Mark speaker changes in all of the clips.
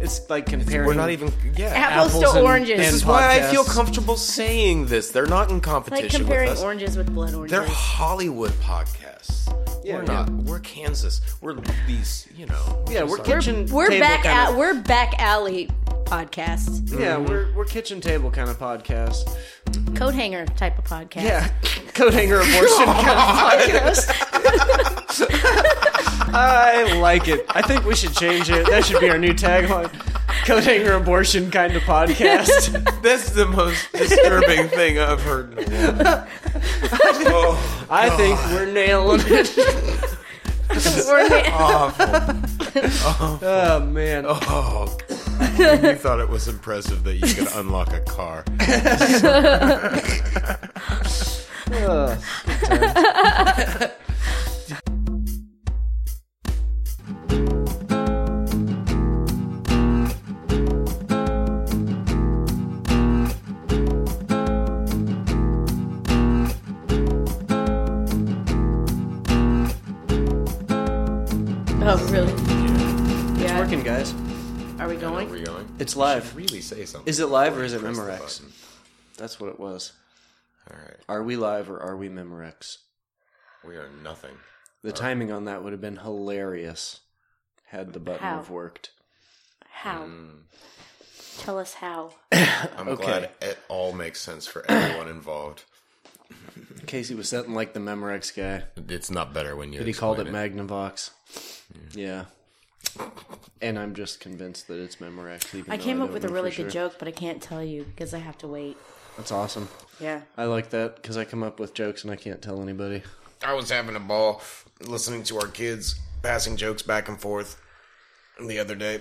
Speaker 1: It's like comparing.
Speaker 2: We're not even. Yeah.
Speaker 3: Apples, to
Speaker 1: and-
Speaker 3: oranges.
Speaker 1: and
Speaker 3: This
Speaker 2: This is why I
Speaker 1: podcasts.
Speaker 2: feel comfortable saying this. They're not in competition
Speaker 3: like comparing
Speaker 2: with us.
Speaker 3: oranges with blood oranges.
Speaker 2: They're Hollywood podcasts.
Speaker 1: Yeah,
Speaker 2: we're
Speaker 1: yeah.
Speaker 2: not. We're Kansas. We're these. You know.
Speaker 1: Yeah, we're
Speaker 2: just like-
Speaker 1: kitchen.
Speaker 3: we're
Speaker 1: table
Speaker 3: back
Speaker 1: kind
Speaker 3: at
Speaker 1: of-
Speaker 3: we're back alley podcast,
Speaker 1: Yeah, we're we're kitchen table kind of podcast.
Speaker 3: coat hanger type of podcast.
Speaker 1: Yeah, coat hanger abortion kind of podcast. I like it. I think we should change it. That should be our new tagline. Coat hanger abortion kind of podcast.
Speaker 2: That's the most disturbing thing I've heard. In a while. oh,
Speaker 1: I think we're nailing it.
Speaker 3: We're-
Speaker 2: awful.
Speaker 1: Oh man.
Speaker 2: Oh. you thought it was impressive that you could unlock a car.
Speaker 1: Ugh.
Speaker 3: oh really? Yeah.
Speaker 1: Working guys.
Speaker 3: Are we going?
Speaker 2: we going?
Speaker 1: It's live.
Speaker 2: Really say something.
Speaker 1: Is it live or is it
Speaker 2: Press the
Speaker 1: Memorex?
Speaker 2: button.
Speaker 1: That's what it was.
Speaker 2: All right.
Speaker 1: Are we live or are we Memorex?
Speaker 2: We are nothing.
Speaker 1: The timing on that would have been hilarious had the button
Speaker 3: How?
Speaker 1: have worked.
Speaker 3: How? Tell us how.
Speaker 2: I'm
Speaker 1: Okay.
Speaker 2: glad it all makes sense for everyone involved.
Speaker 1: Casey was something like the Memorex guy.
Speaker 2: It's not better when you.
Speaker 1: But he called it, Magnavox. Yeah. And I'm just convinced that it's Memorex. Even
Speaker 3: I
Speaker 1: though
Speaker 3: came up
Speaker 1: don't
Speaker 3: with a
Speaker 1: know
Speaker 3: really
Speaker 1: for
Speaker 3: good
Speaker 1: sure.
Speaker 3: joke, but I can't tell you because I have to wait.
Speaker 1: That's awesome.
Speaker 3: Yeah.
Speaker 1: I like that because I come up with jokes and I can't tell anybody.
Speaker 2: I was having a ball listening to our kids passing jokes back and forth the other day.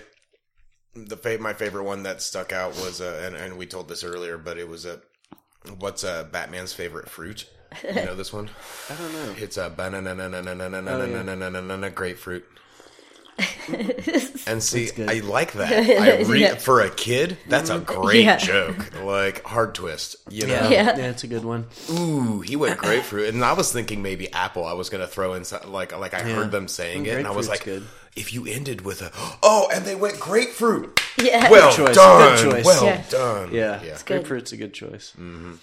Speaker 2: The fa- my favorite one that stuck out was, uh, and, and we told this earlier, but it was a what's uh, Batman's favorite fruit? You know this one?
Speaker 1: I don't know.
Speaker 2: It's a banana banana grapefruit. And see, I like that. I re- for a kid, that's a great
Speaker 3: Yeah.
Speaker 2: joke. Like hard twist, you know.
Speaker 1: Yeah.
Speaker 3: Yeah.
Speaker 1: it's a good one.
Speaker 2: Ooh, he went grapefruit, and I was thinking maybe apple. I was gonna throw in some, like like I heard them saying it, and I was like,
Speaker 1: Grapefruit's
Speaker 2: if you ended with a oh, and they went grapefruit.
Speaker 3: Yeah.
Speaker 2: Well
Speaker 1: choice, good
Speaker 2: done.
Speaker 1: choice.
Speaker 2: Well
Speaker 3: Yeah.
Speaker 2: done.
Speaker 1: Yeah,
Speaker 2: yeah.
Speaker 3: good.
Speaker 1: grapefruit's a good choice. Mm-hmm. Mm.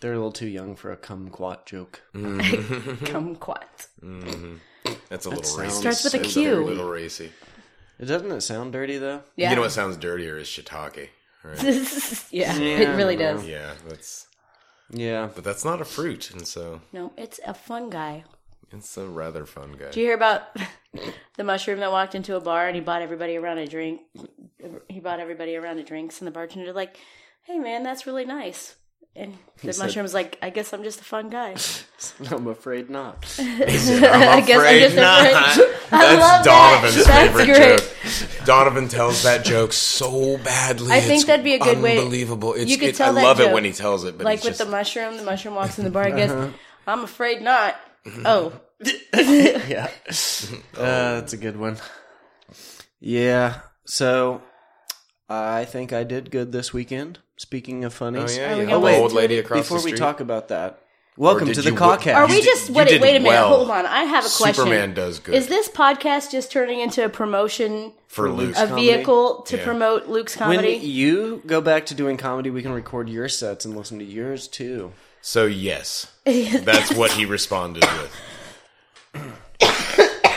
Speaker 1: They're a little too young for a kumquat joke.
Speaker 3: Kumquat.
Speaker 2: That's a little racy.
Speaker 3: Starts with a
Speaker 2: It's A
Speaker 3: Q.
Speaker 2: little racy.
Speaker 1: Doesn't it sound dirty though?
Speaker 3: Yeah.
Speaker 2: You know what sounds dirtier is shiitake. Right?
Speaker 3: yeah, It really does.
Speaker 2: Yeah, that's
Speaker 1: Yeah,
Speaker 2: but that's not a fruit, and so
Speaker 3: No, it's a fun guy.
Speaker 2: it's a rather fun guy.
Speaker 3: Do you hear about the mushroom that walked into a bar and he bought everybody around a drink? He bought everybody around a drinks, and the bartender like, "Hey, man, that's really nice." And the
Speaker 1: said-
Speaker 3: mushroom's like, "I guess I'm just a fun guy."
Speaker 1: I'm afraid not.
Speaker 2: I'm
Speaker 3: I guess I'm just a friend. I
Speaker 2: That's
Speaker 3: love that.
Speaker 2: Donovan's
Speaker 3: That's
Speaker 2: favorite
Speaker 3: great.
Speaker 2: joke. Donovan tells that joke so badly.
Speaker 3: I think
Speaker 2: It's
Speaker 3: that'd be a good way-
Speaker 2: Unbelievable. It's,
Speaker 3: You could
Speaker 2: it-
Speaker 3: tell
Speaker 2: I
Speaker 3: that
Speaker 2: love it
Speaker 3: joke.
Speaker 2: when he tells it, but
Speaker 3: like
Speaker 2: it's
Speaker 3: with the
Speaker 2: just, Uh-huh.
Speaker 3: mushroom, the mushroom walks in the bar and goes, "I'm afraid not." Oh,
Speaker 1: yeah, uh, that's a good one. Yeah, so I think I did good this weekend. Speaking of
Speaker 2: oh
Speaker 1: funnies,
Speaker 2: yeah,
Speaker 3: we
Speaker 2: you
Speaker 3: gonna
Speaker 2: helped
Speaker 3: wait
Speaker 2: the old
Speaker 3: till-
Speaker 2: lady across
Speaker 1: before
Speaker 2: the street.
Speaker 1: we talk about that, welcome
Speaker 2: did
Speaker 1: to the
Speaker 2: you-
Speaker 1: Cawcast.
Speaker 3: Are we
Speaker 2: did-
Speaker 3: just
Speaker 2: you
Speaker 3: wait?
Speaker 2: did
Speaker 3: Wait a minute.
Speaker 2: well.
Speaker 3: Hold on. I have a question.
Speaker 2: Superman does good.
Speaker 3: Is this podcast just turning into a promotion,
Speaker 2: for Luke,
Speaker 3: a
Speaker 1: Comedy?
Speaker 3: vehicle to
Speaker 2: Yeah.
Speaker 3: promote Luke's
Speaker 1: when
Speaker 3: comedy?
Speaker 1: you go back to doing comedy, we can record your sets and listen to yours too.
Speaker 2: so yes, that's what he responded with.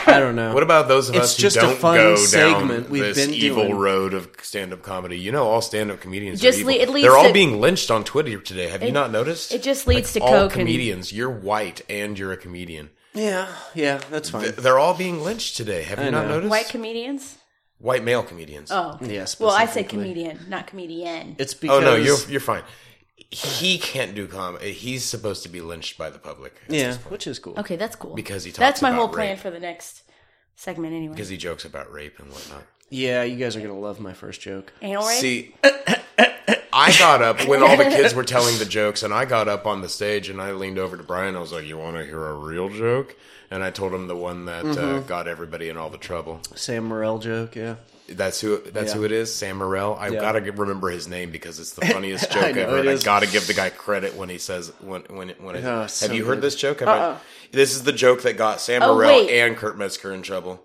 Speaker 1: I don't know.
Speaker 2: What about those of
Speaker 1: It's
Speaker 2: us
Speaker 1: just a
Speaker 2: who don't
Speaker 1: fun
Speaker 2: go
Speaker 1: segment
Speaker 2: down
Speaker 1: we've
Speaker 2: this
Speaker 1: been
Speaker 2: evil
Speaker 1: doing.
Speaker 2: road of stand-up comedy? You know, all stand-up comedians
Speaker 3: Just
Speaker 2: are
Speaker 3: le-
Speaker 2: evil.
Speaker 3: it leads
Speaker 2: They're all
Speaker 3: to-
Speaker 2: being lynched on Twitter today. Have you not noticed?
Speaker 3: it just leads to
Speaker 2: all
Speaker 3: coke and-
Speaker 2: comedians. You're white and you're a comedian.
Speaker 1: yeah, yeah, that's fine.
Speaker 2: Th- They're all being lynched today. Have you not
Speaker 1: know.
Speaker 2: noticed?
Speaker 3: White comedians?
Speaker 2: White male comedians.
Speaker 3: Oh.
Speaker 1: Yes,
Speaker 3: Well, I say
Speaker 1: specifically.
Speaker 3: comedian, not comedian.
Speaker 1: it's because
Speaker 2: Oh no, you're you're fine. He can't do comedy. He's supposed to be lynched by the public.
Speaker 1: yeah, which is cool.
Speaker 3: okay, that's cool.
Speaker 2: Because he talks
Speaker 3: That's my
Speaker 2: about
Speaker 3: whole plan
Speaker 2: rape.
Speaker 3: for the next segment anyway.
Speaker 2: because he jokes about rape and whatnot.
Speaker 1: Yeah, you guys are gonna love my first joke.
Speaker 3: Anal rape?
Speaker 2: See, I got up when all the kids were telling the jokes, and I got up on the stage and I leaned over to Brian. I was like, "You want to hear a real joke?" And I told him the one that uh,
Speaker 1: Mm-hmm.
Speaker 2: got everybody in all the trouble.
Speaker 1: Sam Morrell joke. Yeah,
Speaker 2: That's who. That's
Speaker 1: Yeah.
Speaker 2: who it is. Sam Morrell. I
Speaker 1: Yeah.
Speaker 2: gotta g- remember his name because it's the funniest joke
Speaker 1: I know,
Speaker 2: ever.
Speaker 1: it
Speaker 2: and I
Speaker 1: is.
Speaker 2: gotta give the guy credit when he says when when when. It,
Speaker 1: Oh,
Speaker 2: have
Speaker 1: so
Speaker 2: you heard
Speaker 1: good.
Speaker 2: this joke? Have I- this is the joke that got Sam
Speaker 3: Oh,
Speaker 2: Morrell
Speaker 3: wait.
Speaker 2: and Kurt Metzger in trouble.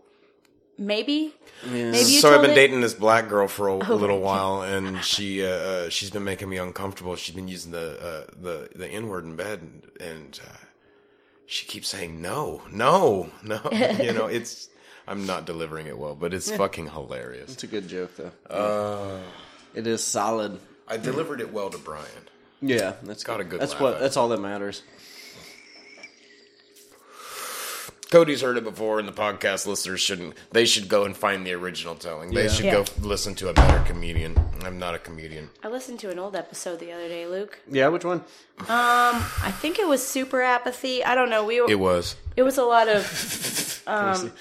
Speaker 3: Maybe.
Speaker 1: Yeah.
Speaker 3: Maybe you
Speaker 2: so I've
Speaker 3: told
Speaker 2: been
Speaker 3: it-
Speaker 2: dating this black girl for a
Speaker 3: Oh
Speaker 2: little
Speaker 3: my
Speaker 2: while, and she uh, uh, she's been making me uncomfortable. She's been using the uh, the the N word in bed, and, and uh, she keeps saying no, no, no. you know, it's I'm not delivering it well, but it's fucking hilarious.
Speaker 1: It's a good joke though.
Speaker 2: Uh,
Speaker 1: it is solid.
Speaker 2: I delivered it well to Brian.
Speaker 1: Yeah, that's
Speaker 2: Got a good
Speaker 1: That's
Speaker 2: laugh
Speaker 1: what.
Speaker 2: out of
Speaker 1: That's all that matters.
Speaker 2: Cody's heard it before, and the podcast listeners shouldn't. They should go and find the original telling. They
Speaker 1: Yeah.
Speaker 2: should
Speaker 3: Yeah.
Speaker 2: go listen to a better comedian. I'm not a comedian.
Speaker 3: I listened to an old episode the other day, Luke.
Speaker 1: Yeah, which one?
Speaker 3: I think it was super apathy. I don't know. We
Speaker 2: It
Speaker 3: it,
Speaker 2: was.
Speaker 3: was a lot of. Um,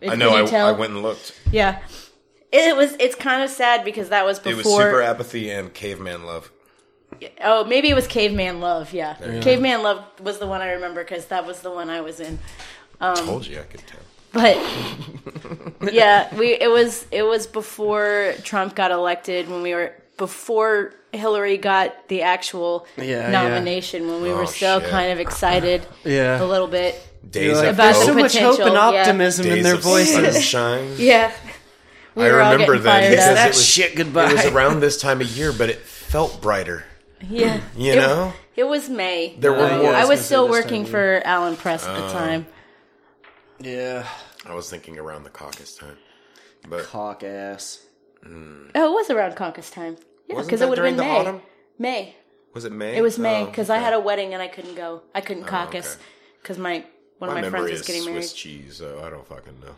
Speaker 2: I know.
Speaker 3: Could you
Speaker 2: I,
Speaker 3: tell?
Speaker 2: I went and looked.
Speaker 3: Yeah. It was. It's kind of sad because that was
Speaker 2: It was
Speaker 3: before.
Speaker 2: super apathy and caveman love.
Speaker 3: oh, maybe it was Caveman Love. Yeah, Caveman Love was the one I remember because that was the one I was in. Um,
Speaker 2: Told you I could tell.
Speaker 3: But yeah, we it was it was before Trump got elected when we were before Hillary got the actual
Speaker 1: yeah.
Speaker 3: nomination when we
Speaker 2: Oh,
Speaker 3: were still
Speaker 2: shit.
Speaker 3: kind of excited
Speaker 1: Yeah.
Speaker 3: a little bit.
Speaker 2: Days of
Speaker 3: About
Speaker 1: There's
Speaker 3: the
Speaker 1: so
Speaker 2: hope,
Speaker 1: much hope and
Speaker 3: potential, yeah.
Speaker 1: optimism in
Speaker 2: days
Speaker 1: their
Speaker 2: of
Speaker 1: voices.
Speaker 2: sunshine.
Speaker 3: Yeah. We
Speaker 2: I
Speaker 3: were all
Speaker 2: remember
Speaker 3: getting
Speaker 2: then
Speaker 3: fired
Speaker 2: because
Speaker 3: up.
Speaker 2: it
Speaker 1: That
Speaker 2: was
Speaker 1: shit goodbye.
Speaker 2: It was around this time of year, but it felt brighter.
Speaker 3: Yeah.
Speaker 2: You
Speaker 3: It-
Speaker 2: know,
Speaker 3: It was May.
Speaker 2: there were
Speaker 1: yeah.
Speaker 2: more.
Speaker 1: I
Speaker 3: I
Speaker 1: was
Speaker 3: was
Speaker 1: gonna
Speaker 3: still
Speaker 1: say this
Speaker 3: working
Speaker 1: time,
Speaker 3: for Alan Press at the
Speaker 2: Oh.
Speaker 3: time.
Speaker 1: yeah,
Speaker 2: I was thinking around the caucus time, but
Speaker 1: cock ass.
Speaker 3: Oh, it was around caucus time. Yeah,
Speaker 2: Wasn't
Speaker 3: because
Speaker 2: that
Speaker 3: it would have
Speaker 2: during
Speaker 3: been
Speaker 2: the
Speaker 3: May.
Speaker 2: autumn?
Speaker 3: May.
Speaker 2: was it May?
Speaker 3: It was May
Speaker 2: Oh,
Speaker 3: because I
Speaker 2: okay. Oh,
Speaker 3: had a wedding and I couldn't go. I couldn't caucus
Speaker 2: okay.
Speaker 3: because my one
Speaker 2: My,
Speaker 3: of my friends
Speaker 2: memory
Speaker 3: was
Speaker 2: is
Speaker 3: getting married.
Speaker 2: Swiss cheese, so I don't fucking know.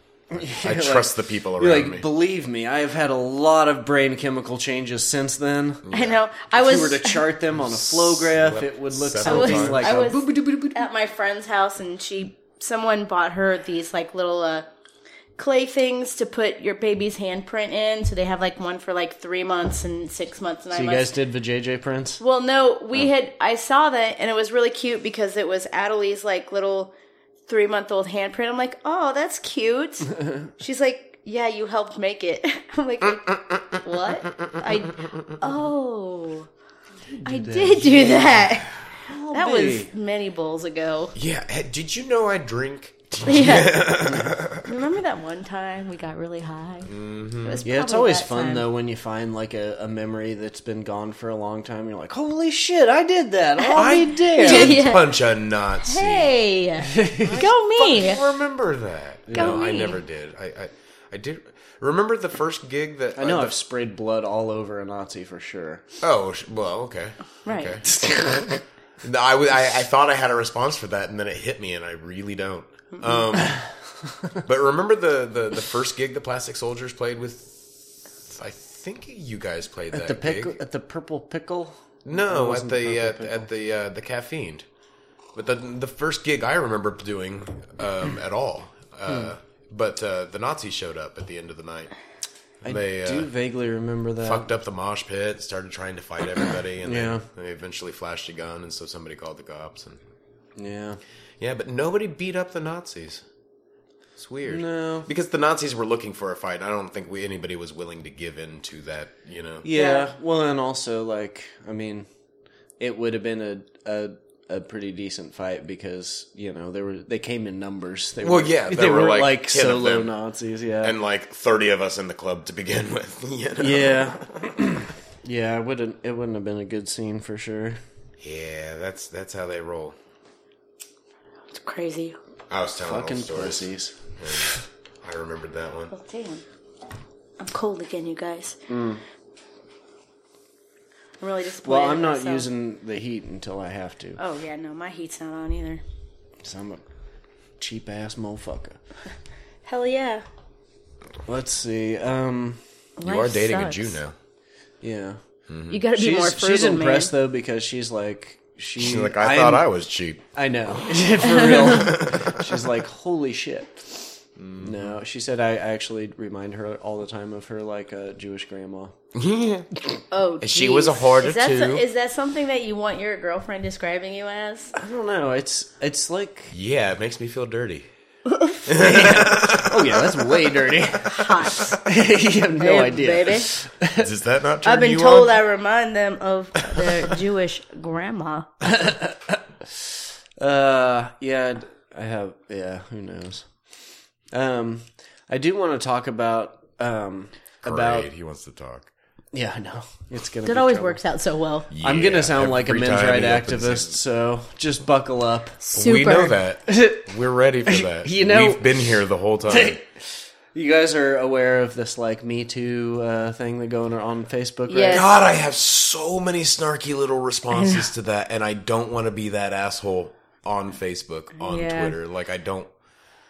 Speaker 2: I trust the people
Speaker 1: You're
Speaker 2: around
Speaker 1: like,
Speaker 2: me.
Speaker 1: believe me, I have had a lot of brain chemical changes since then.
Speaker 3: I know. I
Speaker 1: If you were to
Speaker 3: was
Speaker 1: chart them on a flow graph, it would look
Speaker 2: Several
Speaker 1: something
Speaker 2: times.
Speaker 1: like
Speaker 3: I
Speaker 1: a
Speaker 3: was-
Speaker 1: boop-a-doop-a-doop-a-doop.
Speaker 3: at my friend's house and she someone bought her these like little uh, clay things to put your baby's handprint in. So they have like one for like three months and six months. And I
Speaker 1: So you
Speaker 3: months.
Speaker 1: guys did the JJ Prince?
Speaker 3: Well, no, we
Speaker 1: Oh.
Speaker 3: had. I saw that, and it was really cute because it was Adelie's like little three month old handprint. I'm like, oh, that's cute. She's like, yeah, you helped make it. I'm like, what? I oh, I did do that. That was many bowls ago.
Speaker 2: yeah, hey, did you know I drink?
Speaker 3: Yeah. Remember that one time we got really high? It was
Speaker 1: Mm-hmm. Yeah, it's
Speaker 3: probably
Speaker 1: always
Speaker 3: that
Speaker 1: fun
Speaker 3: time.
Speaker 1: though when you find like a, a memory that's been gone for a long time. You're like, holy shit, I did that.
Speaker 2: I
Speaker 1: Holy damn.
Speaker 2: did
Speaker 3: Yeah.
Speaker 2: punch a Nazi.
Speaker 3: Hey, go me.
Speaker 2: I remember that.
Speaker 3: Go
Speaker 2: no, I
Speaker 3: me.
Speaker 2: never did. I, I, I did. Remember the first gig that
Speaker 1: I know
Speaker 2: uh,
Speaker 1: I've sprayed blood all over a Nazi for sure.
Speaker 2: Oh sh- well, okay,
Speaker 3: Right.
Speaker 2: Okay. No, I, w- I- I thought I had a response for that, and then it hit me, and I really don't. Um, but remember the, the the first gig the Plastic Soldiers played with? I think you guys played that
Speaker 1: At the
Speaker 2: gig.
Speaker 1: pickle, at the purple pickle.
Speaker 2: no, at
Speaker 1: wasn't
Speaker 2: the
Speaker 1: Purple
Speaker 2: at, at the uh, the caffeine. But the the first gig I remember doing um, at all. Uh,
Speaker 1: Hmm.
Speaker 2: But uh, the Nazis showed up at the end of the night.
Speaker 1: I
Speaker 2: They, uh,
Speaker 1: do vaguely remember that.
Speaker 2: fucked up the mosh pit, started trying to fight everybody, and
Speaker 1: Yeah.
Speaker 2: they, they eventually flashed a gun, and so somebody called the cops. And
Speaker 1: Yeah.
Speaker 2: yeah, but nobody beat up the Nazis. It's weird.
Speaker 1: No.
Speaker 2: because the Nazis were looking for a fight. and I don't think we, anybody was willing to give in to that. You know,
Speaker 1: Yeah. Well, and also like I mean, it would have been a a, a pretty decent fight because you know they were they came in numbers. They
Speaker 2: Well,
Speaker 1: were,
Speaker 2: yeah,
Speaker 1: they,
Speaker 2: there were,
Speaker 1: were
Speaker 2: like,
Speaker 1: like,
Speaker 2: 10 of
Speaker 1: solo
Speaker 2: them.
Speaker 1: Nazis. Yeah.
Speaker 2: and like thirty of us in the club to begin with. You know?
Speaker 1: yeah. yeah. It wouldn't it wouldn't have been a good scene for sure.
Speaker 2: yeah, that's that's how they roll.
Speaker 3: It's crazy.
Speaker 2: I was telling
Speaker 1: Fucking
Speaker 2: old stories.
Speaker 1: pussies.
Speaker 2: I remembered that one.
Speaker 3: Well, damn. I'm cold again, you guys. I'm really disappointed.
Speaker 1: Mm. Well, I'm
Speaker 3: in
Speaker 1: not
Speaker 3: myself.
Speaker 1: using the heat until I have to.
Speaker 3: Oh yeah, no, my heat's not on either.
Speaker 1: 'cause I'm a cheap ass motherfucker.
Speaker 3: Hell yeah.
Speaker 1: Let's see. Um.
Speaker 2: You are dating a Jew now.
Speaker 1: Yeah.
Speaker 3: You gotta be more
Speaker 1: She's,
Speaker 3: frugal,
Speaker 1: she's impressed
Speaker 3: man.
Speaker 1: though because she's like she
Speaker 2: She's like, I thought
Speaker 1: am-
Speaker 2: I was cheap.
Speaker 1: I know. For real. She's like, holy shit.
Speaker 2: Mm-hmm.
Speaker 1: No, she said I I actually remind her all the time of her like a Jewish grandma.
Speaker 2: Yeah,
Speaker 3: Oh,
Speaker 2: she
Speaker 3: geez.
Speaker 2: was a hoarder
Speaker 3: Is that, so-
Speaker 2: too.
Speaker 3: is that something that you want your girlfriend describing you as?
Speaker 1: I don't know. It's it's like
Speaker 2: yeah, it makes me feel dirty.
Speaker 1: oh yeah, that's way dirty.
Speaker 3: Hot.
Speaker 1: you have no
Speaker 3: babe,
Speaker 1: idea.
Speaker 3: Baby.
Speaker 2: Does that not turn
Speaker 3: I've been
Speaker 2: you
Speaker 3: told
Speaker 2: on?
Speaker 3: I remind them of their Jewish grandma.
Speaker 1: Uh, yeah, I'd- I have. Yeah, who knows? Um, I do want to talk about um about
Speaker 2: Great, he wants to talk.
Speaker 1: yeah, I know it's gonna.
Speaker 4: It
Speaker 1: be
Speaker 4: always
Speaker 1: trouble.
Speaker 4: works out so well.
Speaker 1: I'm gonna
Speaker 2: Yeah,
Speaker 1: sound like a
Speaker 2: every
Speaker 1: men's
Speaker 2: time
Speaker 1: right
Speaker 2: he opens it.
Speaker 1: activist, so just buckle up.
Speaker 4: Super.
Speaker 2: We know that. We're ready for that.
Speaker 1: You know-
Speaker 2: we've been here the whole time.
Speaker 1: You guys are aware of this like Me Too uh, thing that going on Facebook, right?
Speaker 3: Yes.
Speaker 2: God, I have so many snarky little responses to that, and I don't want to be that asshole on Facebook, on
Speaker 4: Yeah.
Speaker 2: Twitter. Like I don't.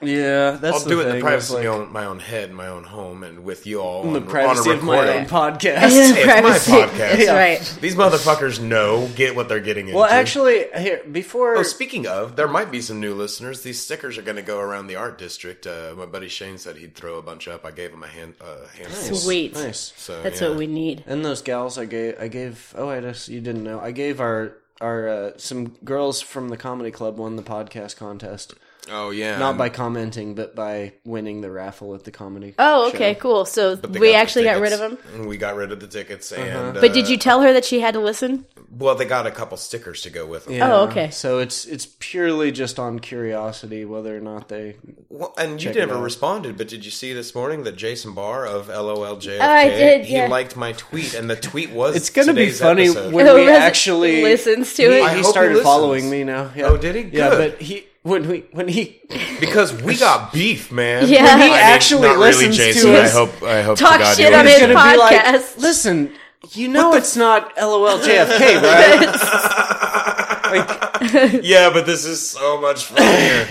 Speaker 1: Yeah, that's
Speaker 2: I'll do it in
Speaker 1: thing,
Speaker 2: the
Speaker 1: is,
Speaker 2: privacy
Speaker 1: like,
Speaker 2: of my own, my own head, my own home, and with you all on,
Speaker 1: the privacy
Speaker 2: on a
Speaker 1: of my
Speaker 2: recording.
Speaker 1: own podcast.
Speaker 2: It's my podcast.
Speaker 4: That's right.
Speaker 2: These motherfuckers know get what they're getting into.
Speaker 1: well, actually, here before
Speaker 2: Oh, speaking of, there might be some new listeners. These stickers are going to go around the art district. Uh, my buddy Shane said he'd throw a bunch up. I gave him a hand, uh, handful.
Speaker 4: Sweet.
Speaker 1: nice.
Speaker 2: So
Speaker 4: That's
Speaker 2: yeah.
Speaker 4: what we need.
Speaker 1: And those gals I gave, I gave. Oh, I just you didn't know. I gave our our uh, some girls from the comedy club won the podcast contest,
Speaker 2: Oh yeah,
Speaker 1: not by commenting, but by winning the raffle at the comedy.
Speaker 3: Oh,
Speaker 1: show.
Speaker 3: okay, cool. So
Speaker 2: They
Speaker 3: we
Speaker 2: the
Speaker 3: actually got rid of them.
Speaker 2: tickets. We got rid of the tickets,
Speaker 1: Uh-huh.
Speaker 2: and
Speaker 3: But
Speaker 2: uh,
Speaker 3: did you tell her that she had to listen?
Speaker 2: Well, they got a couple stickers to go with them.
Speaker 1: Yeah,
Speaker 4: Oh, okay.
Speaker 1: So it's it's purely just on curiosity whether or not they.
Speaker 2: Well, and you
Speaker 1: Check it
Speaker 2: never
Speaker 1: out.
Speaker 2: responded, but did you see this morning that Jason Barr of LOLJFK?
Speaker 3: Oh, I did,
Speaker 2: He
Speaker 3: yeah.
Speaker 2: liked my tweet, and the tweet was
Speaker 1: It's gonna be
Speaker 2: today's
Speaker 1: funny
Speaker 2: episode.
Speaker 1: when we actually
Speaker 3: listens to
Speaker 1: He,
Speaker 3: it.
Speaker 1: he
Speaker 2: I hope he
Speaker 1: started
Speaker 2: listens.
Speaker 1: following me now. Yeah.
Speaker 2: Oh, did he?
Speaker 1: Yeah,
Speaker 2: Good.
Speaker 1: but he when we when he
Speaker 2: because we got beef, man.
Speaker 3: Yeah. When he
Speaker 2: I mean,
Speaker 1: actually
Speaker 2: not
Speaker 1: listens
Speaker 2: really
Speaker 1: to
Speaker 2: Jason,
Speaker 1: us
Speaker 2: I hope. I hope to
Speaker 3: talk
Speaker 2: God
Speaker 3: shit
Speaker 2: he
Speaker 3: on
Speaker 2: listens.
Speaker 1: he's
Speaker 3: his
Speaker 1: gonna be like,
Speaker 3: podcast.
Speaker 1: listen, you know it's not LOLJFK, right?
Speaker 2: Yeah, but this is so much funnier.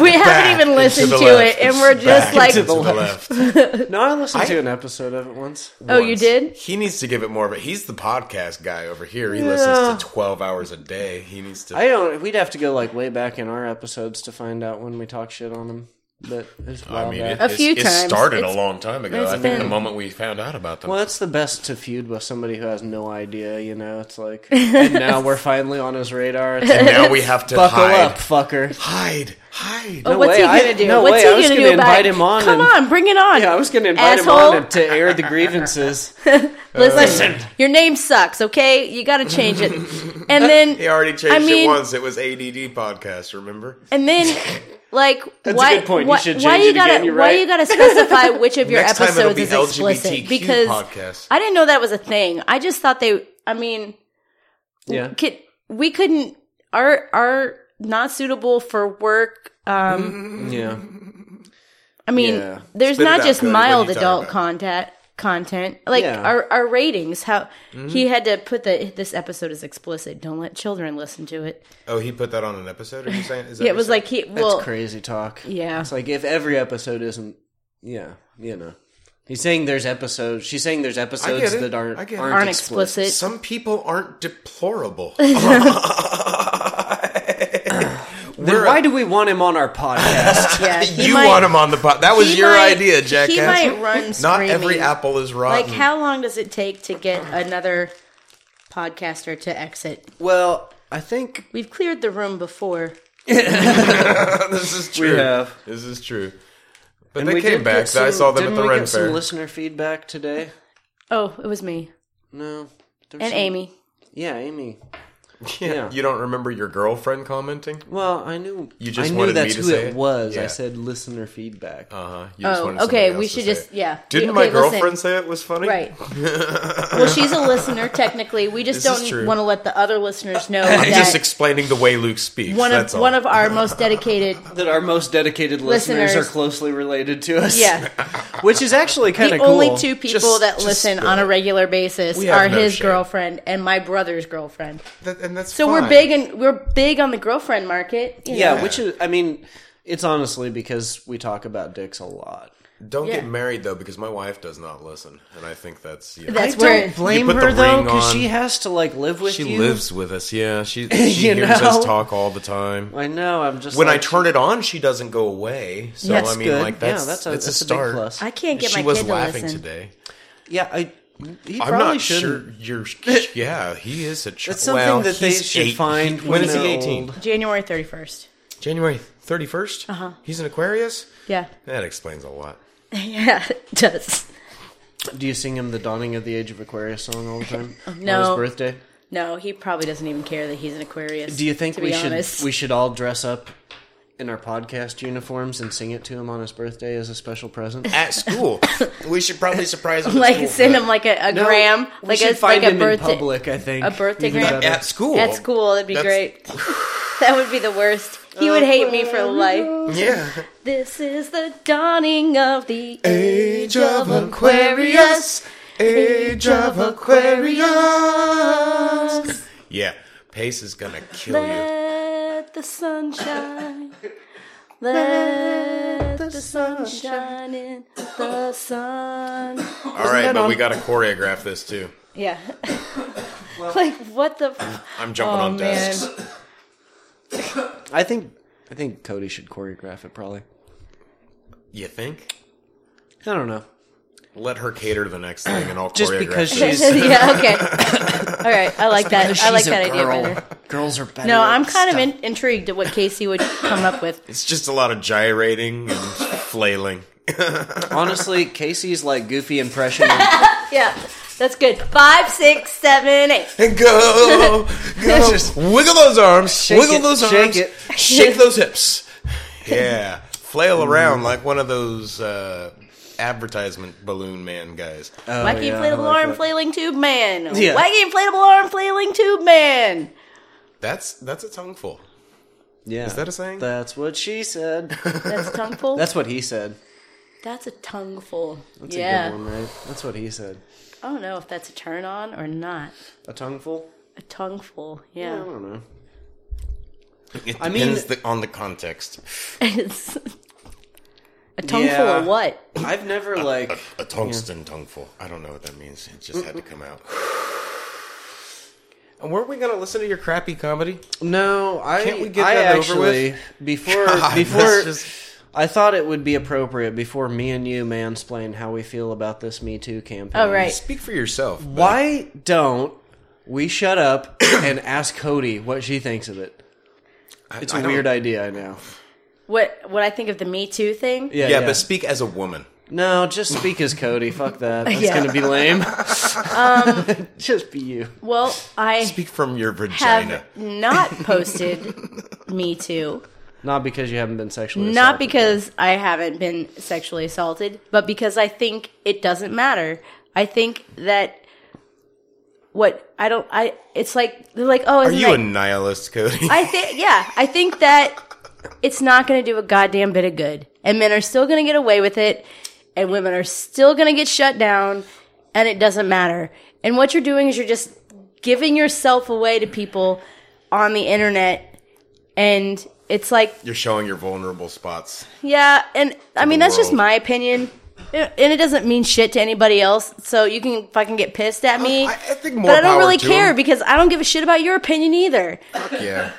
Speaker 3: we haven't
Speaker 2: Back
Speaker 3: even listened
Speaker 2: the
Speaker 3: to,
Speaker 2: left.
Speaker 3: it, and we're just
Speaker 2: Back
Speaker 3: like,
Speaker 2: to the left.
Speaker 1: No, I listened
Speaker 2: I-
Speaker 1: to an episode of it once.
Speaker 3: oh, you
Speaker 2: once.
Speaker 3: did?
Speaker 2: He needs to give it more of it. He's the podcast guy over here. He
Speaker 1: Yeah.
Speaker 2: listens to twelve hours a day. He needs to.
Speaker 1: I don't. We'd have to go like way back in our episodes to find out when we talk shit on him. But it's
Speaker 2: I
Speaker 1: wild.
Speaker 2: mean,
Speaker 1: back.
Speaker 2: it,
Speaker 3: A few
Speaker 2: it
Speaker 3: times.
Speaker 2: started
Speaker 3: It's-
Speaker 2: a long time ago.
Speaker 3: it's
Speaker 2: I think the
Speaker 3: been-
Speaker 2: moment we found out about them.
Speaker 1: well, it's the best to feud with somebody who has no idea. You know, it's like, and now we're finally on his radar. It's like,
Speaker 2: now we have to
Speaker 1: buckle
Speaker 2: hide.
Speaker 1: up, fucker.
Speaker 2: Hide, hide.
Speaker 1: No
Speaker 3: What's
Speaker 1: way,
Speaker 3: he
Speaker 1: I-
Speaker 3: gonna do?
Speaker 1: no
Speaker 3: What's
Speaker 1: way,
Speaker 3: he
Speaker 1: I was
Speaker 3: gonna,
Speaker 1: gonna
Speaker 3: do about
Speaker 1: invite
Speaker 3: it?
Speaker 1: him on
Speaker 3: Come
Speaker 1: and-
Speaker 3: on, bring it on.
Speaker 1: Yeah, I was going to invite
Speaker 3: Asshole.
Speaker 1: him on uh, to air the grievances.
Speaker 3: Listen, your name sucks. Okay, you got to change it. And then
Speaker 2: He already changed
Speaker 3: I mean-
Speaker 2: it once. It was ADD podcast. Remember?
Speaker 3: And then, like,
Speaker 1: That's a
Speaker 3: why?
Speaker 1: good point. You
Speaker 3: Why,
Speaker 1: should
Speaker 3: why
Speaker 1: change
Speaker 3: you
Speaker 1: it
Speaker 3: gotta?
Speaker 1: again. You're
Speaker 3: why
Speaker 1: right.
Speaker 3: you gotta specify which of your
Speaker 2: Next time
Speaker 3: episodes
Speaker 2: it'll be
Speaker 3: is explicit?
Speaker 2: LGBTQ
Speaker 3: Because
Speaker 2: podcast.
Speaker 3: I didn't know that was a thing. I just thought they. I mean,
Speaker 1: yeah.
Speaker 3: could, we couldn't. Are are not suitable for work. Um,
Speaker 1: Yeah.
Speaker 3: I mean,
Speaker 1: Yeah.
Speaker 3: there's
Speaker 2: Spit it
Speaker 3: not
Speaker 2: out,
Speaker 3: just
Speaker 2: Cody. What are
Speaker 3: mild
Speaker 2: you talking
Speaker 3: adult
Speaker 2: about?
Speaker 3: content. Content like
Speaker 1: Yeah.
Speaker 3: our our ratings. How
Speaker 2: Mm-hmm.
Speaker 3: he had to put the this episode is explicit. Don't let children listen to it.
Speaker 2: Oh, he put that on an episode. Are you saying? Is that
Speaker 3: Yeah, it
Speaker 2: what
Speaker 3: was
Speaker 2: you're saying?
Speaker 3: like he
Speaker 1: That's
Speaker 3: well
Speaker 1: crazy talk.
Speaker 3: yeah.
Speaker 1: It's like if every episode isn't, yeah, you know. He's saying there's episodes. She's saying there's episodes
Speaker 2: it.
Speaker 1: that aren't
Speaker 2: I get it.
Speaker 1: aren't,
Speaker 3: aren't
Speaker 1: explicit.
Speaker 3: explicit.
Speaker 2: some people aren't deplorable.
Speaker 1: Then why do we want him on our podcast?
Speaker 3: Yeah, he
Speaker 2: you
Speaker 3: might-
Speaker 2: want him on the pod? That was
Speaker 3: he
Speaker 2: your
Speaker 3: might-
Speaker 2: idea, Jackass.
Speaker 3: He might run
Speaker 2: Not
Speaker 3: screaming.
Speaker 2: every apple is rotten.
Speaker 3: Like, how long does it take to get another podcaster to exit?
Speaker 1: well, I think
Speaker 3: We've cleared the room before.
Speaker 2: this is true.
Speaker 1: have.
Speaker 2: This is true. But
Speaker 1: we
Speaker 2: they
Speaker 1: did
Speaker 2: came
Speaker 1: get
Speaker 2: back. I
Speaker 1: some-
Speaker 2: saw them at
Speaker 1: didn't
Speaker 2: the
Speaker 1: we
Speaker 2: Ren
Speaker 1: get some
Speaker 2: Fair.
Speaker 1: listener feedback today.
Speaker 3: Oh, it was me
Speaker 1: No, there was
Speaker 3: and
Speaker 1: some-
Speaker 3: Amy.
Speaker 1: Yeah, Amy.
Speaker 2: yeah. You don't remember your girlfriend commenting?
Speaker 1: Well, I knew.
Speaker 2: You just
Speaker 1: I knew
Speaker 2: wanted me
Speaker 1: that's
Speaker 2: to
Speaker 1: who
Speaker 2: say
Speaker 1: it,
Speaker 2: it?
Speaker 1: was. I
Speaker 2: Yeah.
Speaker 1: said listener feedback.
Speaker 2: Uh huh.
Speaker 3: Oh, okay. We should just yeah.
Speaker 2: Didn't
Speaker 3: Okay,
Speaker 2: my
Speaker 3: listen.
Speaker 2: girlfriend say it was funny?
Speaker 3: Right. well, she's a listener technically. We just
Speaker 2: This is
Speaker 3: don't
Speaker 2: true.
Speaker 3: want to let the other listeners know
Speaker 2: I'm just
Speaker 3: that
Speaker 2: explaining the way Luke speaks.
Speaker 3: one of
Speaker 2: that's all.
Speaker 3: one of our most dedicated.
Speaker 1: that our most dedicated listeners,
Speaker 3: Listeners.
Speaker 1: are closely related to us.
Speaker 3: Yeah,
Speaker 1: which is actually kind
Speaker 3: the
Speaker 1: of cool.
Speaker 3: only two people
Speaker 2: Just-
Speaker 3: that
Speaker 2: just
Speaker 3: listen
Speaker 2: spill
Speaker 3: on a
Speaker 2: it.
Speaker 3: regular basis
Speaker 2: We have
Speaker 3: are
Speaker 2: no
Speaker 3: his
Speaker 2: shame.
Speaker 3: girlfriend and my brother's girlfriend.
Speaker 2: That- and that's
Speaker 3: So we're
Speaker 2: fine.
Speaker 3: big and we're big on the girlfriend market. you know.
Speaker 1: Yeah, which is, I mean, it's honestly because we talk about dicks a lot.
Speaker 2: Don't
Speaker 3: Yeah.
Speaker 2: get married though, because my wife does not listen, and I think that's you know,
Speaker 3: That's
Speaker 1: I
Speaker 3: where
Speaker 1: don't
Speaker 3: it-
Speaker 1: blame
Speaker 2: You put
Speaker 1: her
Speaker 2: the
Speaker 1: though,
Speaker 2: ring
Speaker 1: because
Speaker 2: on.
Speaker 1: she has to like live with
Speaker 2: she
Speaker 1: you.
Speaker 2: lives with us. Yeah, she she
Speaker 1: You
Speaker 2: hears us
Speaker 1: know?
Speaker 2: talk all the time.
Speaker 1: I know. I'm just
Speaker 2: When I
Speaker 1: like,
Speaker 2: turn it on, she doesn't go away. So
Speaker 1: That's
Speaker 2: I mean,
Speaker 1: good.
Speaker 2: like that's
Speaker 1: yeah, that's a,
Speaker 2: that's
Speaker 1: that's
Speaker 2: a
Speaker 1: a big
Speaker 2: start.
Speaker 1: plus.
Speaker 3: I can't get
Speaker 2: she
Speaker 3: my
Speaker 2: was
Speaker 3: kid to
Speaker 2: laughing
Speaker 3: listen.
Speaker 2: today.
Speaker 1: yeah, I. He
Speaker 2: I'm
Speaker 1: probably
Speaker 2: not
Speaker 1: should.
Speaker 2: sure you're. Yeah, he is a child.
Speaker 1: That's something that they should find when,
Speaker 2: is he
Speaker 1: they're
Speaker 2: 18?
Speaker 1: old.
Speaker 3: January thirty first.
Speaker 2: January 31st.
Speaker 3: Uh-huh.
Speaker 2: Uh huh. He's an Aquarius.
Speaker 3: Yeah,
Speaker 2: That explains a lot.
Speaker 3: yeah, it does.
Speaker 1: Do you sing him the "Dawning of the Age of Aquarius" song all the time on
Speaker 3: Oh, No.
Speaker 1: his birthday?
Speaker 3: No, he probably doesn't even care that he's an Aquarius.
Speaker 1: Do you think
Speaker 3: to
Speaker 1: we
Speaker 3: be
Speaker 1: should
Speaker 3: honest.
Speaker 1: we should all dress up in our podcast uniforms and sing it to him on his birthday as a special present?
Speaker 2: At school, we should probably surprise him. at
Speaker 3: Like
Speaker 2: school for
Speaker 3: send
Speaker 2: that.
Speaker 3: him like a, a
Speaker 1: No,
Speaker 3: gram,
Speaker 1: we
Speaker 3: like
Speaker 1: should
Speaker 3: a like
Speaker 1: find
Speaker 3: a
Speaker 1: him in
Speaker 3: birthday
Speaker 1: public. I think
Speaker 3: a birthday
Speaker 1: Even
Speaker 3: gram?
Speaker 1: better.
Speaker 2: at school.
Speaker 3: at school. That'd be
Speaker 2: That's-
Speaker 3: great. that would be the worst. He would hate me for life.
Speaker 2: Yeah.
Speaker 3: This is the dawning of the
Speaker 2: Age of Aquarius. Age of Aquarius. Yeah, Pace is gonna kill you.
Speaker 3: Let the sunshine. Let the sunshine in the sun.
Speaker 2: All right, but we gotta choreograph this too.
Speaker 3: Yeah. like what the? f-
Speaker 2: I'm jumping
Speaker 3: Oh,
Speaker 2: on desks.
Speaker 1: I think I think Cody should choreograph it. Probably.
Speaker 2: You think?
Speaker 1: I don't know.
Speaker 2: Let her cater to the next thing, and I'll
Speaker 1: Just
Speaker 2: choreograph
Speaker 1: because
Speaker 2: it.
Speaker 1: she's
Speaker 3: yeah. Okay. All right. I like that. I like
Speaker 1: she's a
Speaker 3: that idea
Speaker 1: girl.
Speaker 3: better.
Speaker 1: Girls are better.
Speaker 3: No,
Speaker 1: at
Speaker 3: I'm kind of
Speaker 1: stuff.
Speaker 3: in- intrigued at what Casey would come up with.
Speaker 2: It's just a lot of gyrating and flailing.
Speaker 1: Honestly, Casey's like goofy impression.
Speaker 3: Yeah, that's good. Five, six, seven, eight.
Speaker 2: And go, go,
Speaker 1: Just
Speaker 2: wiggle those arms, wiggle
Speaker 1: it,
Speaker 2: those
Speaker 1: shake
Speaker 2: arms,
Speaker 1: it.
Speaker 2: shake those hips. Yeah, flail around like one of those uh, advertisement balloon man guys.
Speaker 3: Wacky
Speaker 1: Oh, yeah, I
Speaker 3: inflatable
Speaker 1: like
Speaker 3: arm
Speaker 1: that.
Speaker 3: flailing tube man.
Speaker 1: Yeah.
Speaker 3: Wacky inflatable arm flailing tube man.
Speaker 2: That's that's a tongueful.
Speaker 1: yeah, is
Speaker 2: that a saying?
Speaker 1: That's what she said.
Speaker 3: That's a tongueful. that's,
Speaker 1: That's what he said.
Speaker 3: a tongueful.
Speaker 1: That's
Speaker 3: yeah.
Speaker 1: a good one, right? That's what he said.
Speaker 3: I don't know if that's a turn on or not.
Speaker 1: A tongueful.
Speaker 3: A tongueful.
Speaker 1: I
Speaker 3: Yeah.
Speaker 1: don't know.
Speaker 2: It depends
Speaker 1: I mean-
Speaker 2: the, on the context.
Speaker 3: It's- a tongueful
Speaker 1: Yeah.
Speaker 3: of what?
Speaker 1: I've never
Speaker 2: Uh,
Speaker 1: like.
Speaker 2: A tungsten tongueful. I don't know what that means. It just had to come out. And weren't we gonna listen to your crappy comedy?
Speaker 1: No, I
Speaker 2: Can't we get
Speaker 1: I
Speaker 2: that over
Speaker 1: actually before
Speaker 2: God,
Speaker 1: before
Speaker 2: that's just-
Speaker 1: I thought it would be appropriate before me and you mansplain how we feel about this Me Too campaign.
Speaker 3: Oh, right.
Speaker 2: Speak for yourself. buddy.
Speaker 1: Why don't we shut up and ask Cody what she thinks of it?
Speaker 2: I-
Speaker 1: It's
Speaker 2: I
Speaker 1: a
Speaker 2: don't-
Speaker 1: weird idea, I know.
Speaker 3: What what I think of the Me Too thing?
Speaker 1: Yeah,
Speaker 2: Yeah,
Speaker 1: yeah.
Speaker 2: but speak as a woman.
Speaker 1: no, just speak as Cody. Fuck that. That's
Speaker 3: Yeah. Um,
Speaker 1: gonna be lame. just be you.
Speaker 3: Well, I
Speaker 2: Speak from your
Speaker 3: have
Speaker 2: vagina.
Speaker 3: not posted Me Too.
Speaker 1: Not because you haven't been sexually
Speaker 3: Not
Speaker 1: assaulted.
Speaker 3: because I haven't been sexually assaulted, but because I think it doesn't matter. I think that what I don't I it's like they're like oh
Speaker 2: Are
Speaker 3: isn't
Speaker 2: you
Speaker 3: that,
Speaker 2: a nihilist, Cody?
Speaker 3: I think yeah I think that it's not going to do a goddamn bit of good, and men are still going to get away with it, and women are still going to get shut down, and it doesn't matter. And what you're doing is you're just giving yourself away to people on the internet, and it's like
Speaker 2: You're showing your vulnerable spots.
Speaker 3: yeah, and I mean that's just
Speaker 2: world.
Speaker 3: my opinion, and and it doesn't mean shit to anybody else. So you can fucking get pissed at me,
Speaker 2: I, I think more.
Speaker 3: but I don't
Speaker 2: power
Speaker 3: really
Speaker 2: to
Speaker 3: care
Speaker 2: 'em.
Speaker 3: because I don't give a shit about your opinion either.
Speaker 2: Yeah,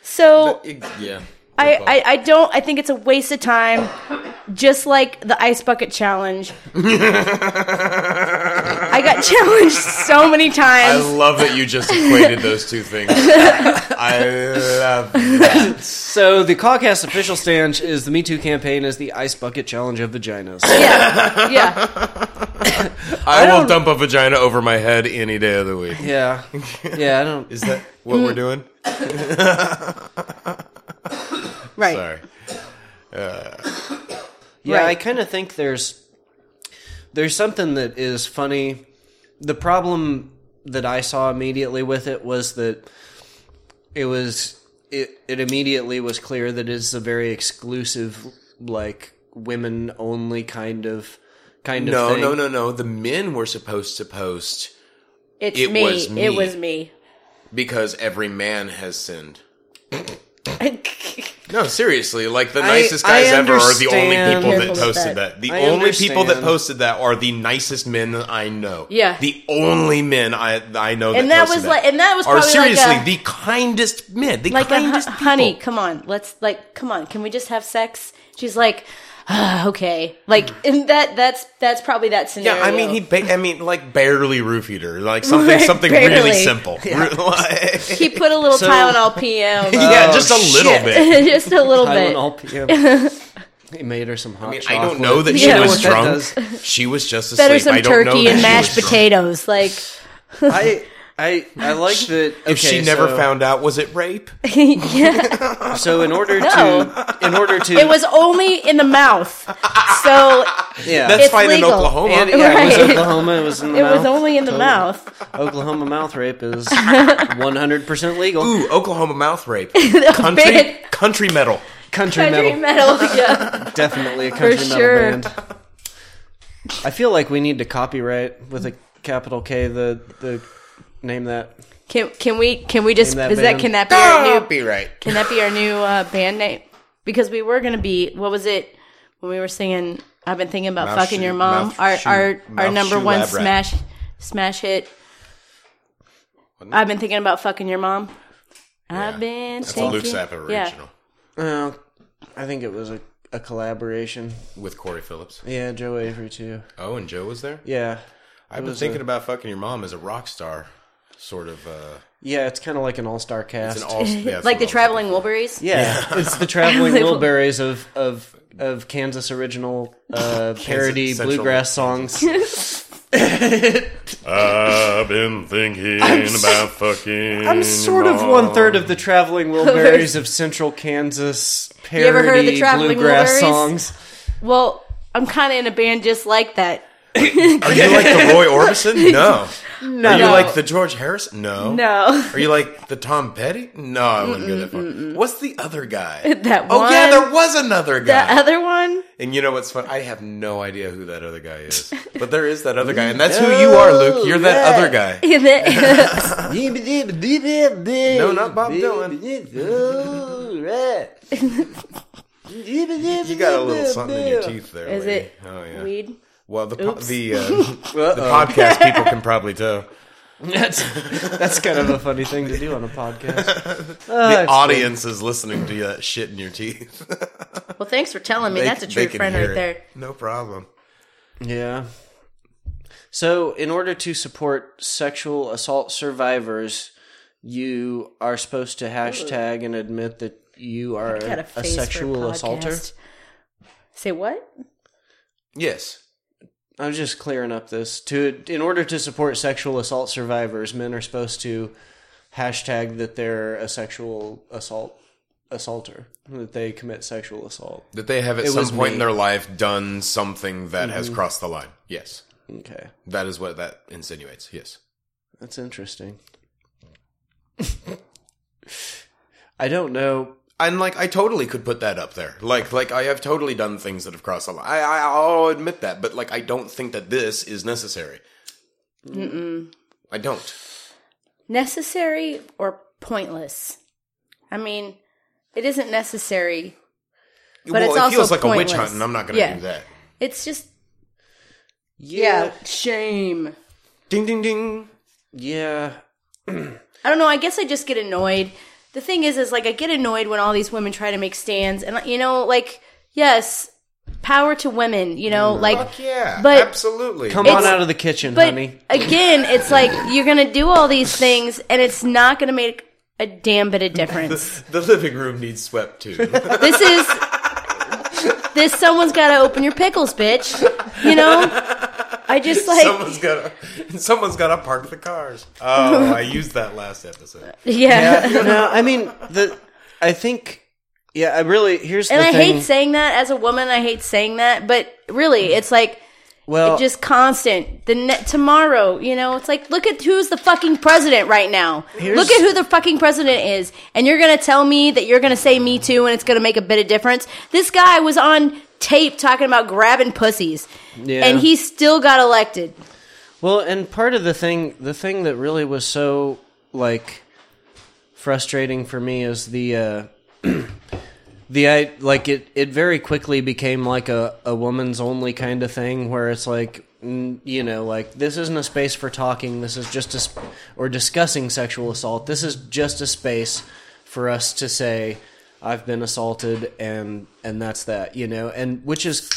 Speaker 3: So
Speaker 2: It- yeah.
Speaker 3: I, I, I don't. I think it's a waste of time. Just like the ice bucket challenge, I got challenged so many
Speaker 2: I
Speaker 3: times.
Speaker 2: love that you just equated those two things. I love that.
Speaker 1: So the Caucast official stance is the Me Too campaign is the ice bucket challenge of vaginas.
Speaker 3: yeah, yeah.
Speaker 2: I, will
Speaker 1: don't-
Speaker 2: dump a vagina over my head any day of the week.
Speaker 1: Yeah. Yeah, I don't
Speaker 2: Is that what we're doing?
Speaker 3: Right.
Speaker 2: Sorry.
Speaker 1: Yeah,
Speaker 3: Right.
Speaker 1: I kind of think there's there's something that is funny. The problem that I saw immediately with it was that it was it it immediately was clear that it's a very exclusive like women only kind of kind of
Speaker 2: No,
Speaker 1: thing.
Speaker 2: no, no, no. The men were supposed to post
Speaker 3: It's
Speaker 2: It
Speaker 3: me.
Speaker 2: was me.
Speaker 3: It was me.
Speaker 2: because every man has sinned. No, seriously, like the
Speaker 1: I-
Speaker 2: nicest guys
Speaker 1: I
Speaker 2: ever are the only
Speaker 1: understand-
Speaker 2: people that
Speaker 3: Careful with
Speaker 2: posted
Speaker 3: that.
Speaker 2: that. The
Speaker 1: I
Speaker 2: only people that
Speaker 1: understand.
Speaker 2: posted that are the nicest men I know.
Speaker 3: Yeah.
Speaker 2: the only men I I know.
Speaker 3: And
Speaker 2: that,
Speaker 3: that
Speaker 2: posted
Speaker 3: was like- and that was
Speaker 2: are
Speaker 3: probably like
Speaker 2: seriously
Speaker 3: a-
Speaker 2: the kindest men. The
Speaker 3: like a, hu-
Speaker 2: kindest people.
Speaker 3: honey come on let's like come on can we just have sex she's like "Ah, okay like and that that's that's probably that
Speaker 2: Mm. Yeah,
Speaker 3: scenario
Speaker 2: I mean he. Ba- I mean, like barely roofied her, like something something really
Speaker 3: Barely.
Speaker 2: simple. Like-
Speaker 3: he put a little
Speaker 1: So-
Speaker 3: tylenol pm
Speaker 2: yeah,
Speaker 1: Oh,
Speaker 2: just a little
Speaker 1: shit.
Speaker 2: bit.
Speaker 3: just a little bit
Speaker 1: Tylenol PM. He made her some hot
Speaker 2: I mean, I
Speaker 1: chocolate.
Speaker 2: don't know that
Speaker 3: Yeah.
Speaker 2: she
Speaker 3: You know
Speaker 2: was
Speaker 1: what that
Speaker 2: drunk.
Speaker 1: does.
Speaker 2: She was just asleep.
Speaker 3: better
Speaker 2: I
Speaker 3: some
Speaker 2: don't know
Speaker 3: turkey
Speaker 2: that
Speaker 3: and
Speaker 2: she
Speaker 3: mashed
Speaker 2: was drunk.
Speaker 3: potatoes like
Speaker 1: I I I like that.
Speaker 2: If she
Speaker 1: okay,
Speaker 2: never
Speaker 1: so-
Speaker 2: found out, was it rape?
Speaker 3: yeah.
Speaker 1: so in order
Speaker 3: No.
Speaker 1: to in order to
Speaker 3: It was only in the mouth. So
Speaker 1: yeah
Speaker 2: That's
Speaker 3: It's
Speaker 2: fine
Speaker 3: legal.
Speaker 2: in Oklahoma.
Speaker 1: and, yeah, it was
Speaker 3: Right.
Speaker 1: Oklahoma. It was in the
Speaker 3: it
Speaker 1: mouth.
Speaker 3: was only in the mouth.
Speaker 1: Oklahoma mouth rape is one hundred percent legal.
Speaker 2: Ooh, Oklahoma mouth rape. country,
Speaker 3: bit.
Speaker 2: country metal.
Speaker 1: country
Speaker 3: Country
Speaker 1: metal,
Speaker 3: metal. Yeah.
Speaker 1: definitely a country metal
Speaker 3: sure.
Speaker 1: band. I feel like we need to copyright with a capital K the the name that
Speaker 3: Can can we can we just
Speaker 1: Name that
Speaker 3: is that
Speaker 1: band.
Speaker 3: can that be our new
Speaker 2: right.
Speaker 3: can that be our new uh, band name? Because we were gonna be what was it when we were singing? I've been thinking about
Speaker 2: Mouth
Speaker 3: fucking
Speaker 2: shoe-
Speaker 3: your mom.
Speaker 2: mouth
Speaker 3: our
Speaker 2: shoe-
Speaker 3: our
Speaker 2: mouth
Speaker 3: our number
Speaker 2: shoe
Speaker 3: one
Speaker 2: lab rat.
Speaker 3: smash smash hit. I've been thinking about fucking your mom. I've been
Speaker 2: That's a
Speaker 3: thinking.
Speaker 2: Luke Sapp original
Speaker 3: Yeah.
Speaker 1: uh, I think it was a, a collaboration.
Speaker 2: with Corey Phillips.
Speaker 1: Yeah, Joe Avery too.
Speaker 2: Oh, and Joe was there.
Speaker 1: Yeah,
Speaker 2: I've been thinking about fucking your mom as a rock star, sort of. Uh,
Speaker 1: yeah, it's kind of like an all star cast.
Speaker 2: it's an all yeah, that's what
Speaker 3: like
Speaker 2: I
Speaker 3: the
Speaker 2: was
Speaker 3: traveling
Speaker 2: looking
Speaker 3: Wilburys.
Speaker 1: Yeah, it's the traveling
Speaker 3: They will-
Speaker 1: Wilburys of of of Kansas original uh, parody
Speaker 2: Central
Speaker 1: bluegrass songs.
Speaker 4: I've been thinking about fucking.
Speaker 2: Mm,
Speaker 1: I'm sort of one third of the traveling Wilburys of Central Kansas parody
Speaker 3: ever heard of the Traveling
Speaker 1: bluegrass
Speaker 3: Wilburys?
Speaker 1: songs.
Speaker 3: Well, I'm kind of in a band just like that.
Speaker 2: for. Are you like the Roy Orbison? No. no. Are you
Speaker 3: No.
Speaker 2: like the George Harrison? No.
Speaker 3: No,
Speaker 2: Are you like the Tom Petty? No, I wouldn't go that far. What's the other guy?
Speaker 3: that
Speaker 2: Oh
Speaker 3: one.
Speaker 2: yeah, there was another guy.
Speaker 3: that other one.
Speaker 2: and you know what's fun? I have no idea who that other guy is, but there is that other guy, and that's who you are, Luke. You're that
Speaker 1: yeah.
Speaker 2: other guy.
Speaker 1: no,
Speaker 2: not Bob
Speaker 1: Dylan.
Speaker 2: You got a little something in your teeth there.
Speaker 3: Is
Speaker 2: lady.
Speaker 3: it
Speaker 2: Oh yeah.
Speaker 3: weed?
Speaker 2: Well, the po- the uh, the podcast people can probably tell.
Speaker 1: That's that's kind of a funny thing to do on a podcast.
Speaker 3: Oh,
Speaker 2: The audience is listening to that shit in your teeth.
Speaker 3: Well, thanks for telling me.
Speaker 2: They-
Speaker 3: That's a
Speaker 2: they
Speaker 3: true
Speaker 2: can
Speaker 3: friend
Speaker 2: hear
Speaker 3: right
Speaker 2: it.
Speaker 3: there.
Speaker 2: No problem.
Speaker 1: Yeah. So, in order to support sexual assault survivors, you are supposed to hashtag and admit that you are
Speaker 3: Got a,
Speaker 1: a,
Speaker 3: face
Speaker 1: a
Speaker 3: for
Speaker 1: sexual assaulter.
Speaker 3: podcast. Say what?
Speaker 2: Yes.
Speaker 1: I was just clearing up this to in order to support sexual assault survivors, men are supposed to hashtag that they're a sexual assault assaulter, that they commit sexual assault.
Speaker 2: That they have at
Speaker 1: It
Speaker 2: some
Speaker 1: was
Speaker 2: point in
Speaker 1: me.
Speaker 2: their life done something that has
Speaker 3: Mm-hmm.
Speaker 2: crossed the line. Yes.
Speaker 1: Okay.
Speaker 2: That is what that insinuates. Yes.
Speaker 1: That's interesting. I don't know.
Speaker 2: And like I totally could put that up there. Like like I have totally done things that have crossed the line. I, I I'll admit that, but like I don't think that this is necessary. I don't.
Speaker 3: Necessary or pointless? I mean, it isn't necessary. But
Speaker 2: well,
Speaker 3: it's
Speaker 2: it
Speaker 3: also
Speaker 2: feels like a witch
Speaker 3: pointless.
Speaker 2: hunt, and I'm not going to
Speaker 3: Yeah.
Speaker 2: do that.
Speaker 3: It's just
Speaker 1: Yeah.
Speaker 3: shame.
Speaker 2: Ding ding ding.
Speaker 1: Yeah.
Speaker 3: I don't know. I guess I just get annoyed. The thing is, is like I get annoyed when all these women try to make stands, and like, you know, like yes, power to women. You
Speaker 1: Mm.
Speaker 3: know, like
Speaker 2: Fuck yeah.
Speaker 3: But-
Speaker 2: absolutely.
Speaker 1: Come on
Speaker 3: It's-
Speaker 1: out of the kitchen,
Speaker 3: But
Speaker 1: honey.
Speaker 3: again, it's like you're gonna do all these things, and it's not gonna make a damn bit of difference.
Speaker 2: The living room needs swept too.
Speaker 3: this is this. Someone's gotta open your pickles, bitch. You know. I just like
Speaker 2: someone's got to someone's got to park the cars. Oh, I used that last episode.
Speaker 3: yeah.
Speaker 1: no, I mean the. I think. Yeah, I really. Here's
Speaker 3: And
Speaker 1: the
Speaker 3: I
Speaker 1: thing.
Speaker 3: hate saying that as a woman. I hate saying that, but really, it's like
Speaker 1: well,
Speaker 3: just constant. The ne- tomorrow, you know, it's like look at who's the fucking president right now. look at who the fucking president is, and you're gonna tell me that you're gonna say Me Too, and it's gonna make a bit of difference. This guy was on tape talking about grabbing pussies,
Speaker 1: Yeah.
Speaker 3: and he still got elected.
Speaker 1: Well, and part of the thing, the thing that really was so like frustrating for me is the uh, the I like it. It very quickly became like a a woman's only kind of thing, where it's like mm, you know, like this isn't a space for talking. This is just a sp- or discussing sexual assault. This is just a space for us to say I've been assaulted, and and that's that. You know, and which is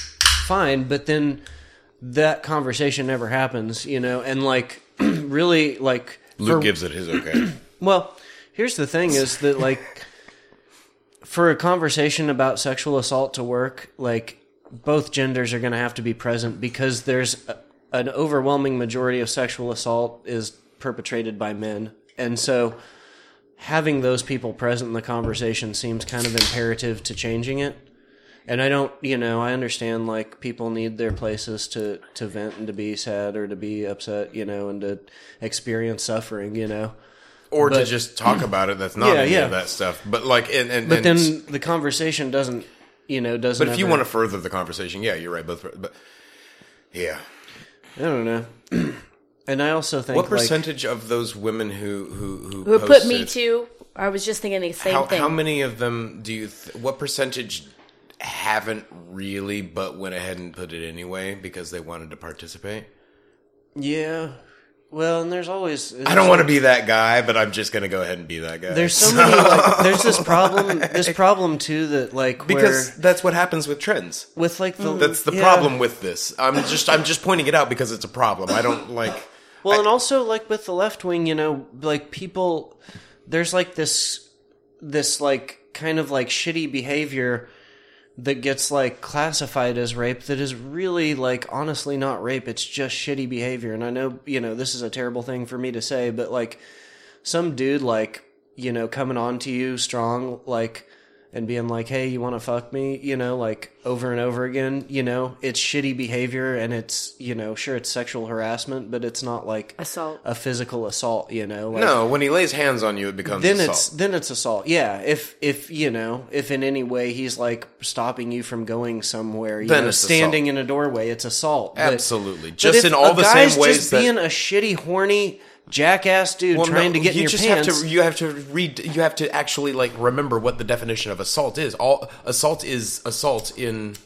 Speaker 1: fine, but then that conversation never happens, you know, and like really like for-
Speaker 2: gives it his okay.
Speaker 1: well, here's the thing is that like for a conversation about sexual assault to work, like both genders are going to have to be present because there's a, an overwhelming majority of sexual assault is perpetrated by men. And so having those people present in the conversation seems kind of imperative to changing it. And I don't, you know, I understand like people need their places to to vent and to be sad or to be upset, you know, and to experience suffering, you know.
Speaker 2: or to
Speaker 1: But-
Speaker 2: just talk about it. That's not
Speaker 1: Yeah,
Speaker 2: any
Speaker 1: yeah.
Speaker 2: of that stuff. But like, and and,
Speaker 1: But
Speaker 2: and
Speaker 1: then the conversation doesn't, you know, doesn't.
Speaker 2: but if you
Speaker 1: ever-
Speaker 2: want to further the conversation, yeah, you're right. Both, but yeah.
Speaker 1: I don't know. and I also think
Speaker 2: What
Speaker 1: like,
Speaker 2: percentage of those women who who who,
Speaker 3: Who put
Speaker 2: posted-
Speaker 3: me to? I was just thinking the same
Speaker 2: How,
Speaker 3: thing.
Speaker 2: how many of them do you? Th- what percentage haven't really, but went ahead and put it anyway because they wanted to participate?
Speaker 1: yeah. Well, and there's always
Speaker 2: I don't want to be that guy, but I'm just gonna go ahead and be that guy.
Speaker 1: There's so many. Like, there's this problem. This problem too that like
Speaker 2: because
Speaker 1: where
Speaker 2: that's what happens with trends.
Speaker 1: with like the
Speaker 2: That's the
Speaker 1: yeah.
Speaker 2: problem with this. I'm just I'm just pointing it out because it's a problem. I don't like.
Speaker 1: Well, and also like with the left wing, you know, like people, there's like this, this like kind of like shitty behavior that gets like classified as rape that is really like honestly not rape. It's just shitty behavior. And I know, you know, this is a terrible thing for me to say, but like some dude like, you know, coming on to you strong, like, and being like, hey, you want to fuck me? You know, like over and over again, you know, it's shitty behavior and it's, you know, sure, it's sexual harassment, but it's not like
Speaker 3: Assault.
Speaker 1: a physical assault, you know? Like,
Speaker 2: No, when he lays hands on you, it becomes
Speaker 1: then
Speaker 2: assault.
Speaker 1: it's then it's assault. Yeah, if if you know if in any way he's like stopping you from going somewhere, you
Speaker 2: Then
Speaker 1: know,
Speaker 2: it's
Speaker 1: standing
Speaker 2: assault.
Speaker 1: in a doorway, it's assault. But-
Speaker 2: Absolutely.
Speaker 1: but
Speaker 2: Just
Speaker 1: if
Speaker 2: in all
Speaker 1: a
Speaker 2: the
Speaker 1: guy's
Speaker 2: same ways
Speaker 1: just
Speaker 2: that-
Speaker 1: being a shitty, horny jackass dude
Speaker 2: Well,
Speaker 1: trying to
Speaker 2: no,
Speaker 1: get in
Speaker 2: you
Speaker 1: your
Speaker 2: just
Speaker 1: pants.
Speaker 2: Have to, you have to read. You have to actually like remember what the definition of assault is. All assault is assault in,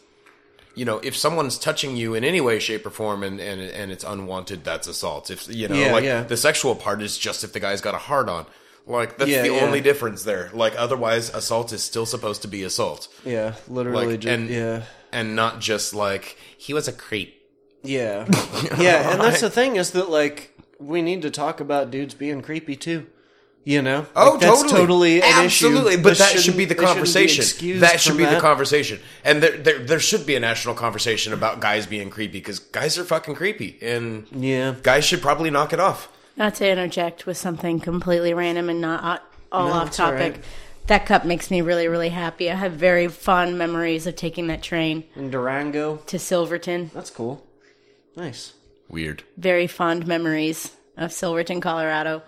Speaker 2: you know, if someone's touching you in any way, shape, or form, and and, and it's unwanted, that's assault. If you know,
Speaker 1: Yeah,
Speaker 2: like
Speaker 1: yeah.
Speaker 2: the sexual part is just if the guy's got a hard on. Like that's
Speaker 1: Yeah,
Speaker 2: the
Speaker 1: yeah.
Speaker 2: only difference there. Like otherwise, assault is still supposed to be assault.
Speaker 1: yeah, literally.
Speaker 2: Like
Speaker 1: just,
Speaker 2: and
Speaker 1: yeah,
Speaker 2: and not just like he was a creep.
Speaker 1: yeah, yeah. And that's the thing is that like we need to talk about dudes being creepy too. You know,
Speaker 2: Oh,
Speaker 1: Like, that's
Speaker 2: totally,
Speaker 1: an issue.
Speaker 2: absolutely. But
Speaker 1: This
Speaker 2: that should
Speaker 1: shouldn't-
Speaker 2: be
Speaker 1: they
Speaker 2: the
Speaker 1: shouldn't be
Speaker 2: conversation.
Speaker 1: excused
Speaker 2: that should
Speaker 1: from
Speaker 2: be the
Speaker 1: that.
Speaker 2: conversation, and there, there there should be a national conversation about guys being creepy because guys are fucking creepy, and
Speaker 1: Yeah.
Speaker 2: guys should probably knock it off.
Speaker 3: Not to interject with something completely random and not o- all
Speaker 1: No,
Speaker 3: off
Speaker 1: it's all
Speaker 3: topic.
Speaker 1: right.
Speaker 3: That cup makes me really, really happy. I have very fond memories of taking that train
Speaker 1: And Durango,
Speaker 3: to Silverton.
Speaker 1: that's cool. Nice.
Speaker 2: Weird.
Speaker 3: Very fond memories of Silverton, Colorado.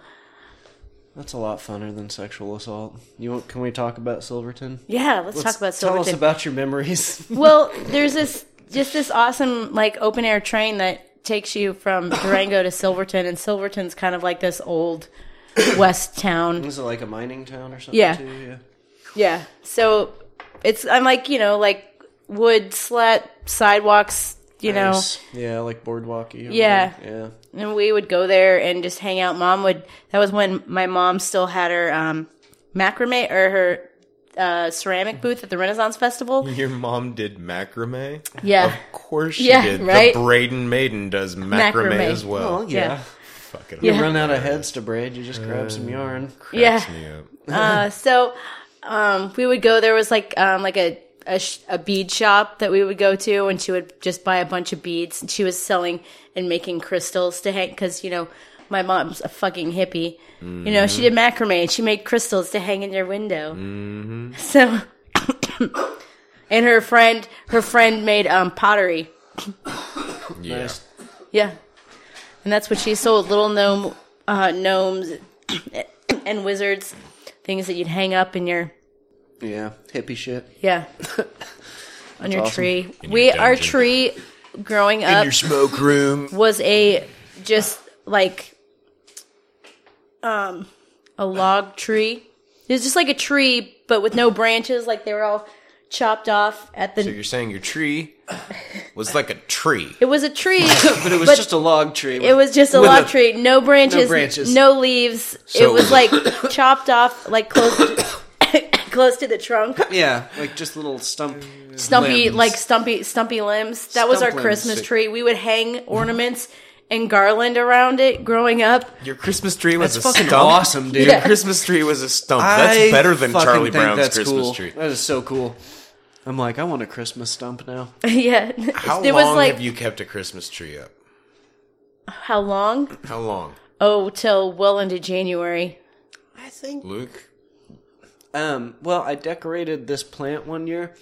Speaker 1: That's a lot funner than sexual assault. You want, can we talk about Silverton?
Speaker 3: Yeah, let's, talk about
Speaker 1: Tell
Speaker 3: Silverton.
Speaker 1: us about your memories.
Speaker 3: well, there's this just this awesome like open air train that takes you from Durango to Silverton, and Silverton's kind of like this old west town.
Speaker 1: Is it like a mining town or something?
Speaker 3: Yeah.
Speaker 1: Too? Yeah.
Speaker 3: Yeah. So it's I'm like, you know, like wood slat sidewalks, you
Speaker 1: Nice. Yeah, like boardwalky. or
Speaker 3: Yeah.
Speaker 1: whatever. Yeah.
Speaker 3: know. And we would go there and just hang out. Mom would that was when my mom still had her um macrame or her uh, ceramic booth at the Renaissance Festival.
Speaker 2: Your mom did macrame.
Speaker 3: Yeah.
Speaker 2: Of course she
Speaker 3: Yeah,
Speaker 2: did.
Speaker 3: right?
Speaker 2: The Braden Maiden does macrame,
Speaker 3: Macrame.
Speaker 2: as well.
Speaker 1: Well, Oh, yeah. Uh,
Speaker 2: Fucking
Speaker 1: You run out of heads to braid, you just grab some yarn.
Speaker 3: Yeah.
Speaker 2: cracks me up.
Speaker 3: Uh, so um, we would go. There was like um, like a, a sh- a bead shop that we would go to, and she would just buy a bunch of beads. And she was selling and making crystals to hang because you know my mom's a fucking hippie. You know she did macrame and she made crystals to hang in your window. So and her friend her friend made um, pottery.
Speaker 2: Yeah.
Speaker 1: Nice.
Speaker 3: Yeah, and that's what she sold: little gnome uh, gnomes and wizards, things that you'd hang up in your
Speaker 1: Yeah. Hippie shit.
Speaker 3: Yeah. On your
Speaker 1: awesome.
Speaker 3: tree.
Speaker 2: In
Speaker 3: we
Speaker 2: your
Speaker 3: our
Speaker 2: dungeon.
Speaker 3: tree growing up
Speaker 2: In your smoke room.
Speaker 3: was a just like um a log tree. It was just like a tree but with no branches like they were all chopped off at the
Speaker 2: So you're saying your tree was like a tree.
Speaker 3: It was a tree.
Speaker 1: But it was just a log tree.
Speaker 3: it was just a
Speaker 1: With
Speaker 3: log
Speaker 1: a-
Speaker 3: tree, no branches, no
Speaker 1: branches.
Speaker 3: leaves.
Speaker 2: So-
Speaker 3: it was like chopped off like close to, close to the trunk.
Speaker 1: Yeah, like just little stump.
Speaker 3: stumpy
Speaker 1: limbs.
Speaker 3: like stumpy stumpy limbs that was our
Speaker 1: Stump limbs.
Speaker 3: christmas tree we would hang ornaments and garland around it growing up
Speaker 2: Your Christmas tree was
Speaker 1: That's
Speaker 2: a
Speaker 1: fucking
Speaker 2: stump?
Speaker 1: awesome, dude.
Speaker 2: Your Christmas tree was a stump.
Speaker 1: I
Speaker 2: That's better than
Speaker 1: fucking
Speaker 2: Charlie
Speaker 1: think
Speaker 2: Brown's
Speaker 1: that's
Speaker 2: Christmas
Speaker 1: cool.
Speaker 2: tree.
Speaker 1: That is so cool. I'm like, I want a Christmas stump now.
Speaker 3: yeah
Speaker 2: How
Speaker 3: it
Speaker 2: long
Speaker 3: was like
Speaker 2: have you kept a Christmas tree up?
Speaker 3: how long
Speaker 2: How long?
Speaker 3: oh till well into January.
Speaker 1: I think.
Speaker 2: Luke.
Speaker 1: Um. Well, I decorated this plant one year,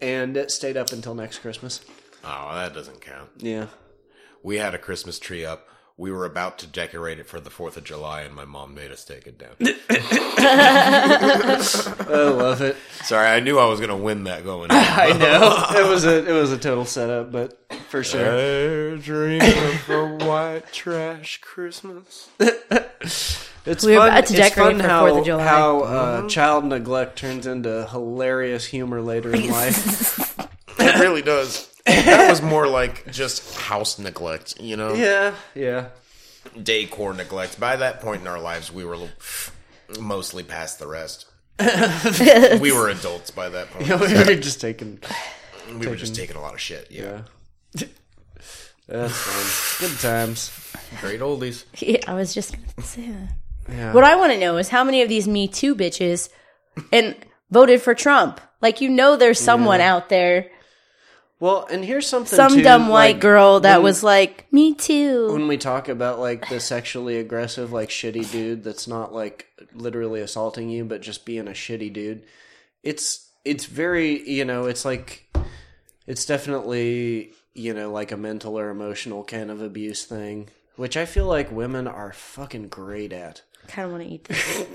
Speaker 1: and it stayed up until next Christmas.
Speaker 2: Oh, that doesn't count.
Speaker 1: Yeah.
Speaker 2: We had a Christmas tree up. We were about to decorate it for the 4th of July, and my mom made us take it down.
Speaker 1: I love it.
Speaker 2: Sorry, I knew I was going to win that going in.
Speaker 1: I know it was a it was a total setup, but for sure.
Speaker 2: I dream of a white trash Christmas.
Speaker 1: It's
Speaker 3: We were
Speaker 1: fun.
Speaker 3: about
Speaker 1: it's
Speaker 3: to decorate
Speaker 1: fun
Speaker 3: for
Speaker 1: how,
Speaker 3: Fourth of July.
Speaker 1: how uh, child neglect turns into hilarious humor later in life.
Speaker 2: It really does. That was more like just house neglect, you know?
Speaker 1: yeah, yeah.
Speaker 2: Decor neglect. By that point in our lives, we were mostly past the rest. we were adults by that point.
Speaker 1: we were just taking.
Speaker 2: we were just taking a lot of shit. Yeah.
Speaker 1: Yeah. That's fun. Good times.
Speaker 2: Great oldies.
Speaker 3: Yeah, I was just gonna say that.
Speaker 1: Yeah.
Speaker 3: What I want to know is how many of these Me Too bitches and voted for Trump. Like you know, there's someone out there,
Speaker 1: Well, and here's something.
Speaker 3: some
Speaker 1: too,
Speaker 3: dumb white
Speaker 1: like, mm.
Speaker 3: girl that
Speaker 1: when-
Speaker 3: was like, "Me too."
Speaker 1: When we talk about like the sexually aggressive, like shitty dude that's not like literally assaulting you, but just being a shitty dude, it's it's very you know it's like it's definitely you know like a mental or emotional kind of abuse thing, which I feel like women are fucking great at.
Speaker 3: Kind of want to eat this.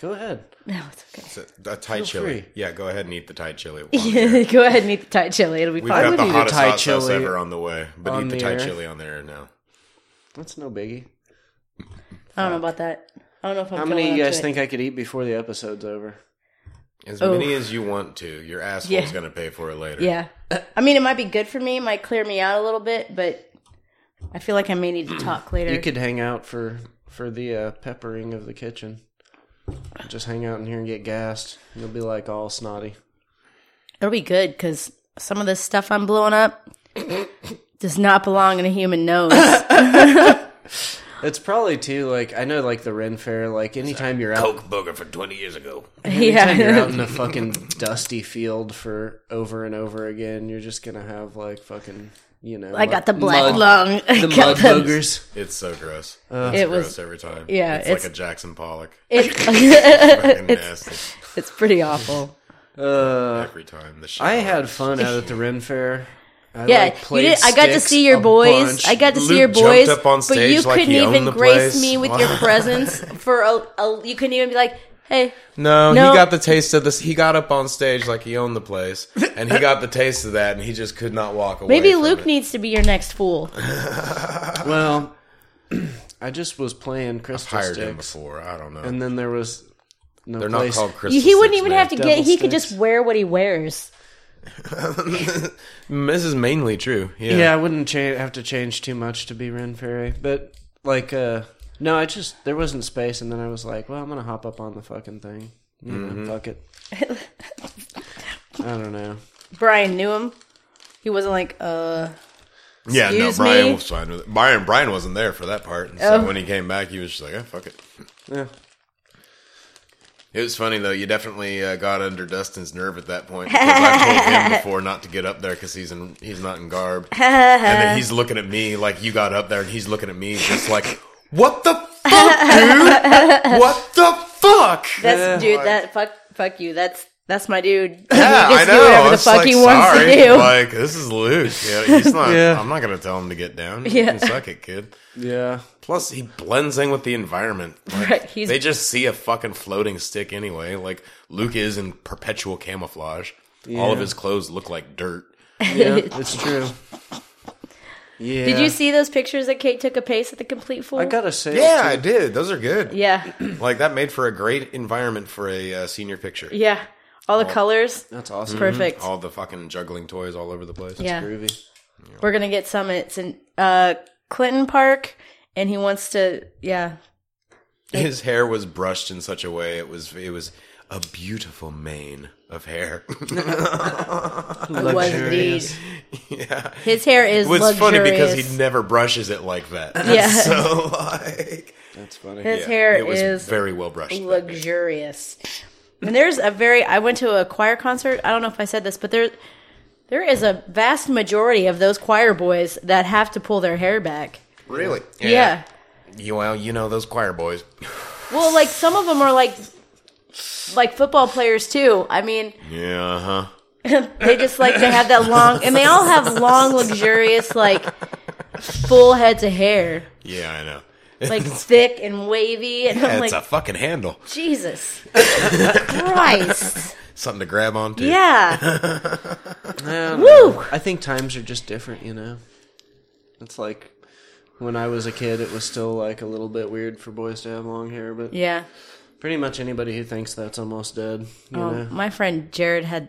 Speaker 1: Go ahead.
Speaker 3: No, it's
Speaker 2: It's a, a Thai chili.
Speaker 1: free.
Speaker 2: Yeah, go ahead and eat the Thai chili. We've
Speaker 3: okay. Go ahead and eat the Thai chili. It'll be fine.
Speaker 2: got
Speaker 1: would
Speaker 2: the
Speaker 1: eat a
Speaker 2: hottest
Speaker 1: Thai
Speaker 2: hot sauce
Speaker 1: chili
Speaker 2: ever on the way, but
Speaker 1: on
Speaker 2: eat the
Speaker 1: the
Speaker 2: Thai
Speaker 1: air.
Speaker 2: chili on there now.
Speaker 1: That's no biggie.
Speaker 3: I don't know about that. I don't know if I'm.
Speaker 1: How
Speaker 3: going
Speaker 1: many of you
Speaker 3: up
Speaker 1: guys
Speaker 3: to it.
Speaker 1: think I could eat before the episode's over?
Speaker 2: As
Speaker 3: Oh.
Speaker 2: many as you want to. Your asshole's
Speaker 3: Yeah.
Speaker 2: gonna pay for it later.
Speaker 3: Yeah, I mean, it might be good for me. It might clear me out a little bit, but I feel like I may need to talk later.
Speaker 1: You could hang out for for the uh, peppering of the kitchen. Just hang out in here and get gassed. You'll be like all snotty.
Speaker 3: It'll be good because some of this stuff I'm blowing up does not belong in a human nose.
Speaker 1: It's probably too like I know like the Ren Fair. Like anytime you're out,
Speaker 2: Coke booger from 20 years ago.
Speaker 1: anytime you're out
Speaker 3: yeah,
Speaker 1: in a fucking dusty field for over and over again, you're just gonna have like fucking you know.
Speaker 3: I got the black
Speaker 1: mud,
Speaker 3: lung.
Speaker 1: the mud boogers.
Speaker 2: It's so gross.
Speaker 1: Uh,
Speaker 3: it
Speaker 2: gross
Speaker 3: was.
Speaker 2: every time.
Speaker 3: yeah,
Speaker 2: It's,
Speaker 3: it's-
Speaker 2: like a Jackson Pollock.
Speaker 3: It,
Speaker 2: Fucking nasty.
Speaker 3: it's pretty awful.
Speaker 1: Uh,
Speaker 2: Every time. The shit
Speaker 1: I
Speaker 2: on
Speaker 1: had
Speaker 2: it.
Speaker 1: fun out at the Ren Fair. I,
Speaker 3: Yeah,
Speaker 1: like,
Speaker 3: you
Speaker 1: played
Speaker 3: did, I got to
Speaker 1: sticks
Speaker 3: see your
Speaker 1: a
Speaker 3: boys.
Speaker 1: bunch.
Speaker 3: I got to see
Speaker 2: Luke
Speaker 3: your
Speaker 2: jumped
Speaker 3: boys,
Speaker 2: up on
Speaker 3: but
Speaker 2: stage
Speaker 3: you
Speaker 2: like he
Speaker 3: couldn't
Speaker 2: owned
Speaker 3: even
Speaker 2: the
Speaker 3: grace
Speaker 2: place.
Speaker 3: me with your presence for a, a. You couldn't even be like, "Hey,
Speaker 2: No,
Speaker 3: No.
Speaker 2: he got the taste of this. He got up on stage like he owned the place, and he got the taste of that, and he just could not walk away.
Speaker 3: maybe
Speaker 2: from
Speaker 3: Luke
Speaker 2: it.
Speaker 3: needs to be your next fool."
Speaker 1: Well, I just was playing crystal
Speaker 2: hired him
Speaker 1: sticks,
Speaker 2: before. I don't know.
Speaker 1: and then there was no
Speaker 2: They're not
Speaker 1: place.
Speaker 2: called Christmas.
Speaker 3: he wouldn't even have to get.
Speaker 1: Devil
Speaker 3: He could
Speaker 1: sticks.
Speaker 3: just wear what he wears.
Speaker 2: Mm, This is mainly true. Yeah.
Speaker 1: yeah, I wouldn't cha- have to change too much to be Ren Ferry, but like, uh, no, I just there wasn't space, and then I was like, well, I'm gonna hop up on the fucking thing. You know, fuck it. I don't know.
Speaker 3: Brian knew him. He wasn't like, uh,
Speaker 2: Yeah,
Speaker 3: Excuse
Speaker 2: no, Brian
Speaker 3: me? Oh.
Speaker 2: was fine with it. Brian, Brian wasn't there for that part. and So when he came back, he was just like, "Eh, fuck it."
Speaker 1: Yeah.
Speaker 2: It was funny though. You definitely uh, got under Dustin's nerve at that point because I told him before not to get up there because he's in he's not in garb, and then he's looking at me like you got up there, and he's looking at me just like, "What the fuck, dude? What the fuck?"
Speaker 3: that's
Speaker 1: Yeah.
Speaker 3: dude. That fuck, fuck you. That's that's my dude.
Speaker 2: Yeah,
Speaker 3: he
Speaker 2: I
Speaker 3: gets
Speaker 2: know.
Speaker 3: to do whatever the
Speaker 2: It's
Speaker 3: fuck
Speaker 2: like,
Speaker 3: he wants
Speaker 2: sorry.
Speaker 3: to do.
Speaker 2: Like this is Luke. Yeah, he's not.
Speaker 1: Yeah.
Speaker 2: I'm not gonna tell him to get down. You
Speaker 3: Yeah.
Speaker 2: can suck it, kid.
Speaker 1: Yeah.
Speaker 2: Plus, he blends in with the environment. Like,
Speaker 3: Right, he's-
Speaker 2: they just see a fucking floating stick anyway. Like Luke is in perpetual camouflage. All of his clothes look like dirt.
Speaker 1: Yeah. it's true. Yeah.
Speaker 3: Did you see those pictures that Kate took a pace at the complete fool?
Speaker 1: I gotta say.
Speaker 2: Yeah, I did. Those are good.
Speaker 3: yeah,
Speaker 2: Like that made for a great environment for a uh, senior picture.
Speaker 3: yeah. All the colors,
Speaker 1: That's awesome.
Speaker 3: perfect.
Speaker 2: All the fucking juggling toys all over the place.
Speaker 3: yeah,
Speaker 1: Groovy.
Speaker 3: we're gonna get some. It's in uh, Clinton Park, and he wants to. Yeah,
Speaker 2: His hair was brushed in such a way it was it was a beautiful mane of hair.
Speaker 3: it was indeed.
Speaker 1: Luxurious.
Speaker 2: yeah.
Speaker 3: His hair is
Speaker 2: It was
Speaker 3: luxurious.
Speaker 2: funny because he never brushes it like that.
Speaker 3: Yeah.
Speaker 2: So like
Speaker 1: That's funny.
Speaker 3: his
Speaker 2: yeah,
Speaker 3: hair
Speaker 2: it was
Speaker 3: is
Speaker 2: very well brushed. that day.
Speaker 3: luxurious. And there's a very I went to a choir concert. I don't know if I said this, but there there is a vast majority of those choir boys that have to pull their hair back.
Speaker 2: Really?
Speaker 3: Yeah.
Speaker 2: You, well, you know those choir boys.
Speaker 3: Well, like some of them are like like football players too. I mean,
Speaker 2: Yeah, uh huh.
Speaker 3: they just like they have that long, and they all have long, luxurious, like full heads of hair,
Speaker 2: Yeah, I know.
Speaker 3: like thick and wavy. And I'm
Speaker 2: It's
Speaker 3: like,
Speaker 2: a fucking handle.
Speaker 3: Jesus Christ!
Speaker 2: Something to grab onto.
Speaker 3: Yeah,
Speaker 1: Yeah,
Speaker 3: woo.
Speaker 1: I think times are just different, you know. It's like when I was a kid, it was still like a little bit weird for boys to have long hair, but
Speaker 3: Yeah.
Speaker 1: pretty much anybody who thinks that's almost dead, you
Speaker 3: Oh,
Speaker 1: know.
Speaker 3: my friend Jared had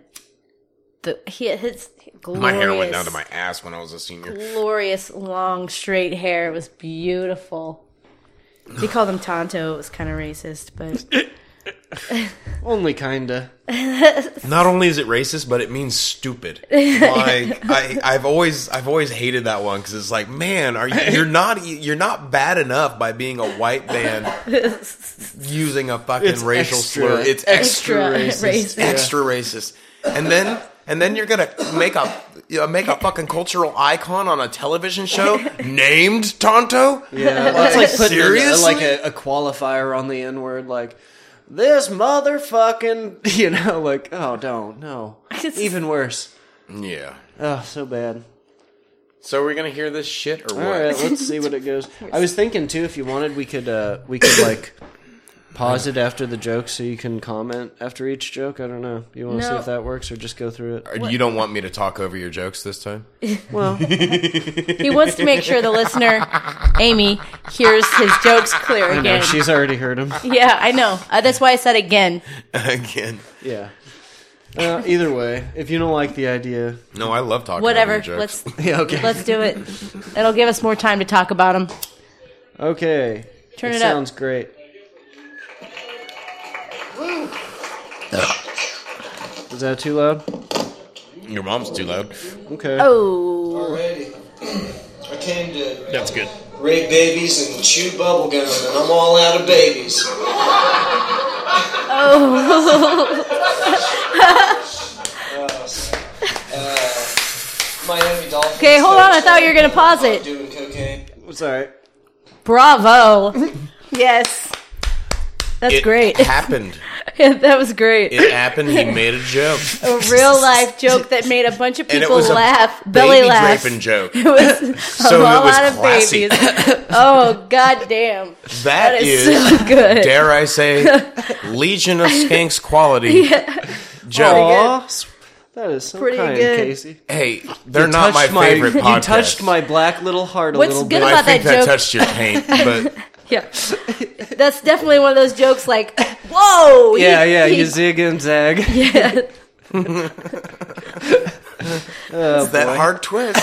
Speaker 3: the he had his glorious,
Speaker 2: My hair went down to my ass when I was a senior.
Speaker 3: glorious long straight hair. It was beautiful. They called him Tonto. It was kind of racist, but
Speaker 1: Only kinda.
Speaker 2: Not only is it racist, but it means stupid. Like I, I've always, I've always hated that one because it's like, man, are you, you're not, you're not bad enough by being a white man using a fucking
Speaker 1: It's
Speaker 2: racial
Speaker 1: extra-
Speaker 2: slur. It's
Speaker 3: extra
Speaker 1: extra, racist.
Speaker 3: racist.
Speaker 1: Yeah.
Speaker 2: extra racist. And then and then you're gonna make a you know, make a fucking cultural icon on a television show named Tonto.
Speaker 1: Yeah, that's like putting a-
Speaker 2: seriously?
Speaker 1: like a, a qualifier on the N word, like this motherfucking, you know, like oh, don't no, even worse.
Speaker 2: Yeah.
Speaker 1: Oh, so bad.
Speaker 2: So we're gonna hear this shit or what?
Speaker 1: All right, let's see what it goes. I was thinking too, if you wanted, we could uh we could like pause it after the joke so you can comment after each joke. I don't know. You want to see
Speaker 3: No.
Speaker 1: if that works or just go through it?
Speaker 2: You don't want me to talk over your jokes this time?
Speaker 1: Well,
Speaker 3: he wants to make sure the listener, Amy, hears his jokes clear again.
Speaker 1: no, she's already heard him.
Speaker 3: yeah, I know. Uh, that's why I said again.
Speaker 2: Again.
Speaker 1: Yeah. Uh, either way, if you don't like the idea,
Speaker 2: No, I love talking
Speaker 3: Whatever.
Speaker 2: over your jokes.
Speaker 3: Let's
Speaker 1: yeah, okay,
Speaker 3: let's do it. It'll give us more time to talk about him.
Speaker 1: okay,
Speaker 3: Turn
Speaker 1: it
Speaker 3: it,
Speaker 1: sounds
Speaker 3: up.
Speaker 1: great. Is that too loud?
Speaker 2: Your mom's too loud.
Speaker 1: Okay.
Speaker 3: Oh,
Speaker 5: already. I came to
Speaker 4: That's good.
Speaker 5: rape babies and chew bubblegum, and I'm all out of babies.
Speaker 3: Oh.
Speaker 5: Oh. Uh, Miami Dolphins.
Speaker 3: okay. Hold on. I thought you were gonna pause it.
Speaker 5: Doing cocaine.
Speaker 1: Sorry.
Speaker 3: Bravo. yes. That's
Speaker 2: It
Speaker 3: great.
Speaker 2: happened.
Speaker 3: that was great.
Speaker 2: It happened. He made a joke.
Speaker 3: a real life joke that made a bunch of
Speaker 2: And it
Speaker 3: people
Speaker 2: was a
Speaker 3: laugh, belly
Speaker 2: Baby
Speaker 3: laugh.
Speaker 2: draping joke.
Speaker 3: It was
Speaker 2: So
Speaker 3: a
Speaker 2: it
Speaker 3: whole
Speaker 2: was
Speaker 3: lot of
Speaker 2: classy.
Speaker 3: babies. Oh god damn.
Speaker 2: That
Speaker 3: That is
Speaker 2: is
Speaker 3: so good.
Speaker 2: dare I say, Legion of Skanks quality joke.
Speaker 3: Oh.
Speaker 1: Aw, that is so
Speaker 3: Pretty
Speaker 1: kind,
Speaker 3: good.
Speaker 1: Casey.
Speaker 2: Hey, they're not my
Speaker 1: touched
Speaker 2: favorite podcast.
Speaker 1: You touched my black little heart a
Speaker 3: What's
Speaker 1: little
Speaker 3: good
Speaker 1: bit.
Speaker 2: I
Speaker 3: about
Speaker 2: think
Speaker 3: that
Speaker 2: that
Speaker 3: joke.
Speaker 2: touched your paint, but
Speaker 3: Yeah. That's definitely one of those jokes like, whoa. he-
Speaker 1: yeah, yeah,
Speaker 3: he-
Speaker 1: you zig and zag.
Speaker 3: yeah.
Speaker 2: that hard twist.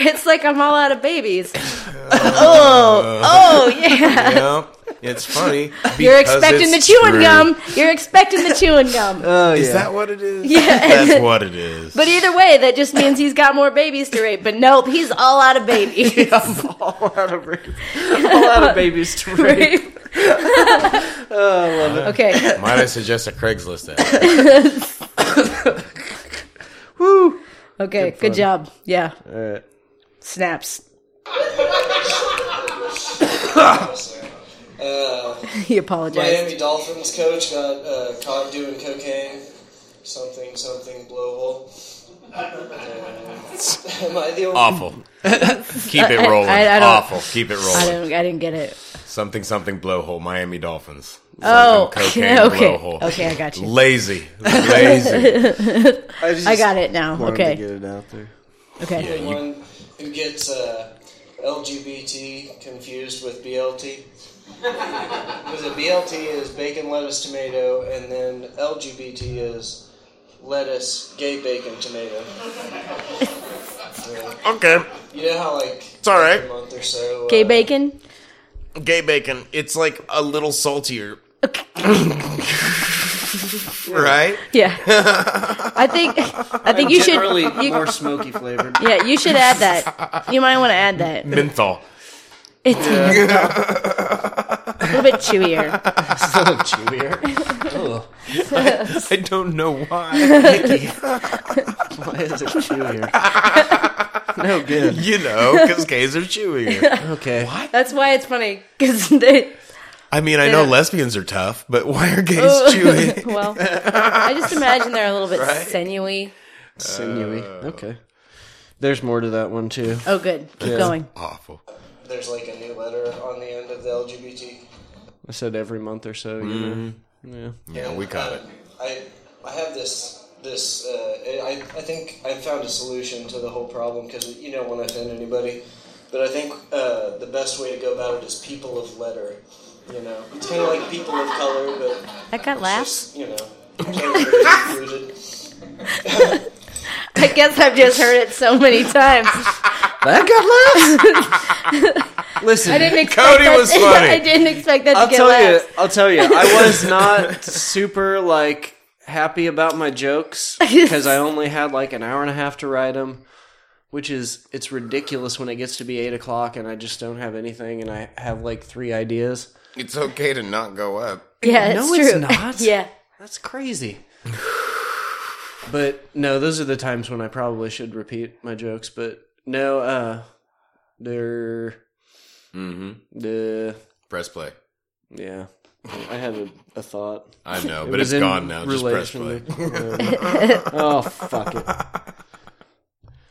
Speaker 3: It's like I'm all out of babies.
Speaker 2: Uh,
Speaker 3: oh, oh yeah.
Speaker 2: yeah, it's funny.
Speaker 3: You're
Speaker 2: because
Speaker 3: expecting the
Speaker 2: it's
Speaker 3: chewing
Speaker 2: true. Uh.
Speaker 3: gum. You're expecting the chewing gum.
Speaker 1: Oh,
Speaker 2: Is
Speaker 1: yeah.
Speaker 2: that what it is?
Speaker 3: yeah.
Speaker 2: That's what it is.
Speaker 3: But either way, that just means he's got more babies to rape. But nope, he's all out of babies.
Speaker 1: all out of rape. All out of babies to
Speaker 2: Oh,
Speaker 1: rape.
Speaker 3: Rape. Okay.
Speaker 2: Might I suggest a Craigslist ad?
Speaker 3: Okay. Good, job. Yeah.
Speaker 1: Alright.
Speaker 3: Snaps.
Speaker 5: Uh,
Speaker 3: He apologized.
Speaker 5: Miami Dolphins coach got uh, caught doing cocaine. Something, something, blowhole. Am I the only
Speaker 2: Awful. Keep it rolling.
Speaker 3: I- I don't-
Speaker 2: Awful. Keep it
Speaker 3: I
Speaker 2: rolling.
Speaker 3: don't. I didn't get it.
Speaker 2: Something, something, blowhole. Miami Dolphins. Something,
Speaker 3: Oh.
Speaker 2: cocaine,
Speaker 3: okay.
Speaker 2: blowhole.
Speaker 3: Okay. I got you.
Speaker 2: Lazy. Lazy.
Speaker 1: I, just
Speaker 3: I got it now.
Speaker 1: wanted to
Speaker 3: Okay.
Speaker 1: get it out there.
Speaker 3: Okay.
Speaker 2: Yeah, you
Speaker 5: one who gets uh, LGBT confused with BLT. Because a BLT is bacon, lettuce, tomato, and then LGBT is lettuce, gay bacon, tomato.
Speaker 2: Okay.
Speaker 5: You know how like it's
Speaker 2: all right.
Speaker 5: a month or so.
Speaker 3: Gay
Speaker 5: uh,
Speaker 3: bacon.
Speaker 2: Gay bacon. It's like a little saltier. right?
Speaker 3: Yeah. I think. I think you should.
Speaker 1: Generally
Speaker 3: you-
Speaker 1: more smoky flavored.
Speaker 3: yeah. You should add that. You might want to add that.
Speaker 2: Menthol.
Speaker 3: It's little bit chewier.
Speaker 1: It's a little chewier. Ugh.
Speaker 2: I don't know why.
Speaker 1: Why is it chewier? no good.
Speaker 2: you know, because gays are chewier.
Speaker 1: Okay. What?
Speaker 3: That's why it's funny because they.
Speaker 2: I mean, I know lesbians are tough, but why are gays chewy?
Speaker 3: well, I just imagine they're a little bit
Speaker 2: Right?
Speaker 3: sinewy.
Speaker 1: Sinewy. Okay. There's more to that one too.
Speaker 3: Oh, good. Keep going.
Speaker 2: Awful.
Speaker 5: There's like a new letter on the end of the LGBT.
Speaker 1: I said every month or so. You know. Yeah.
Speaker 2: Mm-hmm. Yeah, we caught it.
Speaker 5: Um, I I have this this uh, I I think I found a solution to the whole problem because you don't want to offend anybody, but I think uh, the best way to go about it is people of letter. You know, it's kind of like people of color, but
Speaker 3: That got laughs.
Speaker 5: just, you know, can't be included.
Speaker 3: I guess I've just heard it so many times.
Speaker 1: That got laughs. Listen,
Speaker 3: I didn't expect
Speaker 2: Cody
Speaker 3: that.
Speaker 2: was funny.
Speaker 3: I didn't expect that
Speaker 1: I'll
Speaker 3: to get
Speaker 1: tell
Speaker 3: laughs.
Speaker 1: you. I'll tell you. I was not super like happy about my jokes because I only had like an hour and a half to write them, which is it's ridiculous when it gets to be eight o'clock and I just don't have anything and I have like three ideas.
Speaker 2: It's okay to not go up.
Speaker 3: Yeah, it's
Speaker 1: No,
Speaker 3: true.
Speaker 1: it's not.
Speaker 3: yeah.
Speaker 1: That's crazy. but no, those are the times when I probably should repeat my jokes. But no, uh, they're
Speaker 2: Mm-hmm.
Speaker 1: the
Speaker 2: Press play.
Speaker 1: yeah. I had a, a thought.
Speaker 2: I know,
Speaker 1: It
Speaker 2: but
Speaker 1: was
Speaker 2: it's
Speaker 1: in
Speaker 2: gone now. Just press play.
Speaker 1: relation to- oh fuck it!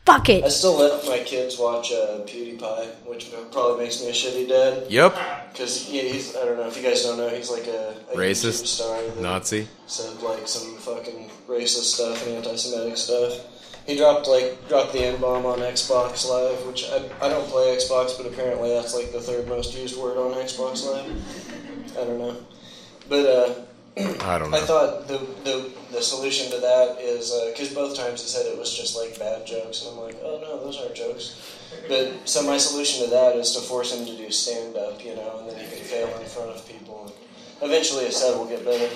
Speaker 3: Fuck
Speaker 5: I
Speaker 3: it.
Speaker 5: still let my kids watch uh, PewDiePie, which probably makes me a shitty dad.
Speaker 2: Yep.
Speaker 5: Because he's, I don't know if you guys don't know, he's like a, a
Speaker 2: Racist?
Speaker 5: YouTube star that
Speaker 2: Nazi.
Speaker 5: said like some fucking racist stuff and anti-Semitic stuff. He dropped like dropped the N bomb on Xbox Live, which I, I don't play Xbox, but apparently that's like the third most used word on Xbox Live. I don't know, but uh,
Speaker 2: I don't know.
Speaker 5: I thought the, the the solution to that is because both times it said it was just like bad jokes, and I'm like, oh no, those aren't jokes. But so my solution to that is to force him to do stand up, you know, and then he can fail in front of people. And eventually, a set will get better.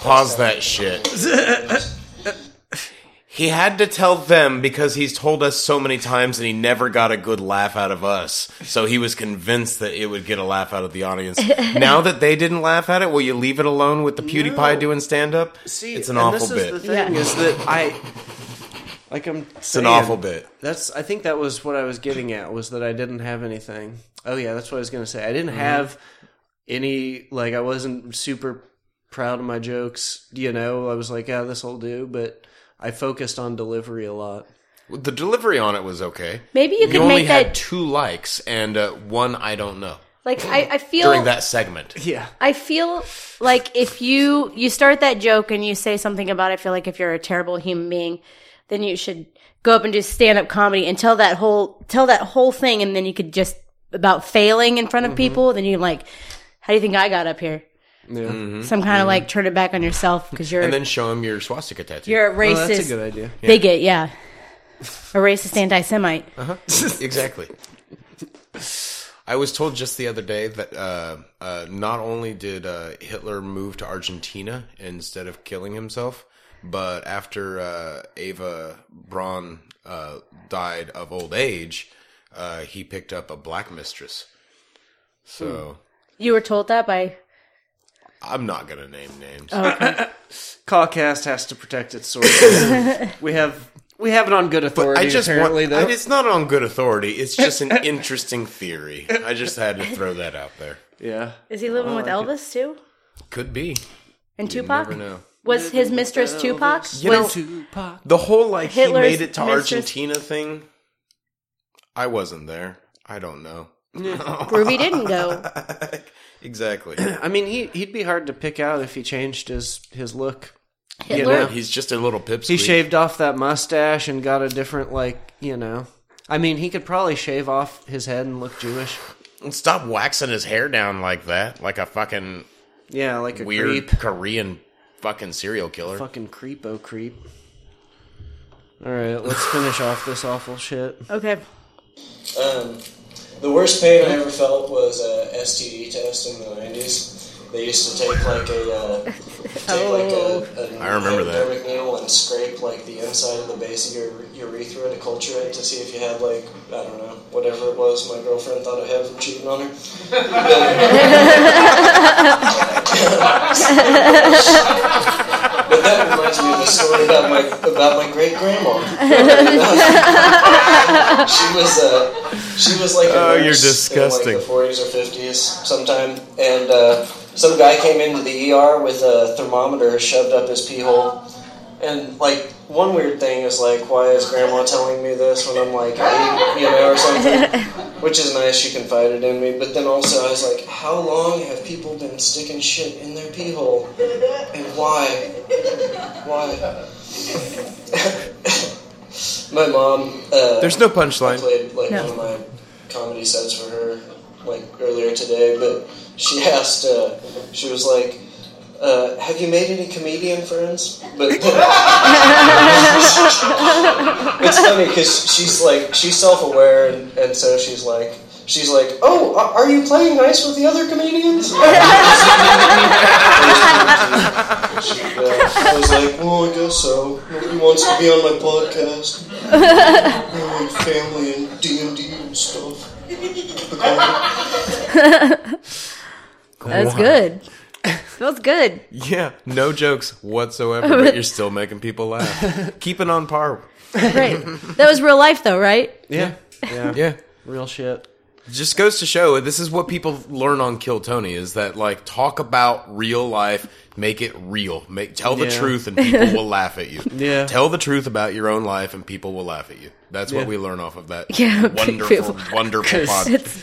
Speaker 2: Pause that shit. he had to tell them because he's told us so many times and he never got a good laugh out of us. So he was convinced that it would get a laugh out of the audience. now that they didn't laugh at it, will you leave it alone with the PewDiePie
Speaker 1: No.
Speaker 2: doing stand up?
Speaker 1: See,
Speaker 2: it's an
Speaker 1: and
Speaker 2: awful
Speaker 1: this
Speaker 2: bit.
Speaker 1: Is the thing
Speaker 3: Yeah.
Speaker 1: is that I like I'm.
Speaker 2: it's an awful bit.
Speaker 1: That's. I think that was what I was getting at was that I didn't have anything. Oh yeah, that's what I was gonna say. I
Speaker 2: Mm-hmm.
Speaker 1: didn't have any. Like I wasn't super proud of my jokes. You know, I was like, yeah, this will do. But I focused on delivery a lot.
Speaker 2: The delivery on it was okay.
Speaker 3: Maybe you
Speaker 2: You
Speaker 3: could
Speaker 2: only
Speaker 3: make
Speaker 2: had
Speaker 3: that-
Speaker 2: two likes and uh, one I don't know
Speaker 3: Like I, I feel
Speaker 2: during that segment.
Speaker 1: Yeah.
Speaker 3: I feel like if you you start that joke and you say something about it, I feel like if you're a terrible human being, then you should go up and do stand up comedy and tell that whole tell that whole thing, and then you could just about failing in front of people. Then you like, how do you think I got up here?
Speaker 1: Yeah.
Speaker 3: Some kind of like turn it back on yourself because you're
Speaker 2: And then show him your swastika tattoo.
Speaker 3: you're a
Speaker 1: Oh,
Speaker 3: racist
Speaker 1: that's a good idea.
Speaker 3: bigot, yeah, a racist anti-Semite.
Speaker 2: exactly. I was told just the other day that uh, uh, not only did uh, Hitler move to Argentina instead of killing himself, but after uh, Ava Braun uh, died of old age, uh, he picked up a black mistress. So
Speaker 3: Hmm. You were told that by
Speaker 2: I'm not gonna name names.
Speaker 1: Callcast has to protect its sources. we have we have it on good authority.
Speaker 2: I just want.
Speaker 1: apparently, though.
Speaker 2: I- It's not on good authority. It's just an interesting theory. I just had to throw that out there.
Speaker 1: yeah.
Speaker 3: is he living with Elvis too
Speaker 2: Could be.
Speaker 3: and Tupac?
Speaker 2: Never know.
Speaker 3: Was his mistress Tupac?
Speaker 2: You know,
Speaker 3: was
Speaker 1: Tupac.
Speaker 2: The whole like
Speaker 3: Hitler's
Speaker 2: he made it to
Speaker 3: mistress-
Speaker 2: Argentina thing. I wasn't there. I don't know.
Speaker 3: Groovy didn't go?
Speaker 2: Exactly.
Speaker 1: I mean, he he'd be hard to pick out if he changed his his look.
Speaker 3: Hitler.
Speaker 1: Yeah.
Speaker 2: He's just a little pipsqueak.
Speaker 1: He shaved off that mustache and got a different like you know. I mean, he could probably shave off his head and look Jewish.
Speaker 2: Stop waxing his hair down like that, like a fucking
Speaker 1: Yeah, like a
Speaker 2: weird
Speaker 1: creep,
Speaker 2: Korean fucking serial killer.
Speaker 1: fucking creepo creep. All right, let's finish off this awful shit.
Speaker 3: Okay.
Speaker 5: Um, the worst pain I ever felt was a STD test in the 90s. They used to take like a uh, take
Speaker 3: Oh.
Speaker 5: like a, a
Speaker 2: I remember that.
Speaker 5: hypodermic needle and scrape like the inside of the base of your urethra to culture it to see if you had like I don't know whatever it was my girlfriend thought I had from cheating on her. But that reminds me of a story about my about my great grandma. she was uh, she was like a
Speaker 2: Oh, you're
Speaker 5: nurse
Speaker 2: disgusting.
Speaker 5: In like the forties or fifties, sometime, and uh, some guy came into the ER with a thermometer shoved up his pee hole, and like one weird thing is like, why is grandma telling me this when I'm like eight, you know, or something. Which is nice, she confided in me. But then also, I was like, how long have people been sticking shit in their pee hole? And why? Why? my mom. Uh,
Speaker 2: There's no
Speaker 5: I
Speaker 2: punchline.
Speaker 5: played like
Speaker 3: No.
Speaker 5: one of my comedy sets for her like earlier today, but she asked. Uh, she was like, uh, "Have you made any comedian friends?" But it's funny because she's like she's self-aware, and, and so she's like. She's like, oh, a- are you playing nice with the other comedians? Yeah, I uh, was like, well, I guess so. Nobody wants to be on my podcast. I like family and D and D and stuff.
Speaker 3: That's good. Smells good.
Speaker 2: Yeah, no jokes whatsoever, but you're still making people laugh. Keep it on par.
Speaker 3: Right. That was real life, though, right?
Speaker 1: Yeah. Yeah.
Speaker 2: Yeah.
Speaker 1: Real shit.
Speaker 2: Just goes to show this is what people learn on Kill Tony is that like talk about real life, make it real. Make tell the
Speaker 1: Yeah.
Speaker 2: truth and people will laugh at you.
Speaker 1: Yeah.
Speaker 2: Tell the truth about your own life and people will laugh at you. That's
Speaker 1: Yeah.
Speaker 2: what we learn off of that.
Speaker 3: Yeah, people-
Speaker 2: Wonderful, wonderful
Speaker 1: 'Cause
Speaker 2: pod-
Speaker 3: It's
Speaker 2: podcast.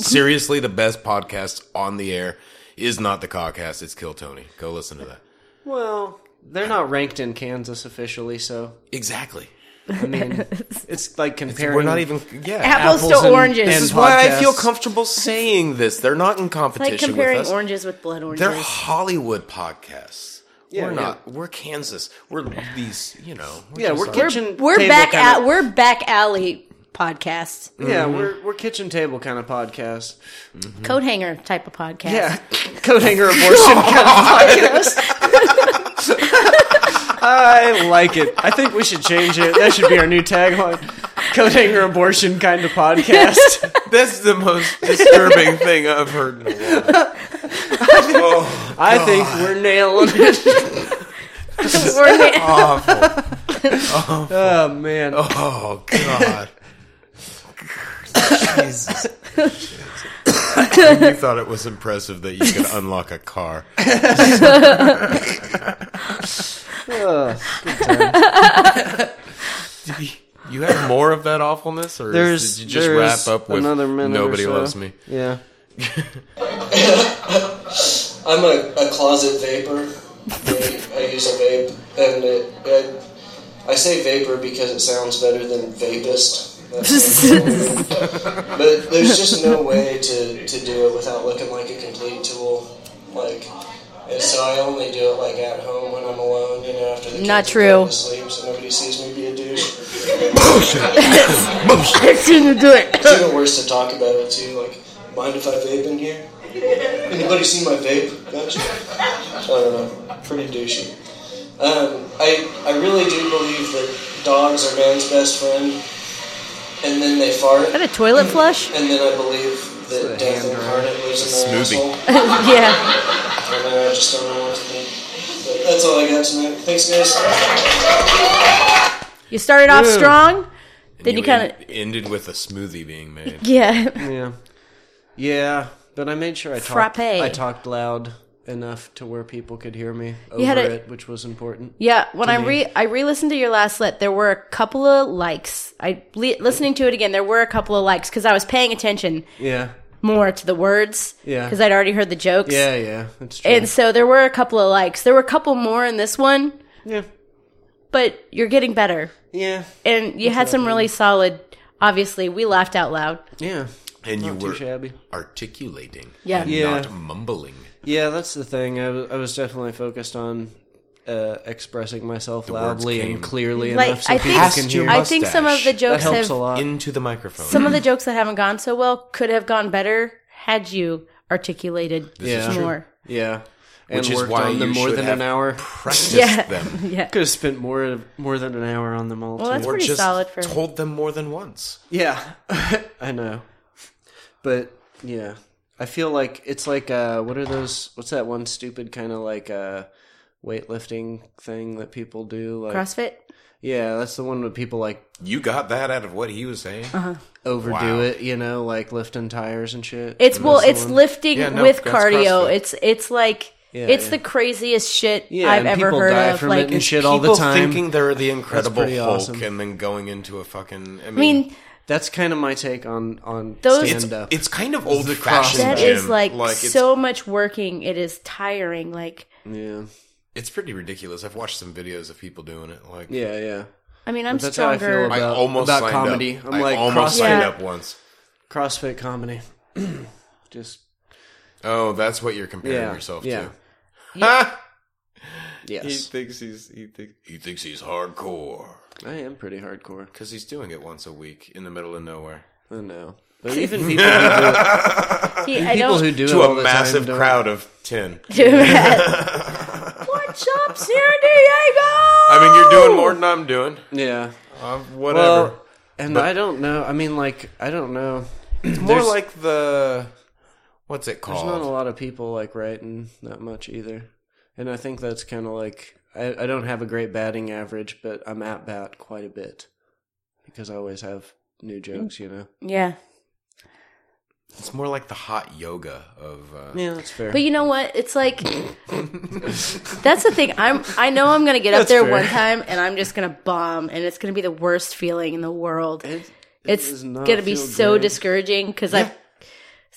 Speaker 2: Seriously, the best podcast on the air is not the Cockcast, it's Kill Tony. Go listen to that.
Speaker 1: Well, they're not ranked in Kansas officially, so
Speaker 2: Exactly.
Speaker 1: I mean, it's like comparing.
Speaker 2: We're not even yeah.
Speaker 3: Apples,
Speaker 1: Apples
Speaker 3: to
Speaker 1: and-
Speaker 3: oranges.
Speaker 1: and
Speaker 2: This is why I feel
Speaker 1: podcasts.
Speaker 2: comfortable saying this. They're not in competition
Speaker 3: like comparing
Speaker 2: with us.
Speaker 3: oranges with blood oranges.
Speaker 2: They're Hollywood podcasts.
Speaker 1: Yeah,
Speaker 2: we're
Speaker 1: yeah.
Speaker 2: not. We're Kansas. We're these. You know. We're
Speaker 1: Yeah,
Speaker 2: just
Speaker 1: we're
Speaker 2: like-
Speaker 1: kitchen.
Speaker 3: we're
Speaker 1: table
Speaker 3: back
Speaker 1: kinda-
Speaker 3: at we're back alley podcast,
Speaker 1: Yeah,
Speaker 2: Mm-hmm.
Speaker 1: we're we're kitchen table kind of podcast.
Speaker 3: coat hanger type of podcast.
Speaker 1: Yeah, coat hanger abortion kind of podcast. I like it. I think we should change it. That should be our new tagline: coat hanger abortion kind of podcast.
Speaker 2: That's the most disturbing thing I've heard. In a while. oh,
Speaker 1: I think we're nailing it.
Speaker 3: We're na-
Speaker 2: awful.
Speaker 1: Oh man,
Speaker 2: Oh God. Jesus. you thought it was impressive that you could unlock a car.
Speaker 1: Ugh.
Speaker 2: You have more of that awfulness, or is-
Speaker 1: there's
Speaker 2: did you just
Speaker 1: there's
Speaker 2: wrap up with
Speaker 1: another minute. or
Speaker 2: nobody
Speaker 1: so.
Speaker 2: loves me?
Speaker 1: Yeah.
Speaker 5: I'm a, a closet vapor. I, I use a vape, and it, it, I say vapor because it sounds better than vapist. That's what I'm calling it. but there's just no way to, to do it without looking like a complete tool. Like, and so I only do it like at home when I'm alone, you know, after the kids
Speaker 3: Not
Speaker 5: have
Speaker 3: true.
Speaker 5: gone to sleep, so nobody sees me be a douche.
Speaker 3: I've seen you do it.
Speaker 5: It's even worse to talk about it too. Like, mind if I vape in here? Anybody see my vape? Gotcha. I don't know. Pretty douchey. Um, I I really do believe that dogs are man's best friend, and then they fart,
Speaker 3: Is that a toilet flush?
Speaker 5: and then I believe that death incarnate lives in their
Speaker 2: Smoothie.
Speaker 5: asshole.
Speaker 3: yeah.
Speaker 5: And then I just don't know what to think. But that's all I got tonight. Thanks, guys.
Speaker 3: You started off
Speaker 1: Yeah.
Speaker 3: strong, then you, kind of
Speaker 2: en- ended with a smoothie being made.
Speaker 3: yeah.
Speaker 1: Yeah. Yeah, but I made sure I talked
Speaker 3: Frappe.
Speaker 1: I talked loud enough to where people could hear me over
Speaker 3: had a-
Speaker 1: it, which was important.
Speaker 3: Yeah, when I re I re-listened to your last let, there were a couple of likes. I li- listening to it again, there were a couple of likes because I was paying attention
Speaker 1: Yeah.
Speaker 3: more to the words.
Speaker 1: Yeah.
Speaker 3: because I'd already heard the jokes.
Speaker 1: Yeah, yeah. It's true.
Speaker 3: and so there were a couple of likes. There were a couple more in this one,
Speaker 1: yeah.
Speaker 3: but you're getting better,
Speaker 1: Yeah.
Speaker 3: and you had some really solid. Obviously, we laughed out loud.
Speaker 1: Yeah.
Speaker 2: And you
Speaker 1: Too
Speaker 2: were
Speaker 1: shabby.
Speaker 2: articulating,
Speaker 3: Yeah.
Speaker 2: and
Speaker 1: Yeah.
Speaker 2: not mumbling.
Speaker 1: Yeah, that's the thing. I was, I was definitely focused on uh, expressing myself
Speaker 2: words
Speaker 1: loudly
Speaker 2: came.
Speaker 1: and clearly enough
Speaker 3: Like
Speaker 1: so
Speaker 3: I
Speaker 1: people can
Speaker 2: Past
Speaker 1: hear.
Speaker 2: your
Speaker 3: think, I think some of the
Speaker 2: mustache.
Speaker 1: that
Speaker 3: jokes
Speaker 1: helps
Speaker 3: have
Speaker 1: a lot.
Speaker 2: into the microphone.
Speaker 3: some of the jokes that haven't gone so well could have gone better had you articulated
Speaker 1: is true.
Speaker 3: more.
Speaker 1: Yeah. And
Speaker 2: Which is
Speaker 1: worked
Speaker 2: why
Speaker 1: on them
Speaker 2: you
Speaker 1: more
Speaker 2: should
Speaker 1: than
Speaker 2: have
Speaker 1: an hour.
Speaker 2: Practice
Speaker 3: Yeah.
Speaker 2: them.
Speaker 3: yeah.
Speaker 1: Could have spent more of- more than an hour on them all.
Speaker 3: Well,
Speaker 1: too.
Speaker 3: That's
Speaker 2: or
Speaker 3: pretty
Speaker 2: just
Speaker 3: solid for-
Speaker 2: told them more than once.
Speaker 1: Yeah, I know. But yeah, I feel like it's like uh, what are those? What's that one stupid kind of like uh, weightlifting thing that people do? Like,
Speaker 3: CrossFit.
Speaker 1: yeah, that's the one that people like
Speaker 2: You got that out of what he was saying.
Speaker 3: Uh-huh.
Speaker 1: overdo
Speaker 2: Wow.
Speaker 1: it. You know, like lifting tires and shit.
Speaker 3: It's well,
Speaker 1: that's the
Speaker 3: it's
Speaker 1: one-
Speaker 3: lifting
Speaker 2: Yeah, no,
Speaker 3: with
Speaker 2: that's
Speaker 3: cardio.
Speaker 2: CrossFit.
Speaker 3: It's it's like
Speaker 1: Yeah,
Speaker 3: it's
Speaker 1: yeah.
Speaker 3: the craziest shit
Speaker 1: Yeah,
Speaker 3: I've
Speaker 1: and
Speaker 3: ever
Speaker 1: people
Speaker 3: heard
Speaker 1: die
Speaker 3: of.
Speaker 1: from
Speaker 3: Like,
Speaker 1: it and shit all the
Speaker 2: People
Speaker 1: time.
Speaker 2: thinking they're the Incredible
Speaker 1: pretty
Speaker 2: Hulk
Speaker 1: awesome.
Speaker 2: and then going into a fucking. I mean,
Speaker 3: I mean,
Speaker 1: that's kind of my take on on
Speaker 3: Those-
Speaker 1: stand
Speaker 2: it's,
Speaker 1: up.
Speaker 2: it's kind of old fashioned.
Speaker 1: CrossFit.
Speaker 3: that
Speaker 2: gym.
Speaker 3: is like,
Speaker 2: it's,
Speaker 3: so much working. It is tiring. Like,
Speaker 1: yeah,
Speaker 2: It's pretty ridiculous. I've watched some videos of people doing it. Like
Speaker 1: yeah, yeah.
Speaker 3: I mean, I'm
Speaker 1: That's how I feel
Speaker 3: stronger.
Speaker 2: I
Speaker 1: About-
Speaker 2: almost
Speaker 1: about
Speaker 2: signed
Speaker 1: comedy.
Speaker 2: Up.
Speaker 1: I'm
Speaker 2: I
Speaker 1: like,
Speaker 2: almost
Speaker 1: CrossFit.
Speaker 2: signed
Speaker 3: Yeah.
Speaker 2: up once.
Speaker 1: CrossFit comedy. Just
Speaker 2: Oh, that's what you're comparing
Speaker 1: Yeah,
Speaker 2: yourself
Speaker 1: yeah.
Speaker 2: to. Ah!
Speaker 1: yes,
Speaker 2: thinks he's he thinks he thinks he's hardcore
Speaker 1: I am pretty hardcore.
Speaker 2: because he's doing it once a week in the middle of nowhere
Speaker 1: I know, but even people who do it,
Speaker 3: See, I
Speaker 1: people
Speaker 3: don't.
Speaker 1: who do it
Speaker 2: to
Speaker 1: all
Speaker 2: a
Speaker 1: the
Speaker 2: massive
Speaker 1: time don't-
Speaker 2: crowd of ten.
Speaker 3: do that. what shops here in Diego?
Speaker 2: I mean, you're doing more than I'm doing.
Speaker 1: Yeah.
Speaker 2: Uh, whatever.
Speaker 1: Well, and I don't know. I mean, like, I don't know.
Speaker 2: it's more
Speaker 1: there's-
Speaker 2: like the what's it
Speaker 1: There's
Speaker 2: called?
Speaker 1: not a lot of people like writing that much either, and I think that's kind of like I, I don't have a great batting average, but I'm at bat quite a bit because I always have new jokes. You know.
Speaker 3: Yeah,
Speaker 2: It's more like the hot yoga of. Uh,
Speaker 1: Yeah, that's fair.
Speaker 3: but you know what? It's like that's the thing. I'm. I know I'm gonna get up there
Speaker 1: fair.
Speaker 3: one time, and I'm just gonna bomb, and it's gonna be the worst feeling in the world.
Speaker 1: It- it
Speaker 3: it's
Speaker 1: does not
Speaker 3: gonna be
Speaker 1: feel
Speaker 3: so
Speaker 1: good.
Speaker 3: discouraging because I.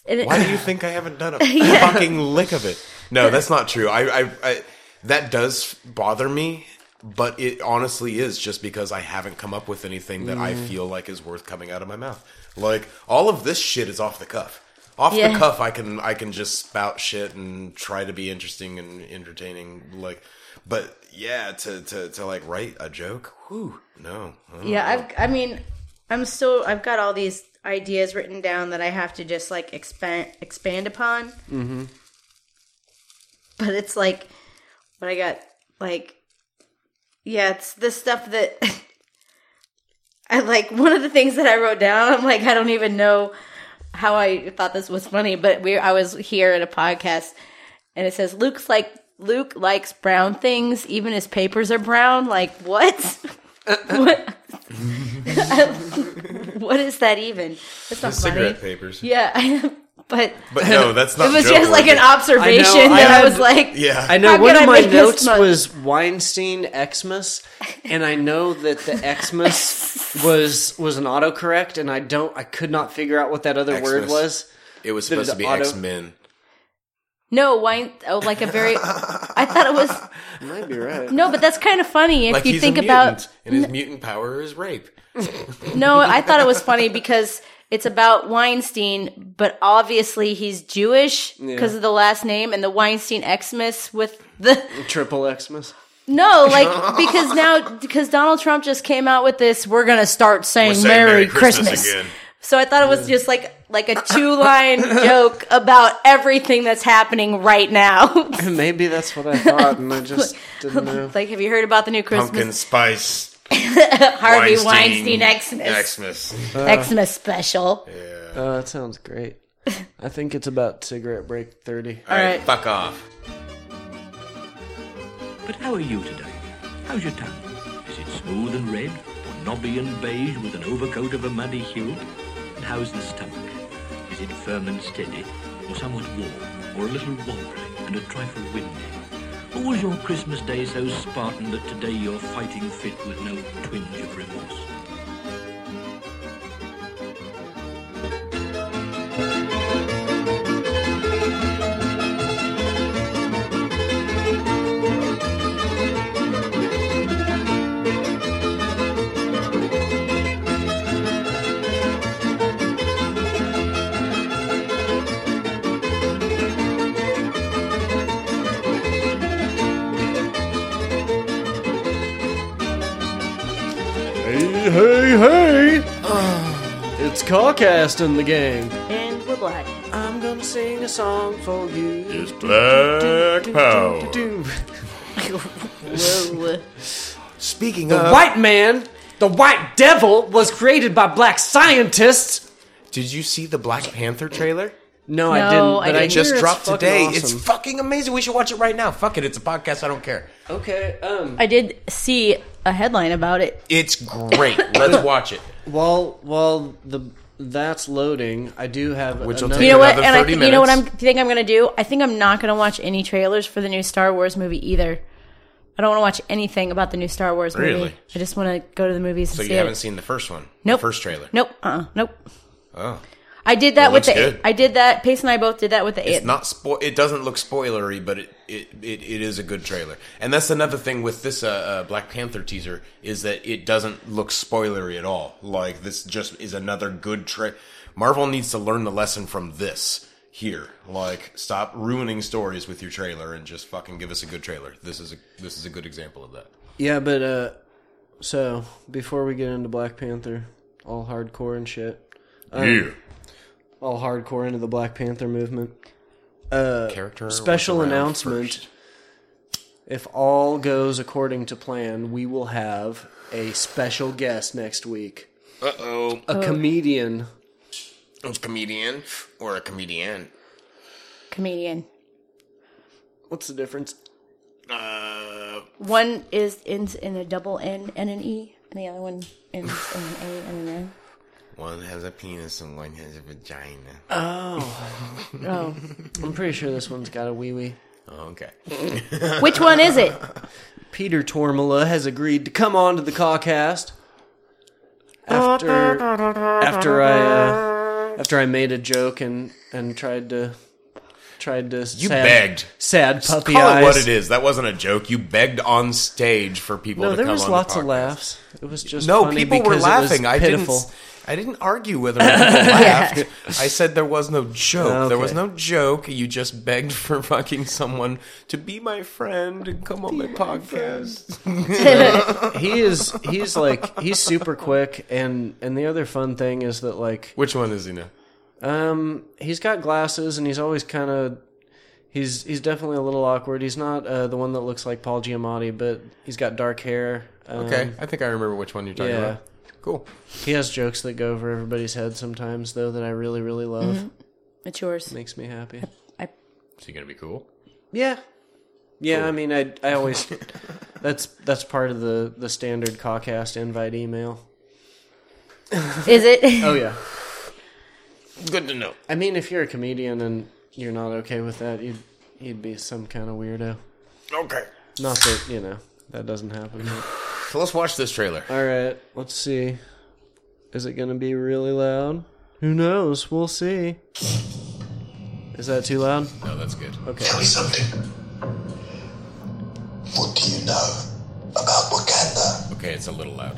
Speaker 3: And it,
Speaker 2: Why do you think I haven't done a fucking lick of it? No, that's not true. I, I, I that does bother me, but it honestly is just because I haven't come up with anything that
Speaker 3: Mm.
Speaker 2: I feel like is worth coming out of my mouth. Like all of this shit is off the cuff. Off
Speaker 3: Yeah.
Speaker 2: the cuff, I can I can just spout shit and try to be interesting and entertaining. Like, but yeah, to to to like write a joke. Whew, no.
Speaker 3: Yeah, I've. I mean, I'm still. I've got all these ideas written down that I have to just like expand expand upon. Mm-hmm. But it's like, but I got like, yeah, it's the stuff that I like. One of the things that I wrote down, I'm like, I don't even know how I thought this was funny, but we. I was here at a podcast, and it says Luke's like. Luke likes brown things, even his papers are brown. Like what? what? what is that even? That's not funny.
Speaker 2: Cigarette papers.
Speaker 3: Yeah, I- but
Speaker 2: But no, that's not.
Speaker 3: it was
Speaker 2: joke
Speaker 3: just like
Speaker 2: worthy.
Speaker 3: an observation
Speaker 1: I know, I
Speaker 3: that I,
Speaker 1: had-
Speaker 3: was like,
Speaker 2: Yeah,
Speaker 1: I know
Speaker 3: How
Speaker 1: one of
Speaker 3: can I
Speaker 1: my
Speaker 3: make this
Speaker 1: notes
Speaker 3: month?
Speaker 1: was Weinstein Xmas, and I know that the Xmas was was an autocorrect, and I don't, I could not figure out what that other word
Speaker 2: Xmas.
Speaker 1: was.
Speaker 2: It was
Speaker 1: Did it
Speaker 2: supposed to be
Speaker 1: auto-
Speaker 2: X Men.
Speaker 3: no wine. Oh, like a very. I thought it was
Speaker 1: You might be right.
Speaker 3: no, but that's kind of funny if
Speaker 2: Like
Speaker 3: you
Speaker 2: he's
Speaker 3: think
Speaker 2: a mutant,
Speaker 3: about.
Speaker 2: and his mutant power is rape.
Speaker 3: No, I thought it was funny because it's about Weinstein, but obviously he's Jewish because of the last name and the Weinstein Xmas with the
Speaker 1: Triple Xmas.
Speaker 3: no, like because now because Donald Trump just came out with this. We're gonna start saying,
Speaker 2: saying
Speaker 3: Merry,
Speaker 2: Merry Christmas
Speaker 3: Christmas.
Speaker 2: again.
Speaker 3: So I thought it was just like like a two line joke about everything that's happening right now.
Speaker 1: Maybe that's what I thought, and I just didn't know.
Speaker 3: like, have you heard about the new Christmas
Speaker 2: Pumpkin spice.
Speaker 3: Harvey Weinstein, Xmas
Speaker 2: Xmas.
Speaker 3: Xmas special?
Speaker 1: Oh, that sounds great. I think it's about cigarette break thirty.
Speaker 2: All right,
Speaker 3: right.
Speaker 2: fuck off.
Speaker 6: But how are you today? How's your tongue? Is it smooth and red, or knobby and beige with an overcoat of a muddy hue? And how's the stomach? Is it firm and steady, or somewhat warm, or a little wobbly and a trifle windy? Or was your Christmas day so Spartan that today you're fighting fit with no twinge of remorse?
Speaker 1: Hey, hey, hey! It's Callcast in the gang.
Speaker 3: And we're black.
Speaker 1: I'm gonna sing a song for you.
Speaker 4: It's Black Power.
Speaker 3: Whoa.
Speaker 2: Speaking
Speaker 1: The
Speaker 2: of,
Speaker 1: white man, the white devil, was created by black scientists.
Speaker 2: did you see the Black Panther trailer?
Speaker 1: No,
Speaker 3: No,
Speaker 1: I didn't. But
Speaker 3: I
Speaker 1: I,
Speaker 3: didn't.
Speaker 2: It just
Speaker 1: hear it's
Speaker 2: dropped
Speaker 1: fucking
Speaker 2: today. It's
Speaker 1: awesome.
Speaker 2: fucking amazing. We should watch it right now. Fuck it. It's a podcast. I don't care.
Speaker 1: okay. Um,
Speaker 3: I did see a headline about it.
Speaker 2: It's great. Let's watch it.
Speaker 1: while while the that's loading, I do have
Speaker 2: Which will
Speaker 1: another.
Speaker 2: take
Speaker 3: You know what?
Speaker 2: Another
Speaker 3: And I
Speaker 2: 30
Speaker 3: th- you know what I'm.
Speaker 2: minutes.
Speaker 3: Do you think I'm gonna do? I think I'm not gonna watch any trailers for the new Star Wars movie either. I don't want to watch anything about the new Star Wars movie.
Speaker 2: Really?
Speaker 3: I just want to go to the movies and
Speaker 2: So
Speaker 3: see
Speaker 2: you haven't
Speaker 3: it.
Speaker 2: seen the first one?
Speaker 3: Nope.
Speaker 2: The first trailer.
Speaker 3: nope. Uh. uh Nope.
Speaker 2: Oh.
Speaker 3: I did that
Speaker 2: It
Speaker 3: with the.
Speaker 2: looks good.
Speaker 3: I did that. Pace and I both did that with the.
Speaker 2: It's not spo- It doesn't look spoilery, but it, it, it, it is a good trailer. And that's another thing with this uh, uh, Black Panther teaser is that it doesn't look spoilery at all. Like this just is another good tra Marvel needs to learn the lesson from this here. Like stop ruining stories with your trailer and just fucking give us a good trailer. This is a this is a good example of that.
Speaker 1: Yeah, but uh, so before we get into Black Panther, all hardcore and shit, Um,
Speaker 4: Yeah.
Speaker 1: all hardcore into the Black Panther movement. Uh,
Speaker 2: Character
Speaker 1: Special
Speaker 2: was around
Speaker 1: announcement.
Speaker 2: first.
Speaker 1: If all goes according to plan, we will have a special guest next week. Uh oh. A comedian.
Speaker 2: It's comedian or a comedian.
Speaker 3: comedian.
Speaker 1: What's the difference?
Speaker 2: Uh,
Speaker 3: One is ends in a double N and an E, and the other one ends in an A and an N.
Speaker 2: one has a penis and one has a vagina.
Speaker 3: Oh,
Speaker 1: I'm pretty sure this one's got a wee wee.
Speaker 2: Oh, Okay.
Speaker 3: which one is it?
Speaker 1: Peter Tormala has agreed to come on to the Cawcast after after I uh, after I made a joke and and tried to tried to
Speaker 2: You
Speaker 1: sad,
Speaker 2: begged.
Speaker 1: sad puppy
Speaker 2: Call
Speaker 1: eyes.
Speaker 2: it what it is. That wasn't a joke. You begged on stage for people
Speaker 1: No,
Speaker 2: to
Speaker 1: there
Speaker 2: come
Speaker 1: was
Speaker 2: on
Speaker 1: lots
Speaker 2: the
Speaker 1: of
Speaker 2: podcast.
Speaker 1: laughs. It was just
Speaker 2: No,
Speaker 1: funny
Speaker 2: people were
Speaker 1: because it was
Speaker 2: laughing. I
Speaker 1: pitiful.
Speaker 2: didn't. I didn't argue whether or not people laughed. I said there was no joke. There was
Speaker 1: Okay.
Speaker 2: no joke. You just begged for fucking someone to be my friend and come on my podcast.
Speaker 1: He is he's like he's super quick and and the other fun thing is that like
Speaker 2: Which one is he now?
Speaker 1: Um, he's got glasses, and he's always kind of. He's he's definitely a little awkward. He's not uh, the one that looks like Paul Giamatti, but he's got dark hair. Um,
Speaker 2: Okay, I think I remember which one you're talking
Speaker 1: yeah.
Speaker 2: about. Cool.
Speaker 1: He has jokes that go over everybody's head sometimes, though, that I really really love.
Speaker 3: It's yours.
Speaker 1: Makes me happy.
Speaker 3: I
Speaker 2: Is he gonna be cool?
Speaker 1: Yeah, yeah. I mean, I I always. that's that's part of the the standard cawcast invite email.
Speaker 3: is it?
Speaker 1: Oh yeah.
Speaker 2: Good to know.
Speaker 1: I mean, if you're a comedian and you're not okay with that, you'd you'd be some kind of weirdo.
Speaker 2: Okay,
Speaker 1: Not that you know that doesn't happen. but-
Speaker 2: so let's watch this trailer.
Speaker 1: All right, let's see. Is it going to be really loud? Who knows? We'll see. Is that too loud?
Speaker 2: No, that's good.
Speaker 1: Okay.
Speaker 7: Tell me something. What do you know about Wakanda?
Speaker 2: Okay, it's a little loud.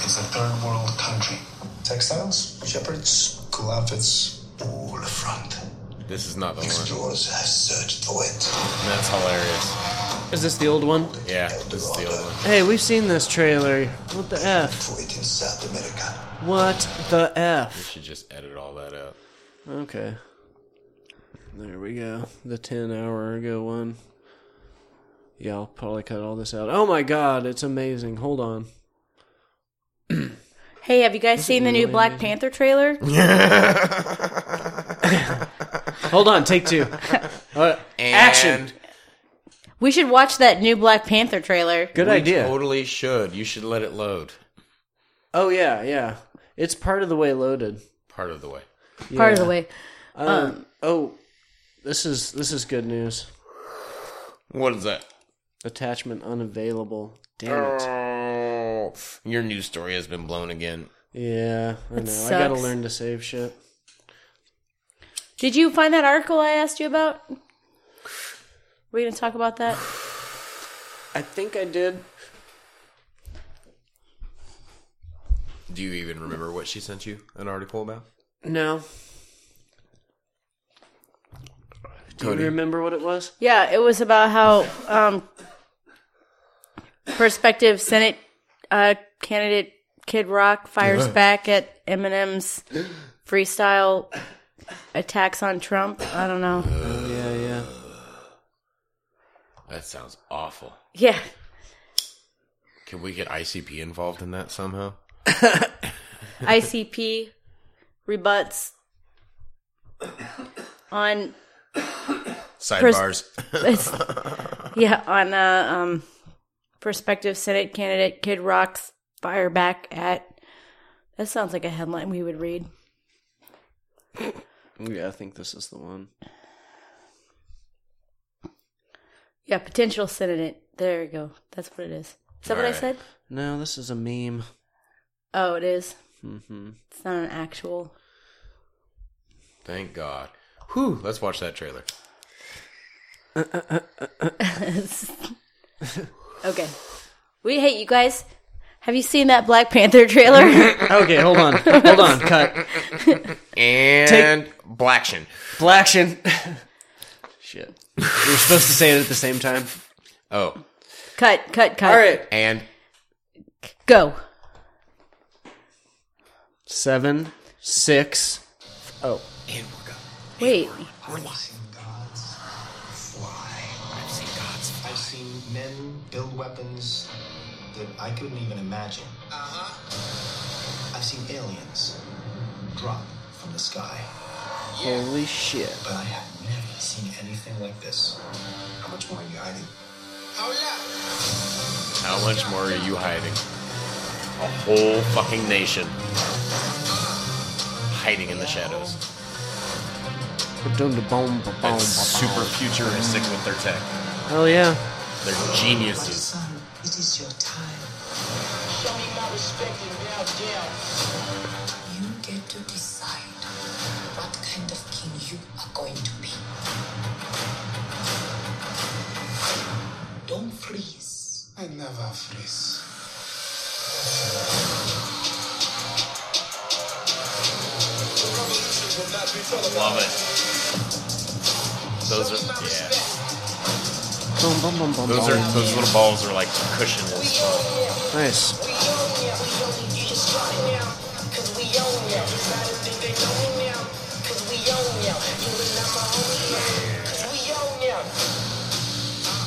Speaker 7: It's a third world country. Textiles, shepherds, cool outfits, all front.
Speaker 2: This is not the one.
Speaker 7: Explorers have searched for it.
Speaker 2: That's hilarious.
Speaker 1: Is this the old one?
Speaker 2: Yeah, this is the old one.
Speaker 1: Hey, we've seen this trailer. What the F?
Speaker 7: For it in South America.
Speaker 1: What the F?
Speaker 2: Should just edit all that out.
Speaker 1: Okay. There we go. The 10 hour ago one. Yeah, I'll probably cut all this out. Oh my god, it's amazing. Hold on.
Speaker 3: Hey, have you guys seen the new Black Panther trailer?
Speaker 1: Hold on, take two. Uh, action!
Speaker 3: We should watch that new Black Panther trailer.
Speaker 1: Good idea.
Speaker 2: Totally should. You should let it load.
Speaker 1: Oh yeah, yeah. It's part of the way loaded.
Speaker 2: Part of the way.
Speaker 3: Part of
Speaker 1: Yeah.
Speaker 3: the way.
Speaker 1: Oh, this is this is good news.
Speaker 2: What is that?
Speaker 1: Attachment unavailable. Damn it.
Speaker 2: Oh, your news story has been blown again.
Speaker 1: Yeah, I know. I gotta
Speaker 3: sucks.
Speaker 1: learn to save shit.
Speaker 3: Did you find that article I asked you about? We're gonna talk about that.
Speaker 1: I think I did.
Speaker 2: Do you even remember what she sent you an article about?
Speaker 1: No. Do you remember what it was?
Speaker 3: Yeah, it was about how um, prospective Senate uh, candidate Kid Rock fires back at Eminem's freestyle attacks on Trump. I don't know.
Speaker 1: Yeah, yeah.
Speaker 2: That sounds awful.
Speaker 3: Yeah.
Speaker 2: Can we get ICP involved in that somehow?
Speaker 3: ICP rebuts on
Speaker 2: Sidebars.
Speaker 3: it's, yeah on uh, um prospective Senate candidate Kid Rock's fire back at. That sounds like a headline we would read.
Speaker 1: Yeah, I think this is the one.
Speaker 3: Yeah, potential Senate. There you go. That's what it is. Is that what I
Speaker 2: Alright.
Speaker 3: said?
Speaker 1: No, this is a meme.
Speaker 3: Oh, it is.
Speaker 1: hmm
Speaker 3: It's not an actual.
Speaker 2: Thank God. Whew, let's watch that trailer.
Speaker 3: okay. We hate you guys. Have you seen that Black Panther trailer?
Speaker 1: Okay, hold on. hold on. Cut.
Speaker 2: And Blackshin.
Speaker 1: Blackshin. Shit. We were supposed to say it at the same time.
Speaker 2: Oh,
Speaker 3: cut, cut, cut.
Speaker 1: All right.
Speaker 2: and
Speaker 3: Go.
Speaker 1: Seven, six. Oh.
Speaker 3: Wait.
Speaker 7: I've seen gods fly. I've seen gods I've seen men build weapons that I couldn't even imagine. Uh-huh. I've seen aliens drop from the sky.
Speaker 1: Holy shit.
Speaker 7: But I have never seen anything like this. How much more are you hiding?
Speaker 2: how much more are you hiding? A whole fucking nation hiding in the shadows.
Speaker 1: Oh
Speaker 2: That's super futuristic with their tech.
Speaker 1: Hell Oh, yeah.
Speaker 2: They're geniuses.
Speaker 7: It is your time.
Speaker 8: You get to decide what kind of king you are going to be. Don't freeze.
Speaker 7: I never freeze.
Speaker 2: Love it. Those are yeah.
Speaker 1: Boom, boom, boom, boom,
Speaker 2: Those
Speaker 1: boom.
Speaker 2: are those little balls are like cushion as fuck.
Speaker 1: nice.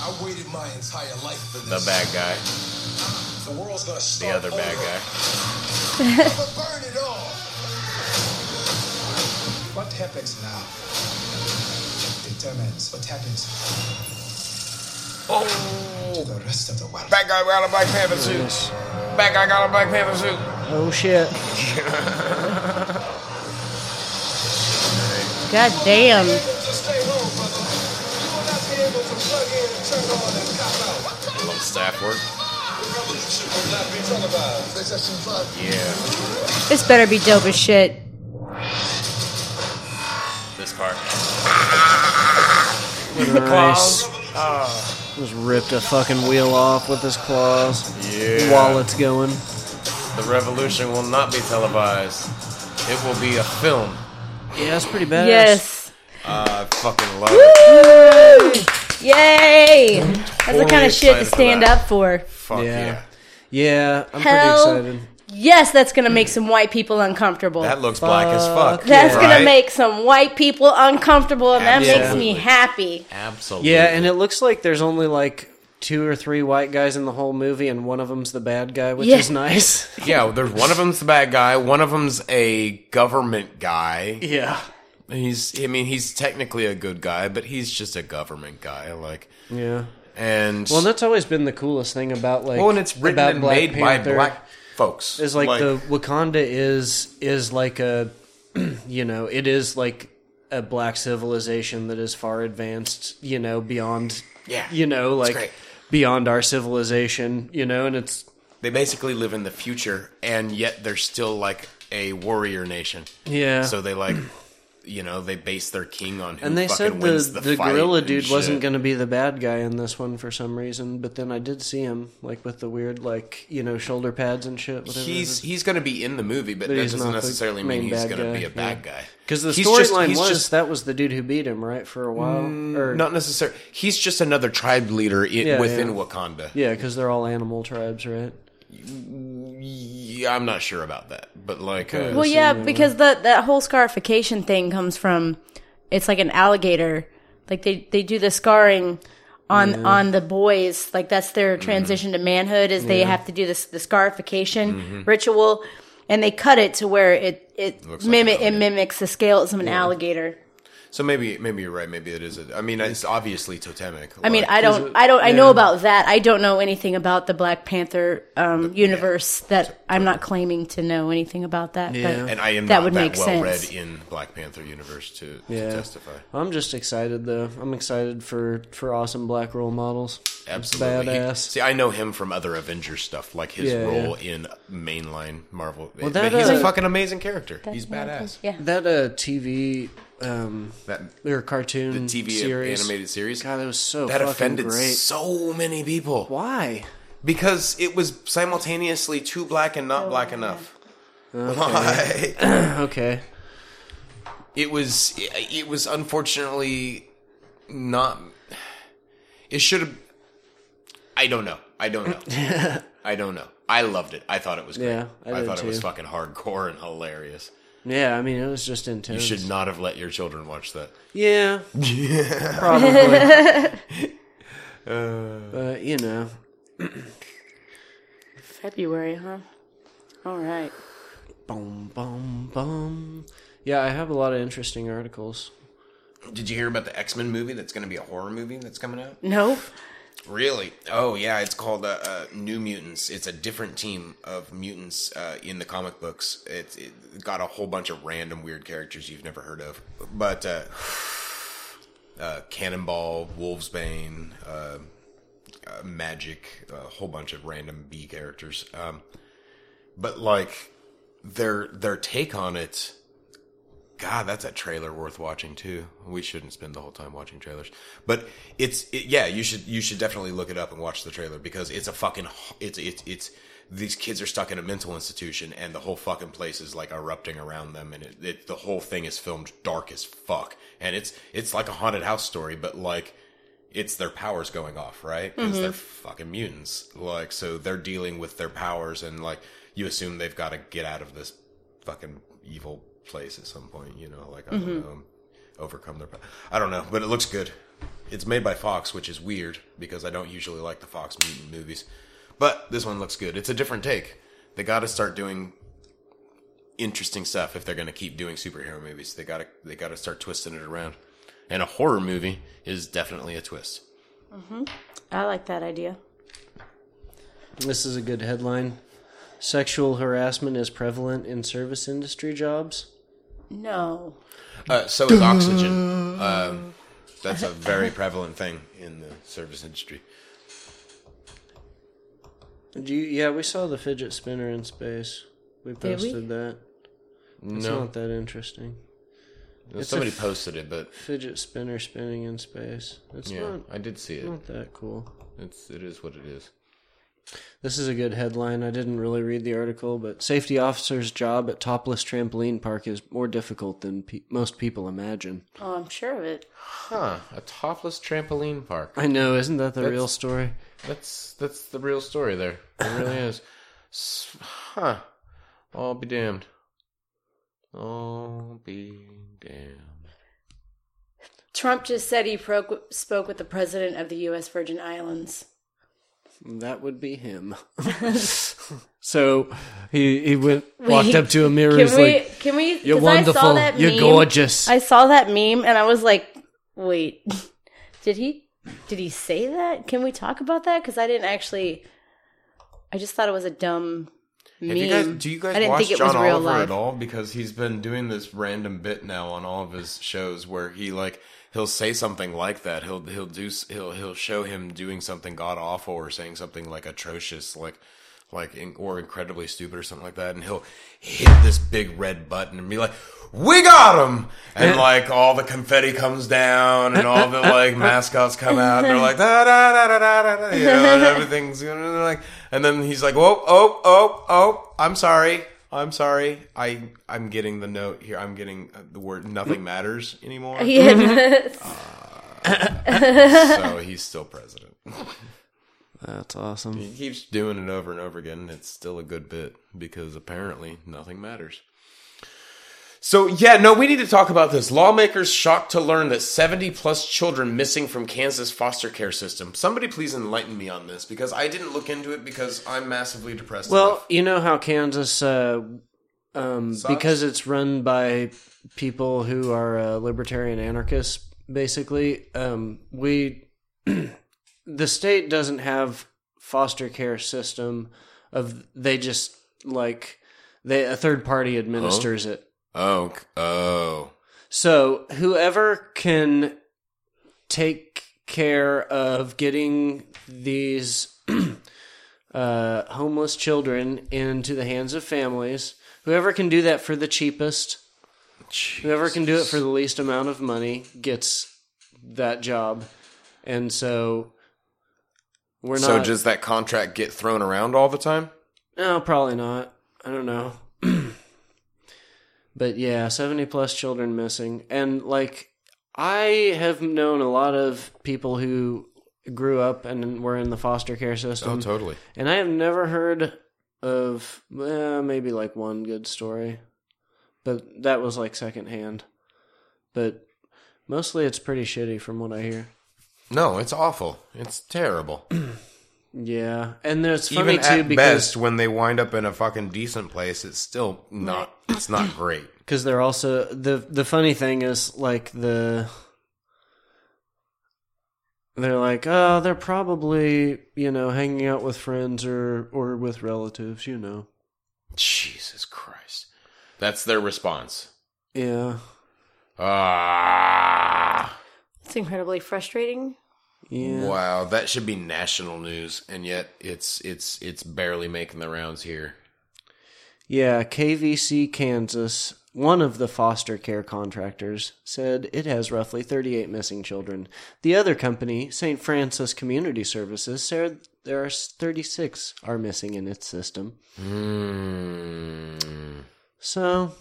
Speaker 7: I waited my entire life for
Speaker 2: The bad guy,
Speaker 7: The world's gonna
Speaker 2: the
Speaker 7: start
Speaker 2: other bad guy.
Speaker 7: burn it all. What happens now determines what happens
Speaker 2: Oh.
Speaker 7: to the rest of the world.
Speaker 2: Bad guy got a black panther suit.
Speaker 1: Nice.
Speaker 2: Bad guy got a black panther suit.
Speaker 1: Oh shit.
Speaker 3: God damn.
Speaker 2: I love staff work. Yeah,
Speaker 3: This better be dope as shit.
Speaker 2: this part.
Speaker 1: Nice. Just ripped a fucking wheel off with his claws
Speaker 2: Yeah.
Speaker 1: while it's going.
Speaker 2: The revolution will not be televised. It will be a film.
Speaker 1: Yeah, that's pretty badass.
Speaker 3: Yes.
Speaker 2: I fucking love it.
Speaker 3: Yay! That's the kind
Speaker 2: Totally
Speaker 3: of shit to
Speaker 2: excited for
Speaker 3: stand
Speaker 2: that.
Speaker 3: up for.
Speaker 2: Fuck
Speaker 1: Yeah.
Speaker 2: yeah.
Speaker 1: Yeah, I'm
Speaker 3: Hell
Speaker 1: pretty excited.
Speaker 3: Yes, that's gonna make some white people uncomfortable.
Speaker 2: That looks black as fuck.
Speaker 3: that's
Speaker 2: right?
Speaker 3: gonna make some white people uncomfortable, and that makes me
Speaker 2: Absolutely.
Speaker 3: happy.
Speaker 2: Absolutely.
Speaker 1: Yeah, and it looks like there's only like two or three white guys in the whole movie, and one of them's the bad guy, which
Speaker 3: Yeah.
Speaker 1: is nice.
Speaker 2: yeah, there's one of them's the bad guy, one of them's a government guy.
Speaker 1: Yeah.
Speaker 2: He's, I mean, he's technically a good guy, but he's just a government guy. Like,
Speaker 1: Yeah.
Speaker 2: and
Speaker 1: Well, that's always been the coolest thing about like
Speaker 2: Well, and it's written
Speaker 1: about
Speaker 2: and
Speaker 1: Black
Speaker 2: made
Speaker 1: Panther
Speaker 2: by black folks.
Speaker 1: is like, the Wakanda is is like a you know it is like a black civilization that is far advanced you know beyond
Speaker 2: Yeah.
Speaker 1: you know
Speaker 2: It's
Speaker 1: like
Speaker 2: great.
Speaker 1: beyond our civilization you know and it's
Speaker 2: they basically live in the future, and yet they're still like a warrior nation.
Speaker 1: yeah
Speaker 2: So they like, you know, they base their king on who
Speaker 1: and they
Speaker 2: fucking
Speaker 1: said the
Speaker 2: wins
Speaker 1: the,
Speaker 2: the, fight
Speaker 1: gorilla
Speaker 2: and
Speaker 1: dude
Speaker 2: shit.
Speaker 1: wasn't going to be the bad guy in this one for some reason but then I did see him like with the weird like you know shoulder pads and shit whatever
Speaker 2: He's he's going to be in the movie, but, that
Speaker 1: he's not
Speaker 2: doesn't
Speaker 1: the
Speaker 2: necessarily
Speaker 1: main
Speaker 2: mean he's
Speaker 1: bad
Speaker 2: going to
Speaker 1: guy,
Speaker 2: be a bad
Speaker 1: yeah.
Speaker 2: guy.
Speaker 1: because the
Speaker 2: He's just-
Speaker 1: storyline
Speaker 2: he's
Speaker 1: was
Speaker 2: just- Mm,
Speaker 1: that was the dude who beat him right for a while or
Speaker 2: not necessarily. He's just another tribe leader in,
Speaker 1: Yeah,
Speaker 2: within
Speaker 1: yeah.
Speaker 2: Wakanda.
Speaker 1: Yeah, because they're all animal tribes, right?
Speaker 2: yeah, I'm not sure about that, but like, uh,
Speaker 3: Well, yeah, because the that whole scarification thing comes from it's like an alligator. Like they they do the scarring on on the boys. Like that's their transition to manhood is they have to do this the scarification
Speaker 2: Mm-hmm.
Speaker 3: ritual, and they cut it to where it it
Speaker 2: Looks like an
Speaker 3: mimic it
Speaker 2: alligator.
Speaker 3: mimics the scales of an alligator.
Speaker 2: so maybe maybe you're right. Maybe it is. A, I mean, it's obviously totemic.
Speaker 3: I mean,
Speaker 2: like-
Speaker 3: I don't, I don't, I know about that. I don't know anything about the Black Panther um, universe. That I'm not claiming to know anything about that.
Speaker 1: Yeah.
Speaker 3: But
Speaker 2: and I am
Speaker 3: that
Speaker 2: not
Speaker 3: would
Speaker 2: that
Speaker 3: make
Speaker 2: well
Speaker 3: sense.
Speaker 2: read in Black Panther universe to,
Speaker 1: Yeah.
Speaker 2: to testify.
Speaker 1: I'm just excited though. I'm excited for for awesome black role models.
Speaker 2: Absolutely. He-
Speaker 1: Badass.
Speaker 2: see, I know him from other Avengers stuff, like his
Speaker 1: Yeah,
Speaker 2: role in mainline Marvel. Well,
Speaker 1: that,
Speaker 2: he's
Speaker 1: uh,
Speaker 2: a fucking amazing character. He's badass.
Speaker 3: yeah.
Speaker 1: that uh TV um
Speaker 2: That
Speaker 1: or cartoon
Speaker 2: TV
Speaker 1: series.
Speaker 2: animated series.
Speaker 1: God, that was so
Speaker 2: that
Speaker 1: fucking
Speaker 2: offended
Speaker 1: great.
Speaker 2: so many people
Speaker 1: Why?
Speaker 2: because it was simultaneously too black and not black enough. Why?
Speaker 1: Okay.
Speaker 2: it was it was unfortunately not it should have i don't know i don't know i don't know i loved it i thought it was great
Speaker 1: Yeah, I
Speaker 2: i,
Speaker 1: did
Speaker 2: thought it was
Speaker 1: too.
Speaker 2: fucking hardcore and hilarious
Speaker 1: Yeah, I mean it was just intense.
Speaker 2: you should not have let your children watch that
Speaker 1: Yeah. Probably. but you know,
Speaker 3: February, huh? All right.
Speaker 1: boom, boom, boom. Yeah, I have a lot of interesting articles.
Speaker 2: did you hear about the x-men movie that's going to be a horror movie that's coming out
Speaker 3: No.
Speaker 2: Really? Oh yeah, it's called uh, uh, New Mutants. It's a different team of mutants uh, in the comic books. It's it got a whole bunch of random weird characters you've never heard of, but uh, uh, Cannonball, Wolvesbane, uh, uh, Magic, a whole bunch of random B characters. Um, but like their their take on it. God, that's a trailer worth watching too. We shouldn't spend the whole time watching trailers, but it's it, yeah, you should you should definitely look it up and watch the trailer because it's a fucking h- it's it's it's these kids are stuck in a mental institution and the whole fucking place is like erupting around them and it, it the whole thing is filmed dark as fuck and it's it's like a haunted house story but like it's their powers going off, right? Because they're fucking mutants. Like, so they're dealing with their powers, and like, you assume they've got to get out of this fucking evil place at some point, you know? Like, I don't know, overcome their. pow- I don't know, but it looks good. It's made by Fox, which is weird because I don't usually like the Fox mutant movies, but this one looks good. It's a different take. They got to start doing interesting stuff if they're going to keep doing superhero movies. They got to they got to start twisting it around. And a horror movie is definitely a twist.
Speaker 3: I like that idea.
Speaker 1: This is a good headline. Sexual harassment is prevalent in service industry jobs.
Speaker 3: No.
Speaker 2: Uh, so is oxygen. Um, that's a very prevalent thing in the service industry.
Speaker 1: Do you, yeah, we saw the fidget spinner in space. We
Speaker 3: we?
Speaker 1: posted that. It's
Speaker 2: no,
Speaker 1: not that interesting.
Speaker 2: somebody
Speaker 1: a f-
Speaker 2: posted it, but
Speaker 1: Fidget spinner spinning in space. It's
Speaker 2: yeah,
Speaker 1: not,
Speaker 2: I did see it.
Speaker 1: not that cool.
Speaker 2: It's it is what it is.
Speaker 1: This is a good headline. I didn't really read the article, but safety officer's job at topless trampoline park is more difficult than pe- most people imagine.
Speaker 3: Oh, I'm sure of it.
Speaker 2: Huh? A topless trampoline park.
Speaker 1: I know, isn't that the real story?
Speaker 2: That's that's the real story there. It really is. S- Huh? I'll be damned. I'll be damned.
Speaker 3: Trump just said he pro- spoke with the president of the U.S. Virgin Islands.
Speaker 1: That would be him. so he he went walked up to a mirror.
Speaker 3: Can
Speaker 1: He's
Speaker 3: we?
Speaker 1: like,
Speaker 3: can we?
Speaker 1: "You're
Speaker 3: 'cause I saw
Speaker 1: wonderful.
Speaker 3: that
Speaker 1: You're
Speaker 3: meme.
Speaker 1: gorgeous."
Speaker 3: I saw that meme and I was like, wait, did he? Did he say that? Can we talk about that? Because I didn't actually. I just thought it was a dumb meme.
Speaker 2: Have you guys, do you guys
Speaker 3: I didn't
Speaker 2: watch
Speaker 3: think it
Speaker 2: John
Speaker 3: was real
Speaker 2: Oliver
Speaker 3: life.
Speaker 2: at all? Because he's been doing this random bit now on all of his shows where he like he'll say something like that. He'll he'll do s- he'll he'll show him doing something god awful or saying something like atrocious, like like in, or incredibly stupid or something like that. And he'll hit this big red button and be like, "We got him!" And like all the confetti comes down and all the like mascots come out. And they're like da da da da da da. da," You know, and everything's you know, like. And then he's like, "Oh oh oh oh! I'm sorry." I'm sorry. I I'm getting the note here. I'm getting uh, the word nothing matters anymore.
Speaker 3: Yes.
Speaker 2: Uh, So he's still president.
Speaker 1: That's awesome.
Speaker 2: He keeps doing it over and over again, and it's still a good bit because apparently nothing matters. So, yeah, no, we need to talk about this. Lawmakers shocked to learn that 70 plus children missing from Kansas foster care system. Somebody please enlighten me on this because I didn't look into it because I'm massively depressed.
Speaker 1: Well,
Speaker 2: enough.
Speaker 1: you know how Kansas, uh, um,
Speaker 2: Sucks.
Speaker 1: because it's run by people who are uh, libertarian anarchists, basically, um, we the state doesn't have foster care system of they just like they a third party administers it.
Speaker 2: oh, c- oh,
Speaker 1: So whoever can take care of getting these uh, homeless children into the hands of families, whoever can do that for the cheapest, whoever can do it for the least amount of money gets that job. And so we're not.
Speaker 2: so does that contract get thrown around all the time?
Speaker 1: No, probably not. I don't know. but yeah, 70 plus children missing. And like, I have known a lot of people who grew up and were in the foster care system.
Speaker 2: Oh, totally.
Speaker 1: And I have never heard of eh, maybe like one good story, but that was like secondhand. But mostly it's pretty shitty from what I hear.
Speaker 2: No, it's awful. It's terrible.
Speaker 1: Yeah. And it's funny
Speaker 2: Even
Speaker 1: too
Speaker 2: at
Speaker 1: because
Speaker 2: best, when they wind up in a fucking decent place, it's still not. It's not great.
Speaker 1: because they're also the the funny thing is like the they're like oh they're probably you know hanging out with friends or or with relatives you know
Speaker 2: Jesus Christ. That's their response.
Speaker 1: yeah
Speaker 2: Ah.
Speaker 3: It's incredibly frustrating.
Speaker 1: yeah
Speaker 2: Wow, that should be national news, and yet it's it's it's barely making the rounds here.
Speaker 1: yeah kvc kansas one of the foster care contractors said it has roughly 38 missing children the other company st francis community services said there are 36 are missing in its system
Speaker 2: Mm.
Speaker 1: So,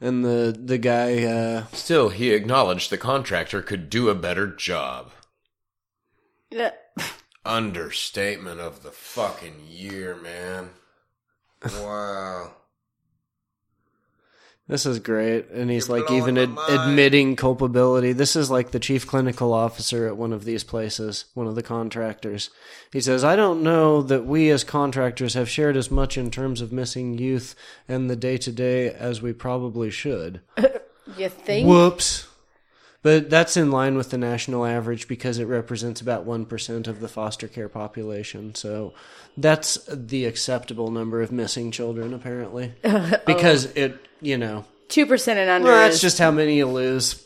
Speaker 1: and the the guy, uh,
Speaker 2: Still, he acknowledged the contractor could do a better job.
Speaker 3: Yeah.
Speaker 2: Understatement of the fucking year, man. Wow.
Speaker 1: this is great, and he's
Speaker 2: You're
Speaker 1: like even
Speaker 2: blowing my
Speaker 1: ad-
Speaker 2: mind.
Speaker 1: admitting culpability. This is like the chief clinical officer at one of these places, one of the contractors. He says, "I don't know that we as contractors have shared as much in terms of missing youth and the day to day as we probably should."
Speaker 3: You think?
Speaker 1: Whoops. But that's in line with the national average because it represents about 1% of the foster care population. So that's the acceptable number of missing children, apparently.
Speaker 3: Oh.
Speaker 1: Because it, you know,
Speaker 3: Two percent and under.
Speaker 1: well, that's
Speaker 3: is-
Speaker 1: just how many you lose.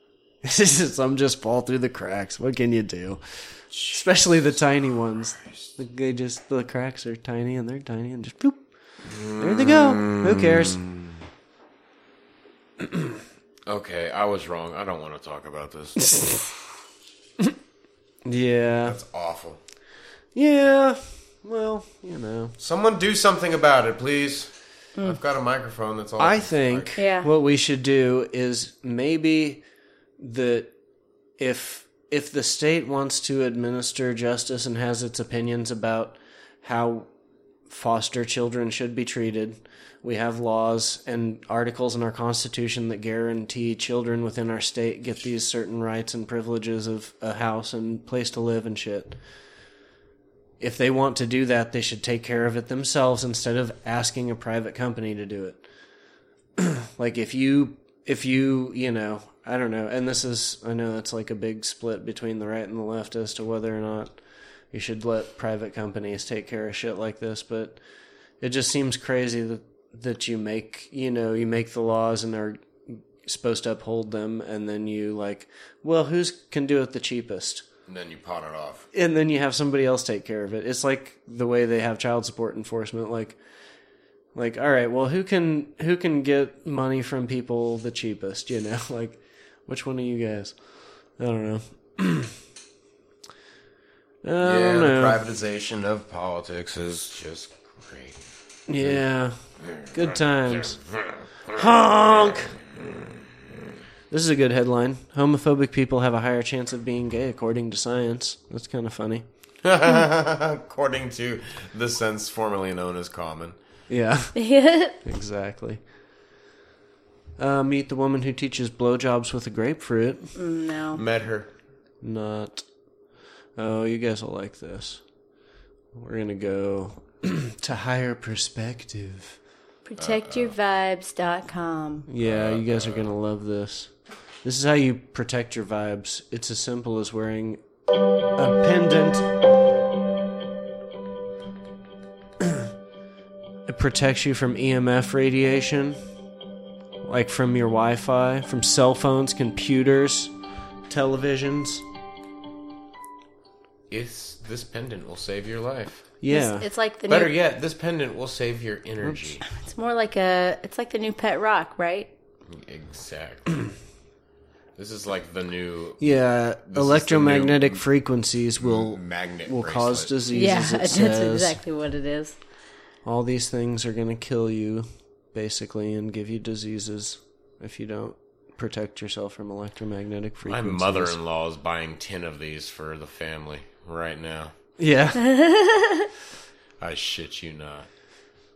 Speaker 1: Some just fall through the cracks. What can you do? Especially the tiny ones. They just, the cracks are tiny and they're tiny and just boop. There they go. Who cares?
Speaker 2: Okay, I was wrong. I don't want to talk about this.
Speaker 1: Yeah.
Speaker 2: That's awful.
Speaker 1: Yeah. Well, you know.
Speaker 2: Someone do something about it, please. I've got a microphone that's all
Speaker 1: Hmm. I think
Speaker 3: Yeah.
Speaker 1: what we should do is maybe that if if the state wants to administer justice and has its opinions about how foster children should be treated, we have laws and articles in our constitution that guarantee children within our state get these certain rights and privileges of a house and place to live and shit if they want to do that, they should take care of it themselves instead of asking a private company to do it. like if you if you, you know, I don't know, and this is I know that's like a big split between the right and the left as to whether or not you should let private companies take care of shit like this, but it just seems crazy that that you make, you know, you make the laws and are supposed to uphold them and then you like, well, who's can do it the cheapest?
Speaker 2: And then you pot it off.
Speaker 1: and then you have somebody else take care of it. It's like the way they have child support enforcement. Like, like all right, well, who can who can get money from people the cheapest? You know, like which one of you guys? I don't know. I
Speaker 2: yeah,
Speaker 1: don't know.
Speaker 2: the privatization of politics is just great.
Speaker 1: yeah, good times. Honk. This is a good headline. Homophobic people have a higher chance of being gay, according to science. That's kind of funny.
Speaker 2: According to the sense formerly known as common.
Speaker 1: Yeah, exactly. Uh, meet the woman who teaches blowjobs with a grapefruit.
Speaker 3: no.
Speaker 2: Met her.
Speaker 1: Not. Oh, you guys will like this. We're gonna go to higher perspective.
Speaker 3: ProtectYourVibes.com.
Speaker 2: Uh,
Speaker 1: Yeah, you guys are gonna love this. This is how you protect your vibes. It's as simple as wearing a pendant. it protects you from EMF radiation, like from your Wi-Fi, from cell phones, computers, televisions.
Speaker 2: It's, this pendant will save your life.
Speaker 1: Yeah,
Speaker 3: It's, it's like the
Speaker 2: Better
Speaker 3: new,
Speaker 2: yet, this pendant will save your energy.
Speaker 3: it's more like a it's like the new pet rock, right?
Speaker 2: Exactly. this is like the new
Speaker 1: yeah.
Speaker 2: new-
Speaker 1: Electromagnetic frequencies will
Speaker 2: magnet
Speaker 1: will
Speaker 2: bracelet.
Speaker 1: cause diseases.
Speaker 3: Yeah,
Speaker 1: it
Speaker 3: that's
Speaker 1: says.
Speaker 3: exactly what it is.
Speaker 1: all these things are going to kill you basically and give you diseases if you don't protect yourself from electromagnetic
Speaker 2: My
Speaker 1: frequencies.
Speaker 2: mother-in-law is buying 10 of these for the family right now.
Speaker 1: Yeah.
Speaker 2: I shit you not.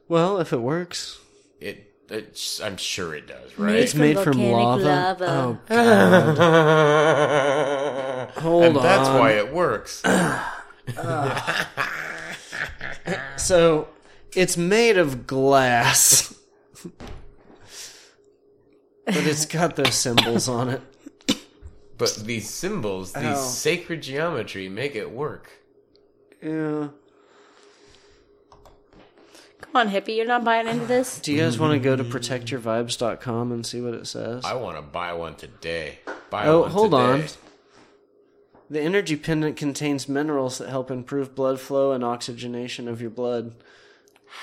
Speaker 1: well, if it works.
Speaker 2: It it's, I'm sure it does, right?
Speaker 1: It's made from lava.
Speaker 3: volcanic lava.
Speaker 1: Oh, Hold
Speaker 2: and that's
Speaker 1: on.
Speaker 2: why it works.
Speaker 1: so it's made of glass. but it's got those symbols on it.
Speaker 2: But these symbols, these
Speaker 1: Ow.
Speaker 2: sacred geometry, make it work.
Speaker 1: Yeah.
Speaker 3: Come on, hippie, you're not buying into this.
Speaker 1: Do you guys want to go to protectyourvibes.com and see what it says?
Speaker 2: I want to buy one today. Buy
Speaker 1: Oh,
Speaker 2: one
Speaker 1: hold on.
Speaker 2: today.
Speaker 1: The energy pendant contains minerals that help improve blood flow and oxygenation of your blood.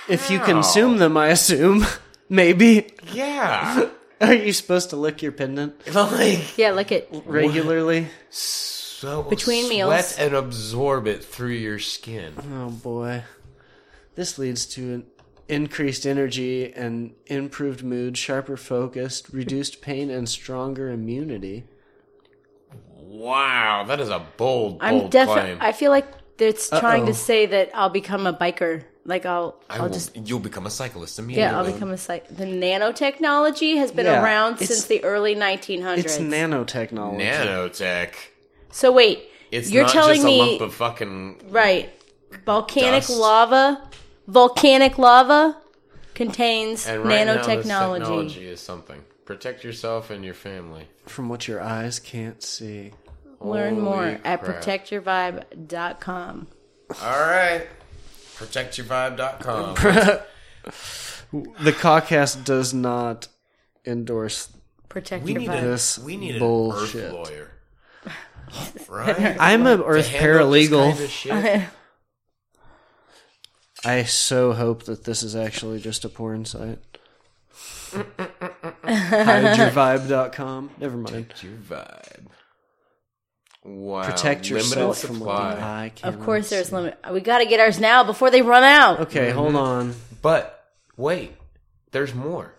Speaker 1: If you consume them, I assume. Maybe.
Speaker 2: Yeah.
Speaker 1: Are you supposed to lick your pendant
Speaker 2: like
Speaker 3: Yeah, look at
Speaker 1: regularly?
Speaker 2: so
Speaker 3: Between
Speaker 2: sweat
Speaker 3: meals.
Speaker 2: and absorb it through your skin.
Speaker 1: Oh boy. This leads to an increased energy and improved mood, sharper focus, reduced pain, and stronger immunity.
Speaker 2: Wow, that is a bold, bold
Speaker 3: I'm
Speaker 2: claim.
Speaker 3: definitely. I feel like it's trying
Speaker 1: Uh-oh.
Speaker 3: to say that I'll become a biker. Like I'll,
Speaker 2: I
Speaker 3: I'll
Speaker 2: will-
Speaker 3: just.
Speaker 2: you'll become a cyclist immediately.
Speaker 3: Yeah, I'll become a psych. The nanotechnology has been
Speaker 1: Yeah,
Speaker 3: around
Speaker 1: it's-
Speaker 3: since the early 1900s.
Speaker 1: It's nanotechnology.
Speaker 2: nanotech.
Speaker 3: so wait,
Speaker 2: It's
Speaker 3: you're
Speaker 2: not
Speaker 3: telling
Speaker 2: just a
Speaker 3: me
Speaker 2: lump of fucking.
Speaker 3: right? Volcanic
Speaker 2: Dust.
Speaker 3: lava, volcanic lava contains
Speaker 2: And right now, this
Speaker 3: nanotechnology.
Speaker 2: technology is something. Protect yourself and your family.
Speaker 1: From what your eyes can't see.
Speaker 3: Learn
Speaker 2: Holy
Speaker 3: more at
Speaker 2: crap.
Speaker 3: protectyourvibe.com.
Speaker 2: All right. ProtectYourVibe.com.
Speaker 1: The caucast does not endorse
Speaker 3: Protect
Speaker 2: We
Speaker 3: your
Speaker 2: need
Speaker 3: vibe.
Speaker 2: a
Speaker 1: This
Speaker 2: we need
Speaker 1: bullshit.
Speaker 2: an earth lawyer, right?
Speaker 1: I'm an
Speaker 2: To
Speaker 1: Earth
Speaker 2: handle this
Speaker 1: paralegal.
Speaker 2: kind of shit?
Speaker 1: I so hope that this is actually just a porn site. HideYourVibe.com. Never mind.
Speaker 2: Protect your vibe. Wow.
Speaker 1: Protect yourself from what the
Speaker 2: uh, supply.
Speaker 1: eye can.
Speaker 3: Of course, there's limit. We got to get ours now before they run out.
Speaker 1: Okay, hold on.
Speaker 2: But wait, there's more.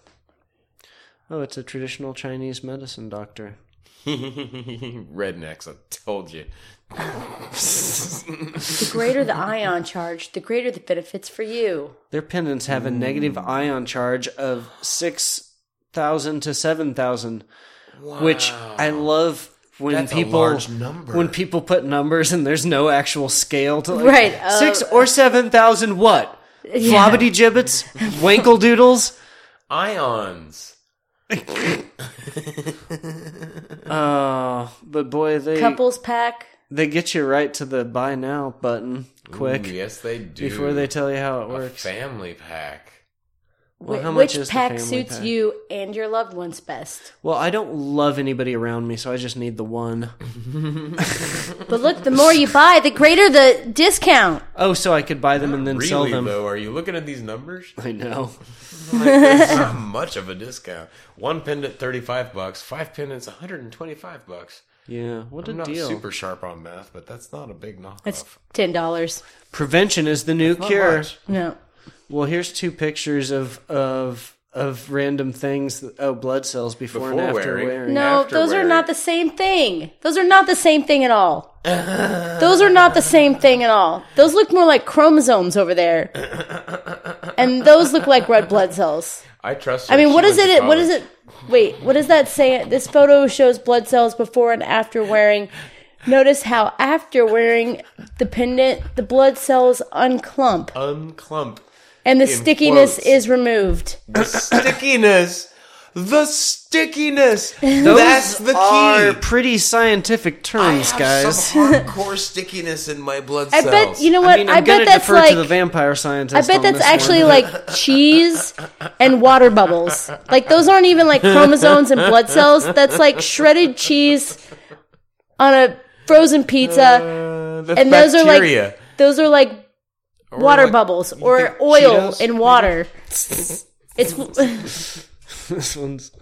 Speaker 1: Oh, it's a traditional Chinese medicine doctor.
Speaker 2: Rednecks, I told you.
Speaker 3: The greater the ion charge, the greater the benefits for you.
Speaker 1: Their pendants have a negative
Speaker 2: Hmm.
Speaker 1: ion charge of 6,000 to 7,000, which I love when
Speaker 2: That's a
Speaker 1: people
Speaker 2: large number.
Speaker 1: when people put numbers and there's no actual scale to like,
Speaker 3: Right, uh,
Speaker 1: 6 or 7,000 what? Flobbity gibbets, winkle doodles.
Speaker 2: Ions.
Speaker 1: Oh, but boy they
Speaker 3: Couples pack.
Speaker 1: they get you right to the buy now button quick
Speaker 2: Ooh, yes, they do.
Speaker 1: before they tell you how it
Speaker 2: a
Speaker 1: works.
Speaker 2: family pack.
Speaker 1: Well,
Speaker 3: Wh-
Speaker 1: how much
Speaker 3: Which
Speaker 1: is the
Speaker 3: pack
Speaker 1: family
Speaker 3: suits
Speaker 1: pack?
Speaker 3: you and your loved ones best?
Speaker 1: Well, I don't love anybody around me, so I just need the one.
Speaker 3: But look, the more you buy, the greater the discount.
Speaker 1: Oh, so I could buy them and then
Speaker 2: really
Speaker 1: sell them.
Speaker 2: though, are you looking at these numbers?
Speaker 1: I know.
Speaker 2: It's not much of a discount. One pendant, thirty-five bucks. Five pendants, one hundred and twenty-five bucks.
Speaker 1: Yeah, what a
Speaker 2: I'm not
Speaker 1: deal.
Speaker 2: super sharp on math, but that's not a big knockoff.
Speaker 3: That's ten dollars.
Speaker 1: Prevention is the new
Speaker 2: Not
Speaker 1: cure.
Speaker 2: much.
Speaker 3: No,
Speaker 1: Well, here's two pictures of of of random things. that- oh, blood cells before, and
Speaker 2: Before
Speaker 1: after
Speaker 2: wearing.
Speaker 1: wearing.
Speaker 3: No,
Speaker 2: After
Speaker 3: those are
Speaker 2: wearing.
Speaker 3: not the same thing. Those are not the same thing at all. those are not the same thing at all. Those look more like chromosomes over there. and those look like red blood cells.
Speaker 2: I trust.
Speaker 3: I
Speaker 2: her.
Speaker 3: mean,
Speaker 2: She
Speaker 3: what is
Speaker 2: went to
Speaker 3: it? What
Speaker 2: college.
Speaker 3: is it? Wait, what does that say? This photo shows blood cells before and after wearing. Notice how after wearing the pendant, the blood cells unclump
Speaker 2: Unclump.
Speaker 3: and the stickiness
Speaker 2: quotes.
Speaker 3: is removed.
Speaker 2: The stickiness. The stickiness.
Speaker 1: Those
Speaker 2: That's the key.
Speaker 1: Are pretty scientific terms, guys.
Speaker 2: Some hardcore stickiness in my blood
Speaker 3: I
Speaker 2: cells.
Speaker 3: bet you know
Speaker 1: I
Speaker 3: what? I,
Speaker 1: mean, I'm
Speaker 3: bet
Speaker 1: gonna
Speaker 3: that's
Speaker 1: defer
Speaker 3: like
Speaker 1: to the vampire scientist.
Speaker 3: I bet
Speaker 1: on
Speaker 3: that's
Speaker 1: this one.
Speaker 3: actually like cheese and water bubbles. Like those aren't even like chromosomes and blood cells. That's like shredded cheese on a frozen pizza.
Speaker 2: Uh, that's
Speaker 3: and those are
Speaker 2: bacteria.
Speaker 3: like those are like water bubbles or
Speaker 2: think
Speaker 3: oil
Speaker 2: Cheetos,
Speaker 3: in
Speaker 2: maybe?
Speaker 3: water. it's what
Speaker 1: this one's.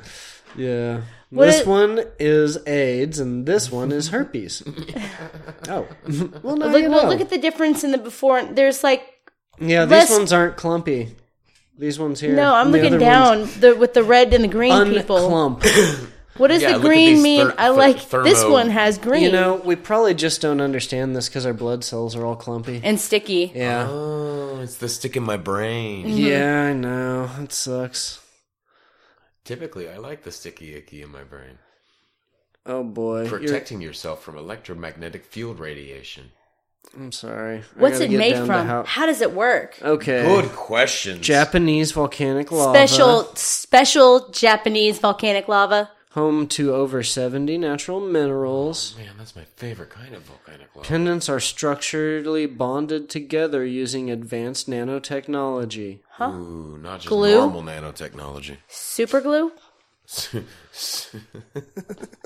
Speaker 1: Yeah.
Speaker 3: What
Speaker 1: this
Speaker 3: it-
Speaker 1: one is AIDS, and this one is herpes. oh, well, now
Speaker 3: look,
Speaker 1: you
Speaker 3: well,
Speaker 1: know.
Speaker 3: look at the difference in the before. and- There's like
Speaker 1: yeah, these
Speaker 3: less-
Speaker 1: ones aren't clumpy. These ones here.
Speaker 3: no, I'm
Speaker 1: and the
Speaker 3: looking
Speaker 1: other ones
Speaker 3: down the, with the red and the green people.
Speaker 1: Unclump.
Speaker 3: What does
Speaker 2: Yeah,
Speaker 3: the
Speaker 2: look at
Speaker 3: green
Speaker 2: these
Speaker 3: mean?
Speaker 2: ther-
Speaker 3: I
Speaker 2: ther-
Speaker 3: like this
Speaker 2: thermo-
Speaker 3: one has green
Speaker 1: You know, we probably just don't understand this because our blood cells are all clumpy.
Speaker 3: and sticky.
Speaker 1: Yeah.
Speaker 2: Oh, it's the stick in my
Speaker 3: Mm.
Speaker 2: brain.
Speaker 1: Yeah, I know. It sucks.
Speaker 2: Typically, I like the sticky icky in my brain.
Speaker 1: Oh boy. You're-
Speaker 2: Protecting yourself from electromagnetic field radiation.
Speaker 1: I'm sorry. I
Speaker 3: What's
Speaker 1: gotta
Speaker 3: it
Speaker 1: get
Speaker 3: made
Speaker 1: down to
Speaker 3: from?
Speaker 1: how-
Speaker 3: How does it work?
Speaker 1: okay.
Speaker 2: Good questions.
Speaker 1: Japanese volcanic lava.
Speaker 3: Special, special Japanese volcanic lava.
Speaker 1: Home to over 70 natural minerals.
Speaker 2: Man, that's my favorite kind of volcanic lava.
Speaker 1: Pendants are structurally bonded together using advanced nanotechnology.
Speaker 2: Ooh, not just
Speaker 3: Glue?
Speaker 2: normal nanotechnology.
Speaker 3: Super glue?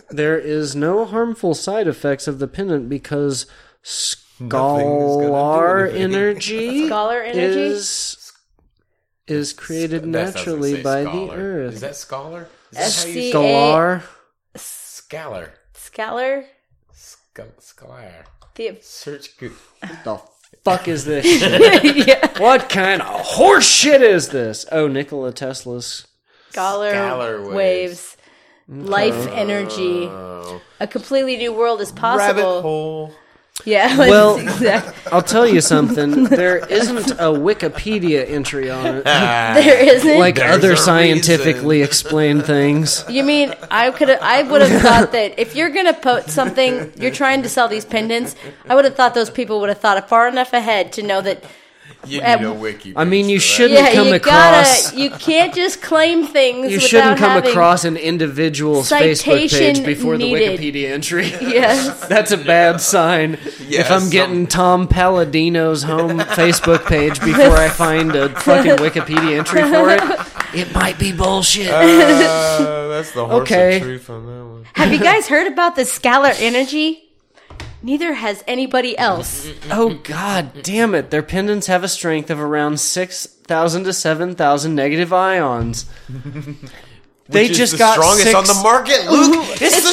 Speaker 1: There is no harmful side effects of the pendant because scalar energy,
Speaker 3: Scholar energy?
Speaker 1: is is created
Speaker 2: That's- I was gonna
Speaker 1: naturally
Speaker 2: say
Speaker 1: by the
Speaker 2: scholar.
Speaker 1: earth.
Speaker 2: Is that scholar? Is that how you
Speaker 3: SC
Speaker 1: Scalar.
Speaker 2: scalar?
Speaker 3: Scalar?
Speaker 2: Scal- Scalar.
Speaker 3: The-
Speaker 2: Search Google.
Speaker 1: The fuck is this? shit?
Speaker 3: yeah.
Speaker 1: what kind of horse shit is this? Oh, Nikola Tesla's.
Speaker 3: Scholar,
Speaker 2: Scholar
Speaker 3: waves.
Speaker 2: waves.
Speaker 3: Life energy. A completely new world is
Speaker 2: Rabbit
Speaker 3: possible.
Speaker 2: hole.
Speaker 3: Yeah.
Speaker 1: Well-
Speaker 3: exact-
Speaker 1: I'll tell you something. There isn't a Wikipedia entry on it.
Speaker 2: Ah.
Speaker 3: there isn't.
Speaker 1: Like
Speaker 2: There's
Speaker 1: other
Speaker 2: a
Speaker 1: scientifically explained things.
Speaker 3: you mean I could? I would have thought that if you're gonna put something, you're trying to sell these pendants. I would have thought those people would have thought far enough ahead to know that
Speaker 2: You
Speaker 3: Um,
Speaker 2: need a wiki.
Speaker 1: I mean,
Speaker 2: page
Speaker 1: you
Speaker 2: for that.
Speaker 1: shouldn't
Speaker 3: Yeah,
Speaker 1: come
Speaker 3: you
Speaker 1: across.
Speaker 3: gotta. You can't just claim things.
Speaker 1: you
Speaker 3: without
Speaker 1: shouldn't come
Speaker 3: having-
Speaker 1: across an individual's Facebook
Speaker 3: citation
Speaker 1: page before the
Speaker 3: needed.
Speaker 1: Wikipedia entry.
Speaker 3: Yes.
Speaker 1: That's a bad sign. if
Speaker 2: Yeah,
Speaker 1: I'm
Speaker 2: some-
Speaker 1: getting Tom Palladino's home Facebook page before I find a fucking Wikipedia entry for it, it might be bullshit.
Speaker 2: Uh, that's the horse
Speaker 1: Okay.
Speaker 2: of truth on that one.
Speaker 3: Have you guys heard about the scalar energy? Neither has anybody else.
Speaker 1: oh god, damn it! Their pendants have a strength of around six thousand to seven thousand negative ions. they
Speaker 2: Which is
Speaker 1: just
Speaker 2: the
Speaker 1: got
Speaker 2: strongest
Speaker 1: six-
Speaker 2: on the market, Luke. It's, the,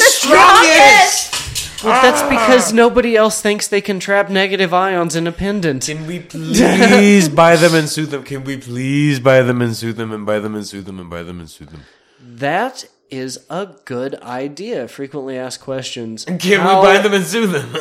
Speaker 2: strongest.
Speaker 3: strongest!
Speaker 2: Ah.
Speaker 1: Well, that's because nobody else thinks they can trap negative ions in a pendant.
Speaker 2: Can we please buy them and sue them? Can we please buy them and sue them and buy them and sue them and buy them and sue them?
Speaker 1: That is a good idea. Frequently asked questions.
Speaker 2: Can
Speaker 1: How-
Speaker 2: we buy them and sue them?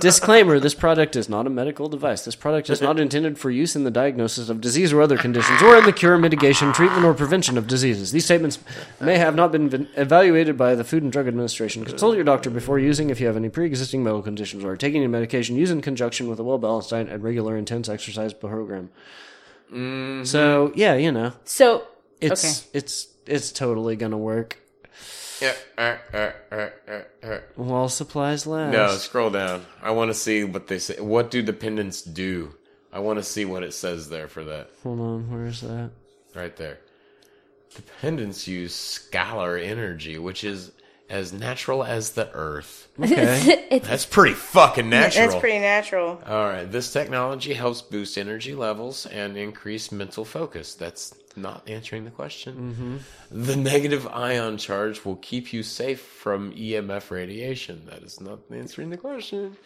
Speaker 1: Disclaimer: This product is not a medical device. This product is not intended for use in the diagnosis of disease or other conditions, or in the cure, mitigation, treatment, or prevention of diseases. These statements may have not been ven- evaluated by the Food and Drug Administration. Consult your doctor before using if you have any pre-existing medical conditions or are taking any medication. Use in conjunction with a well-balanced diet and regular intense exercise program.
Speaker 2: Mm-hmm.
Speaker 1: So yeah, you know,
Speaker 3: So
Speaker 1: it's it's it's totally gonna work while supplies last.
Speaker 2: no, scroll down. I want to see what they say. What do dependents do? I want to see what it says there for that.
Speaker 1: Hold on, where is that?
Speaker 2: Right there. Dependents use scalar energy, which is as natural as the earth.
Speaker 1: Okay.
Speaker 2: That's pretty fucking natural.
Speaker 3: natural.
Speaker 2: All right. This technology helps boost energy levels and increase mental focus. That's not answering the question. The negative ion charge E will keep you safe from EMF radiation. That is not answering the question.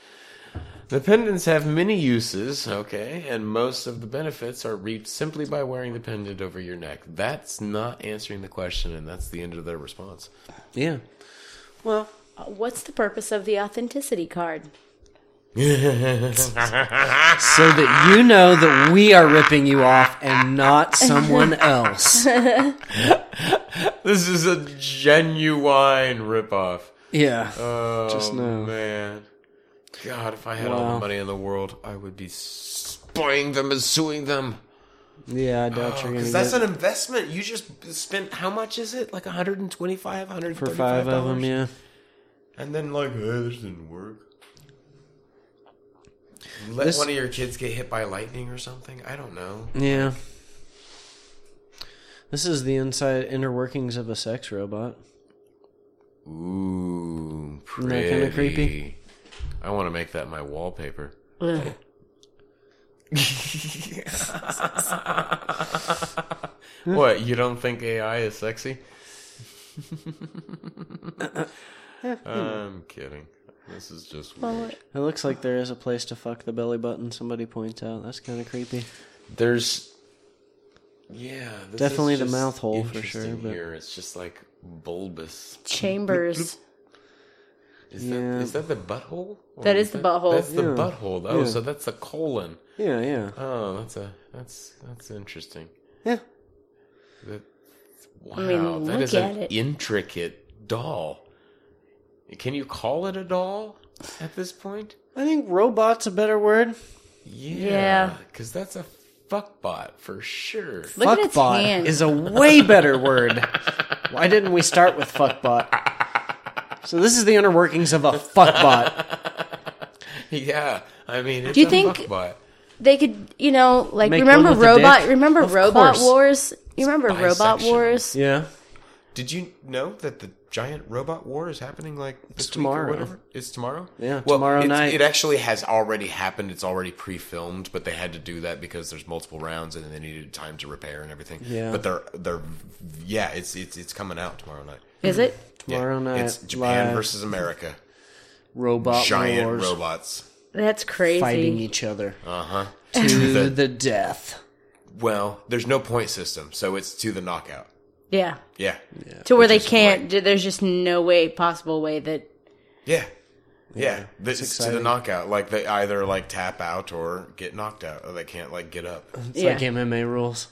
Speaker 2: The pendants have many uses, okay, and most of the benefits are reaped simply by wearing the pendant over your neck. That's not answering the question, and that's the end of their response.
Speaker 1: Yeah. Well,
Speaker 3: What's the purpose of the authenticity card?
Speaker 1: so that you know that we are ripping you off and not someone else.
Speaker 2: This is a genuine ripoff.
Speaker 1: Yeah.
Speaker 2: Oh,
Speaker 1: Just know.
Speaker 2: man. God, if I had all
Speaker 1: Wow.
Speaker 2: the money in the world, I would be spying them and suing them.
Speaker 1: yeah, I doubt you're going to
Speaker 2: Because
Speaker 1: get
Speaker 2: that's an investment. You just spent, how much is it? Like 125 $135?
Speaker 1: for five of them, yeah.
Speaker 2: And then like, oh, this didn't work. Let
Speaker 1: This-
Speaker 2: one of your kids get hit by lightning or something. I don't know.
Speaker 1: Yeah. This is the inside inner workings of a sex robot.
Speaker 2: Ooh,
Speaker 1: Isn't that kinda creepy?
Speaker 2: pretty. I want to make that my wallpaper. what you don't think AI is sexy? I'm kidding. This is just weird.
Speaker 1: It looks like there is a place to fuck the belly button. Somebody points out that's kind of creepy.
Speaker 2: There's yeah, this is
Speaker 1: Definitely the
Speaker 2: just
Speaker 1: mouth hole for sure,
Speaker 2: interesting
Speaker 1: but-
Speaker 2: Here, it's just like bulbous.
Speaker 3: Chambers.
Speaker 2: Is
Speaker 1: Yeah.
Speaker 2: that is that the butthole? Or
Speaker 3: That is the butthole.
Speaker 2: That's the
Speaker 1: Yeah.
Speaker 2: butthole. Oh,
Speaker 1: Yeah.
Speaker 2: so that's the colon.
Speaker 1: Yeah, yeah,
Speaker 2: Oh, that's a that's that's interesting.
Speaker 1: yeah.
Speaker 2: That, wow,
Speaker 3: mean,
Speaker 2: that
Speaker 3: look
Speaker 2: is
Speaker 3: at
Speaker 2: an
Speaker 3: it.
Speaker 2: intricate doll. Can you call it a doll at this point?
Speaker 1: I think robot's a better word.
Speaker 2: Yeah, because that's a fuckbot for sure.
Speaker 3: Look at its
Speaker 1: fuckbot
Speaker 3: hand.
Speaker 1: is a way better word. Why didn't we start with fuckbot? So this is the inner workings of a fuckbot.
Speaker 2: Yeah, I mean, it's
Speaker 3: Do you
Speaker 2: a
Speaker 3: think-
Speaker 2: fuckbot.
Speaker 3: they could, you know, like
Speaker 1: Make
Speaker 3: remember
Speaker 1: one with a
Speaker 3: robot?
Speaker 1: dick?
Speaker 3: Remember
Speaker 1: Of
Speaker 3: robot
Speaker 1: course.
Speaker 3: wars? You remember robot
Speaker 2: bisexual.
Speaker 3: wars?
Speaker 1: Yeah.
Speaker 2: Did you know that the giant robot war is happening like this week or
Speaker 1: tomorrow.
Speaker 2: whatever? It's tomorrow.
Speaker 1: Yeah, tomorrow
Speaker 2: it's-
Speaker 1: night.
Speaker 2: It actually has already happened. It's already pre-filmed, but they had to do that because there's multiple rounds and they needed time to repair and everything.
Speaker 1: Yeah.
Speaker 2: But they're they're yeah, it's it's it's coming out tomorrow night.
Speaker 3: Is it?
Speaker 2: Yeah.
Speaker 1: Tomorrow night,
Speaker 2: It's Japan
Speaker 1: live.
Speaker 2: versus America.
Speaker 1: Robot
Speaker 2: giant
Speaker 1: wars
Speaker 2: robots.
Speaker 3: That's crazy.
Speaker 1: fighting each other
Speaker 2: Uh huh.
Speaker 1: to
Speaker 2: the-
Speaker 1: the death.
Speaker 2: Well, there's no point system, so it's to the knockout.
Speaker 3: Yeah.
Speaker 2: Yeah.
Speaker 3: To where they
Speaker 2: Which is
Speaker 3: can't. There's just no way, possible way that.
Speaker 2: Yeah. Yeah, This
Speaker 1: it's
Speaker 2: is to the
Speaker 1: exciting.
Speaker 2: knockout. Like they either like tap out or get knocked out, or they can't like get up.
Speaker 1: It's
Speaker 3: yeah.
Speaker 1: like MMA rules.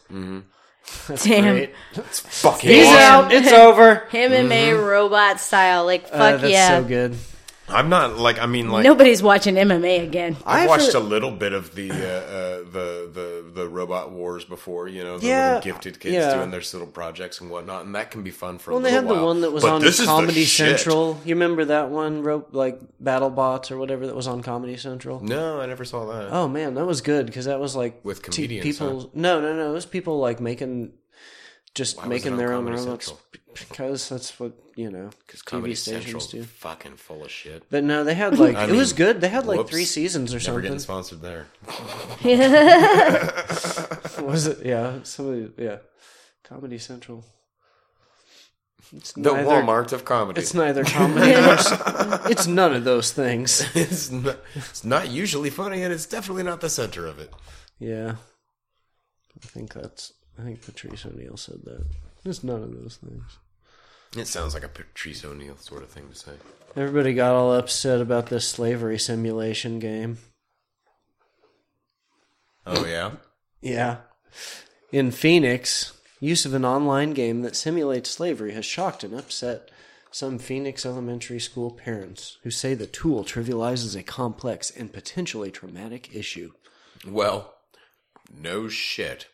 Speaker 3: Damn.
Speaker 1: Right?
Speaker 2: Fucking
Speaker 1: He's
Speaker 3: Damn.
Speaker 1: out. It's over.
Speaker 3: MMA robot style, like
Speaker 1: Mm-hmm. Uh,
Speaker 3: fuck
Speaker 1: that's
Speaker 3: yeah.
Speaker 1: so good.
Speaker 2: I'm not like I mean like
Speaker 3: Nobody's watching MMA again.
Speaker 2: I've,
Speaker 1: I've
Speaker 2: watched
Speaker 1: heard-
Speaker 2: a little bit of the uh, uh, the the the robot wars before, you know, the
Speaker 1: Yeah,
Speaker 2: little gifted kids
Speaker 1: yeah.
Speaker 2: doing their little projects and whatnot, and that can be fun for.
Speaker 1: Well,
Speaker 2: a
Speaker 1: they
Speaker 2: little
Speaker 1: had
Speaker 2: while.
Speaker 1: the one that was
Speaker 2: But
Speaker 1: on
Speaker 2: this is the
Speaker 1: Comedy
Speaker 2: shit.
Speaker 1: Central. You remember that one, rope like Battle Bots or whatever that was on Comedy Central?
Speaker 2: No, I never saw that.
Speaker 1: Oh man, that was good because that was like
Speaker 2: With
Speaker 1: t-
Speaker 2: comedians,
Speaker 1: people.
Speaker 2: huh?
Speaker 1: No, no, no. It was people like making just
Speaker 2: was it
Speaker 1: making
Speaker 2: on
Speaker 1: their own
Speaker 2: Comedy
Speaker 1: robots
Speaker 2: Central?
Speaker 1: because that's what you know
Speaker 2: because
Speaker 1: TV
Speaker 2: Comedy
Speaker 1: stations
Speaker 2: Central's
Speaker 1: do.
Speaker 2: fucking full of shit.
Speaker 1: But no, they had like
Speaker 2: I
Speaker 1: it was
Speaker 2: mean,
Speaker 1: good. They had like
Speaker 2: whoops.
Speaker 1: three seasons or
Speaker 2: Never
Speaker 1: something.
Speaker 2: getting sponsored there.
Speaker 1: Was it? Yeah, somebody. Yeah, Comedy Central. It's
Speaker 2: The
Speaker 1: neither-
Speaker 2: Walmart of comedy.
Speaker 1: It's neither comedy. nor, s- it's none of those things.
Speaker 2: it's, not, it's not usually funny, and it's definitely not the center of it.
Speaker 1: Yeah. I think that's. I think Patrice O'Neill said that. It's none of those things.
Speaker 2: It sounds like a Patrice O'Neill sort of thing to say.
Speaker 1: Everybody got all upset about this slavery simulation game.
Speaker 2: Oh yeah.
Speaker 1: Yeah. In Phoenix, use of an online game that simulates slavery has shocked and upset some Phoenix elementary school parents who say the tool trivializes a complex and potentially traumatic issue.
Speaker 2: Well, no shit.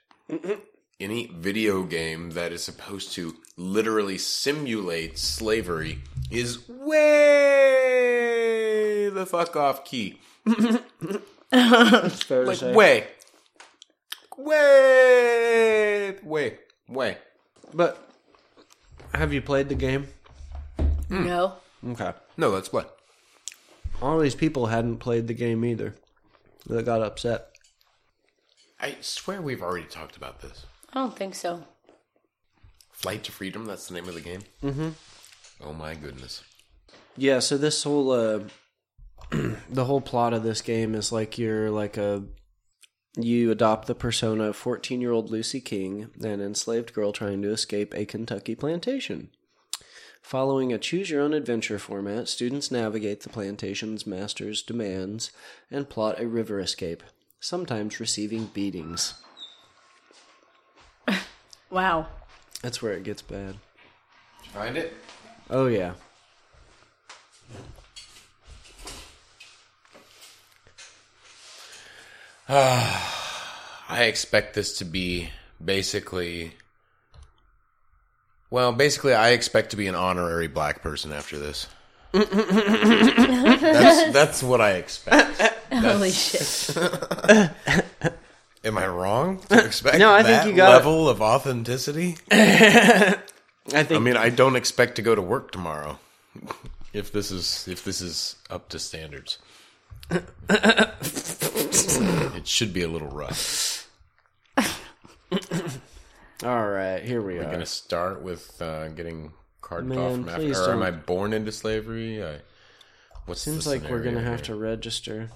Speaker 2: Any video game that is supposed to literally simulate slavery is way the fuck off key. Like, way. Way. Way. Way.
Speaker 1: But have you played the game? Mm.
Speaker 3: No.
Speaker 1: Okay.
Speaker 2: No, that's what.
Speaker 1: All these people hadn't played the game either. That got upset.
Speaker 2: I swear we've already talked about this.
Speaker 3: I don't think so.
Speaker 2: Flight to Freedom, that's the name of the game? Mm hmm. Oh my goodness.
Speaker 1: Yeah, so this whole uh, the whole plot of this game is like you're like a you adopt the persona of 14 year old Lucy King, an enslaved girl trying to escape a Kentucky plantation. Following a choose your own adventure format, students navigate the plantation's master's demands and plot a river escape, sometimes receiving beatings.
Speaker 3: Wow.
Speaker 1: That's where it gets bad.
Speaker 2: Find it.
Speaker 1: Oh, yeah.
Speaker 2: I expect this to be basically. Well, basically, I expect to be an honorary black person after this. that's, that's what I expect.
Speaker 3: Holy shit.
Speaker 2: Am I wrong to expect
Speaker 1: No, I think
Speaker 2: that
Speaker 1: you got-
Speaker 2: level of authenticity?
Speaker 1: I think
Speaker 2: I mean, I don't expect to go to work tomorrow if this is if this is up to standards. it should be a little rough.
Speaker 1: All right, here we
Speaker 2: I'm
Speaker 1: are.
Speaker 2: gonna start with uh, getting carted
Speaker 1: Man,
Speaker 2: off from
Speaker 1: please
Speaker 2: Africa. Or am I
Speaker 1: don't.
Speaker 2: born into slavery? I, what's
Speaker 1: Seems
Speaker 2: the
Speaker 1: like we're gonna
Speaker 2: scenario
Speaker 1: have to
Speaker 2: here?
Speaker 1: register.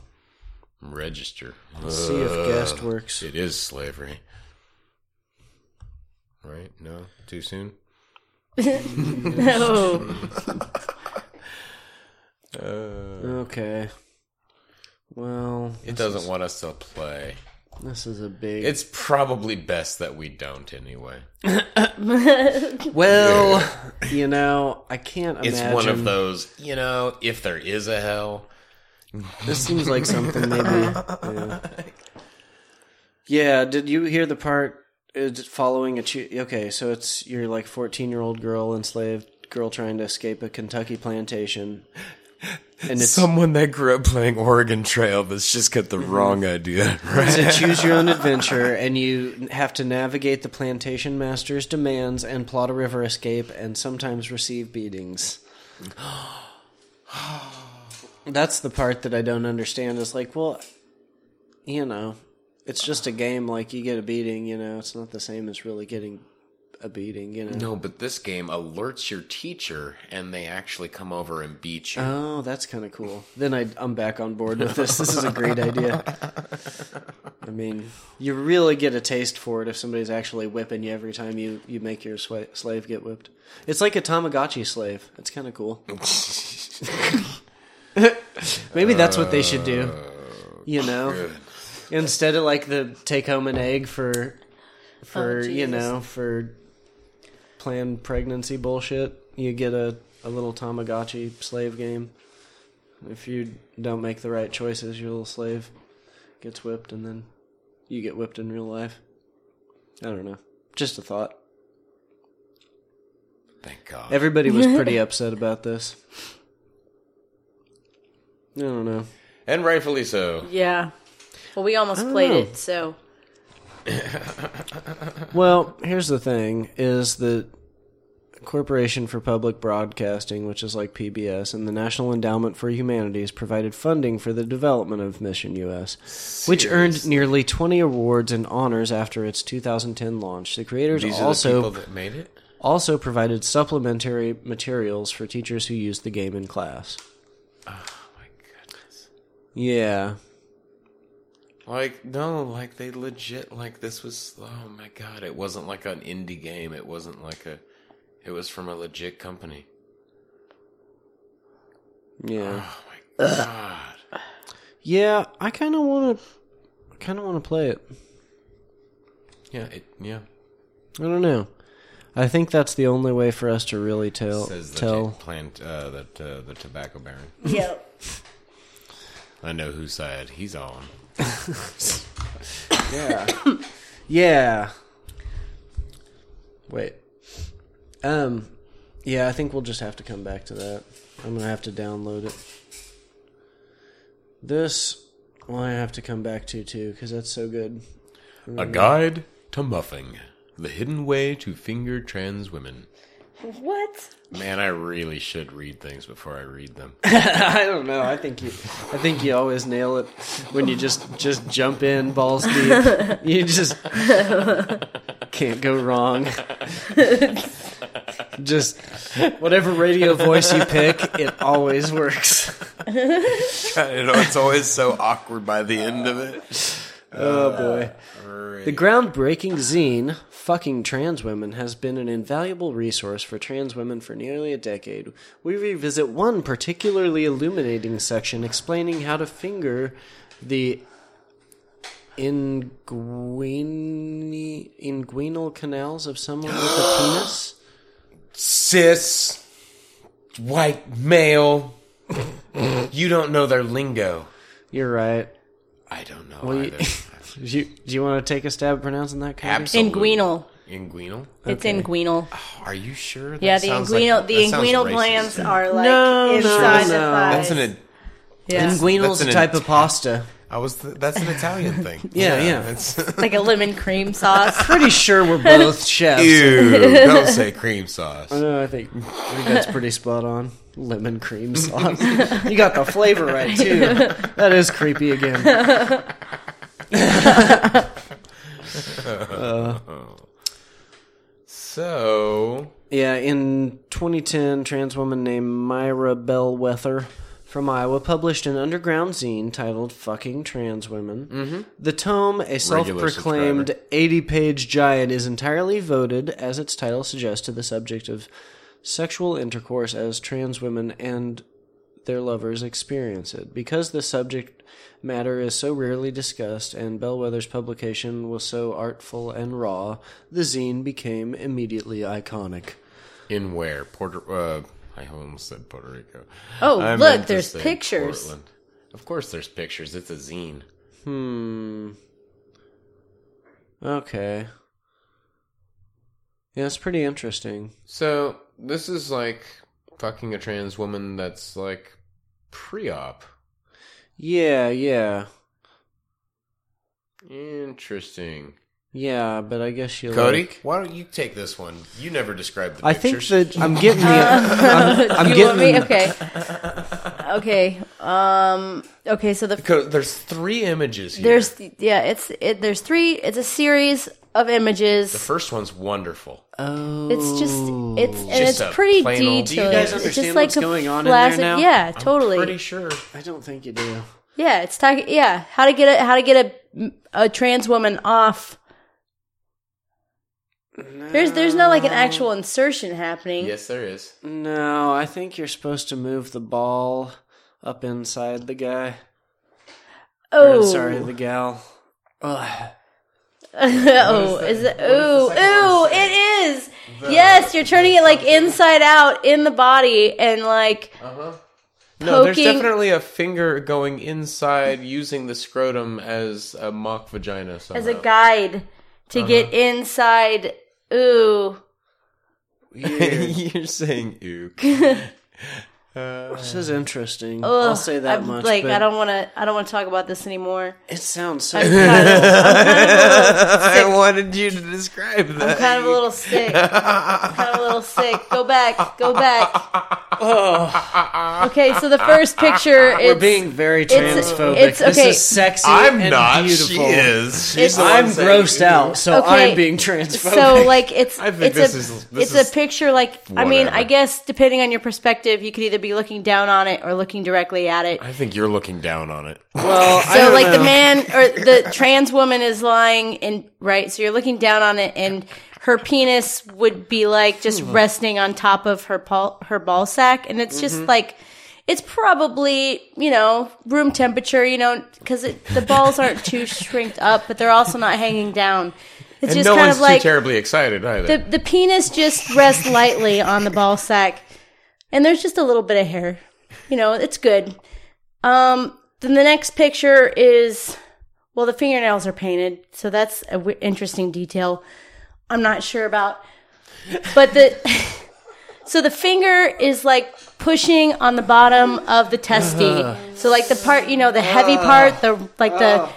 Speaker 2: register.
Speaker 1: See if
Speaker 2: Uh,
Speaker 1: guest works.
Speaker 2: It is slavery, right? No, too soon.
Speaker 3: No.
Speaker 1: Okay. Well,
Speaker 2: It doesn't want us to play.
Speaker 1: this is a big.
Speaker 2: It's probably best that we don't anyway.
Speaker 1: well, you know, I can't
Speaker 2: It's
Speaker 1: imagine.
Speaker 2: one of those, you know, if there is a hell.
Speaker 1: This seems like something maybe. Yeah. Yeah, Did you hear the part? It's following a. Che- okay, so it's you're like 14 year old girl enslaved girl trying to escape a Kentucky plantation, and it's
Speaker 2: Someone that grew up playing Oregon Trail that's just got the wrong idea, right?
Speaker 1: to choose your own adventure, and you have to navigate the plantation master's demands and plot a river escape, and sometimes receive beatings. That's the part that I don't understand. Is like, well, you know, it's just a game. Like you get a beating, you know, it's not the same as really getting a beating, you know.
Speaker 2: No, but this game alerts your teacher and they actually come over and beat you.
Speaker 1: Oh, that's kind of cool. Then I, I'm back on board with this. This is a great idea. I mean, you really get a taste for it if somebody's actually whipping you every time you, you make your swa- slave get whipped. It's like a Tamagotchi slave. It's kind of cool. Maybe that's what they should do. You know, instead of like the take home an egg for for
Speaker 3: Oh,
Speaker 1: you
Speaker 3: Jesus.
Speaker 1: know for planned pregnancy bullshit, you get a a little Tamagotchi slave game. If you don't make the right choices, your little slave gets whipped, and then you get whipped in real life. I don't know. Just a thought.
Speaker 2: Thank God.
Speaker 1: Everybody was pretty upset about this. I don't know.
Speaker 2: and rightfully so.
Speaker 3: yeah. Well, we almost
Speaker 1: don't
Speaker 3: played
Speaker 1: know.
Speaker 3: it, so.
Speaker 1: Well, here's the thing: is the Corporation for Public Broadcasting, which is like PBS, and the National Endowment for Humanities provided funding for the development of Mission US, which earned nearly 20 awards and honors after its 2010 launch. The creators
Speaker 2: These are the
Speaker 1: also
Speaker 2: people that made it?
Speaker 1: also provided supplementary materials for teachers who used the game in class.
Speaker 2: Oh My goodness.
Speaker 1: Yeah,
Speaker 2: Like, no, like they legit, like this was, oh my God. It wasn't like an indie game. It wasn't like a, it was from a legit company.
Speaker 1: yeah.
Speaker 2: Oh my God.
Speaker 1: Yeah, I kind of want to kind of want to play it.
Speaker 2: Yeah, it, yeah.
Speaker 1: I don't know. I think that's the only way for us to really tell
Speaker 2: Says the
Speaker 1: tell
Speaker 2: ta- plant, uh, that, uh, the tobacco baron.
Speaker 3: Yep.
Speaker 2: I know whose side he's on.
Speaker 1: Yeah. Wait. Um yeah, I think we'll just have to come back to that. I'm going to have to download it. This well, I have to come back to too cuz that's so good.
Speaker 2: A Guide to Muffing The Hidden Way to Finger Trans Women.
Speaker 3: what?
Speaker 2: Man, I really should read things before I read them.
Speaker 1: I don't know. I think you I think you always nail it when you just just jump in balls deep. You just can't go wrong. Just whatever radio voice you pick, it always works.
Speaker 9: you know, it's always so awkward by the end of it.
Speaker 1: Oh boy. The groundbreaking zine, Fucking Trans Women, has been an invaluable resource for trans women for nearly a decade. We revisit one particularly illuminating section explaining how to finger the inguini, inguinal canals of someone with a penis.
Speaker 2: Cis, white male. you don't know their lingo.
Speaker 1: You're right.
Speaker 2: I don't know
Speaker 1: Well, you-
Speaker 2: either.
Speaker 1: Do you, do you want to take a stab at pronouncing that? Cody?
Speaker 2: Absolutely.
Speaker 3: Inguinal.
Speaker 2: Inguinal?
Speaker 3: It's inguinal.
Speaker 2: Are you sure? That
Speaker 3: yeah, the
Speaker 2: sounds
Speaker 3: inguinal
Speaker 2: like-
Speaker 3: the
Speaker 2: that sounds
Speaker 3: inguinal
Speaker 2: racist.
Speaker 3: glands are like
Speaker 1: No, no,
Speaker 3: inside the
Speaker 1: no.
Speaker 3: thighs.
Speaker 2: That's an.
Speaker 3: yeah.
Speaker 1: Inguinal's
Speaker 2: That's an
Speaker 1: a type of pasta.
Speaker 2: I was. Th- that's an Italian thing.
Speaker 1: Yeah, yeah.
Speaker 2: That's,
Speaker 3: It's like a lemon cream sauce.
Speaker 1: Pretty sure we're both chefs.
Speaker 2: ew! Don't say cream sauce.
Speaker 1: No, I think, I think that's pretty spot on. Lemon cream sauce. you got the flavor right too. That is creepy again.
Speaker 2: So
Speaker 1: Yeah, in 2010, trans woman named Myra Bellwether from Iowa published an underground zine titled "Fucking Trans Women." Mm-hmm. The tome, a self-proclaimed 80-page giant, is entirely voted, as its title suggests, to the subject of sexual intercourse as trans women and their lovers experience it. Because the subject matter is so rarely discussed and Bellwether's publication was so artful and raw, the zine became immediately iconic.
Speaker 2: in where Puerto? Uh, I almost said Puerto Rico.
Speaker 3: Oh,
Speaker 2: I meant
Speaker 3: look,
Speaker 2: to
Speaker 3: there's
Speaker 2: say
Speaker 3: pictures.
Speaker 2: Portland. Of course, there's pictures. It's a zine.
Speaker 1: Hmm. Okay. Yeah, it's pretty interesting.
Speaker 2: So this is like fucking a trans woman that's like pre-op.
Speaker 1: Yeah, yeah.
Speaker 2: Interesting.
Speaker 1: Yeah, but I guess you
Speaker 2: Cody,
Speaker 1: like-
Speaker 2: why don't you take this one? You never described the
Speaker 1: I think
Speaker 2: pictures.
Speaker 1: that I'm getting the
Speaker 3: Uh.
Speaker 1: I'm, I'm
Speaker 3: you
Speaker 1: getting
Speaker 3: want me?
Speaker 1: the-
Speaker 3: Okay. Okay. Um okay, so the
Speaker 2: Co- there's three images here.
Speaker 3: there's yeah, it's it there's three it's a series of images.
Speaker 2: the first one's wonderful.
Speaker 3: It's just it's and
Speaker 2: Just a
Speaker 3: it's pretty
Speaker 2: plain
Speaker 3: detailed.
Speaker 2: old- Do you guys
Speaker 3: It's
Speaker 1: understand
Speaker 3: just like
Speaker 1: what's
Speaker 3: a
Speaker 1: going on in there
Speaker 3: classic-
Speaker 1: now?
Speaker 3: Yeah, totally.
Speaker 2: Pretty sure.
Speaker 1: I don't think you do.
Speaker 3: Yeah, it's talking. Yeah, how to get a how to get a a trans woman off. There's there's not like an actual insertion happening.
Speaker 2: Yes, there is.
Speaker 1: No, I think you're supposed to move the ball up inside the guy.
Speaker 3: oh,
Speaker 1: Or, sorry, the gal. Ugh.
Speaker 3: oh, is it? Ooh, ooh, it is. yes, you're turning it like inside out in the body and like
Speaker 1: Uh-huh.
Speaker 2: No, there's
Speaker 3: Poking-
Speaker 2: definitely a finger going inside using the scrotum as a mock vagina somehow.
Speaker 3: as a guide to
Speaker 1: Uh-huh.
Speaker 3: get inside. Ooh,
Speaker 2: You're saying ook.
Speaker 1: This is interesting. I'll
Speaker 3: Ugh,
Speaker 1: say that
Speaker 3: I'm,
Speaker 1: much.
Speaker 3: Like
Speaker 1: but
Speaker 3: I don't want to. I don't want to talk about this anymore.
Speaker 1: It sounds so.
Speaker 3: I'm kind of,
Speaker 2: I wanted you to describe that.
Speaker 3: I'm kind of a little sick. I'm kind of a little sick. Go back. Go back.
Speaker 2: Oh.
Speaker 3: Okay, so the first picture
Speaker 1: We're
Speaker 3: it's
Speaker 1: being very
Speaker 3: it's-
Speaker 1: transphobic.
Speaker 3: it's-
Speaker 1: This
Speaker 3: okay.
Speaker 1: is sexy.
Speaker 2: I'm
Speaker 1: and
Speaker 2: not.
Speaker 1: Beautiful.
Speaker 2: She is.
Speaker 3: It's- the
Speaker 1: I'm grossed out, so
Speaker 3: Okay.
Speaker 1: I'm being transphobic.
Speaker 3: so like it's
Speaker 2: I think
Speaker 3: it's
Speaker 2: this
Speaker 3: a
Speaker 2: is- this
Speaker 3: it's
Speaker 2: is
Speaker 3: a picture like I mean, I
Speaker 2: whatever.
Speaker 3: guess depending on your perspective, you could either be looking down on it or looking directly at it.
Speaker 2: I think you're looking down on it.
Speaker 1: well, I
Speaker 3: So
Speaker 1: don't
Speaker 3: like the
Speaker 1: know.
Speaker 3: man or the trans woman is lying and right, so you're looking down on it and her penis would be like just resting on top of her pal- her ball sack and it's just like it's probably, you know, room temperature, you know, because the balls aren't too shrinked up, but they're also not hanging down. It's
Speaker 2: And
Speaker 3: just
Speaker 2: no
Speaker 3: kind
Speaker 2: one's
Speaker 3: of like
Speaker 2: too terribly excited either.
Speaker 3: the, the penis just rests lightly on the ball sack, and there's just a little bit of hair. You know, it's good. Um, then the next picture is well, the fingernails are painted, so that's an w- interesting detail. I'm not sure about, but the so the finger is like pushing on the bottom of the testy.
Speaker 1: Uh-huh.
Speaker 3: So like the part, you know, the heavy part, the like the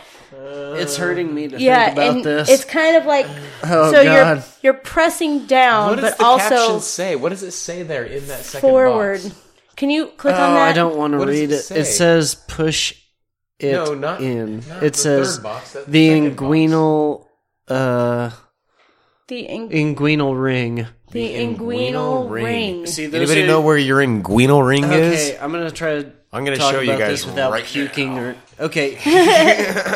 Speaker 1: it's hurting me to
Speaker 3: yeah,
Speaker 1: Oh. think about
Speaker 3: and
Speaker 1: this.
Speaker 3: it's kind of like so
Speaker 1: Oh, God.
Speaker 3: you're you're pressing down,
Speaker 2: what does
Speaker 3: but
Speaker 2: the
Speaker 3: also
Speaker 2: caption say? What does it say there in that second
Speaker 3: forward.
Speaker 2: box?
Speaker 3: Can you click
Speaker 1: oh,
Speaker 3: on that?
Speaker 1: I don't want to
Speaker 2: What does
Speaker 1: read
Speaker 2: it
Speaker 1: it.
Speaker 2: say?
Speaker 1: It says push it
Speaker 2: No, not-
Speaker 1: in.
Speaker 2: not
Speaker 1: it
Speaker 2: the
Speaker 1: says
Speaker 2: third box, that's the
Speaker 1: the
Speaker 2: second box.
Speaker 1: inguinal. Uh,
Speaker 3: The ing-
Speaker 1: Inguinal ring.
Speaker 3: the inguinal
Speaker 2: ring.
Speaker 3: ring.
Speaker 1: See, those
Speaker 2: Anybody
Speaker 1: are-
Speaker 2: know where your inguinal ring
Speaker 1: Okay,
Speaker 2: is?
Speaker 1: I'm gonna try to.
Speaker 2: I'm gonna
Speaker 1: talk
Speaker 2: show you
Speaker 1: about
Speaker 2: guys
Speaker 1: this without
Speaker 2: right
Speaker 1: puking or. Okay.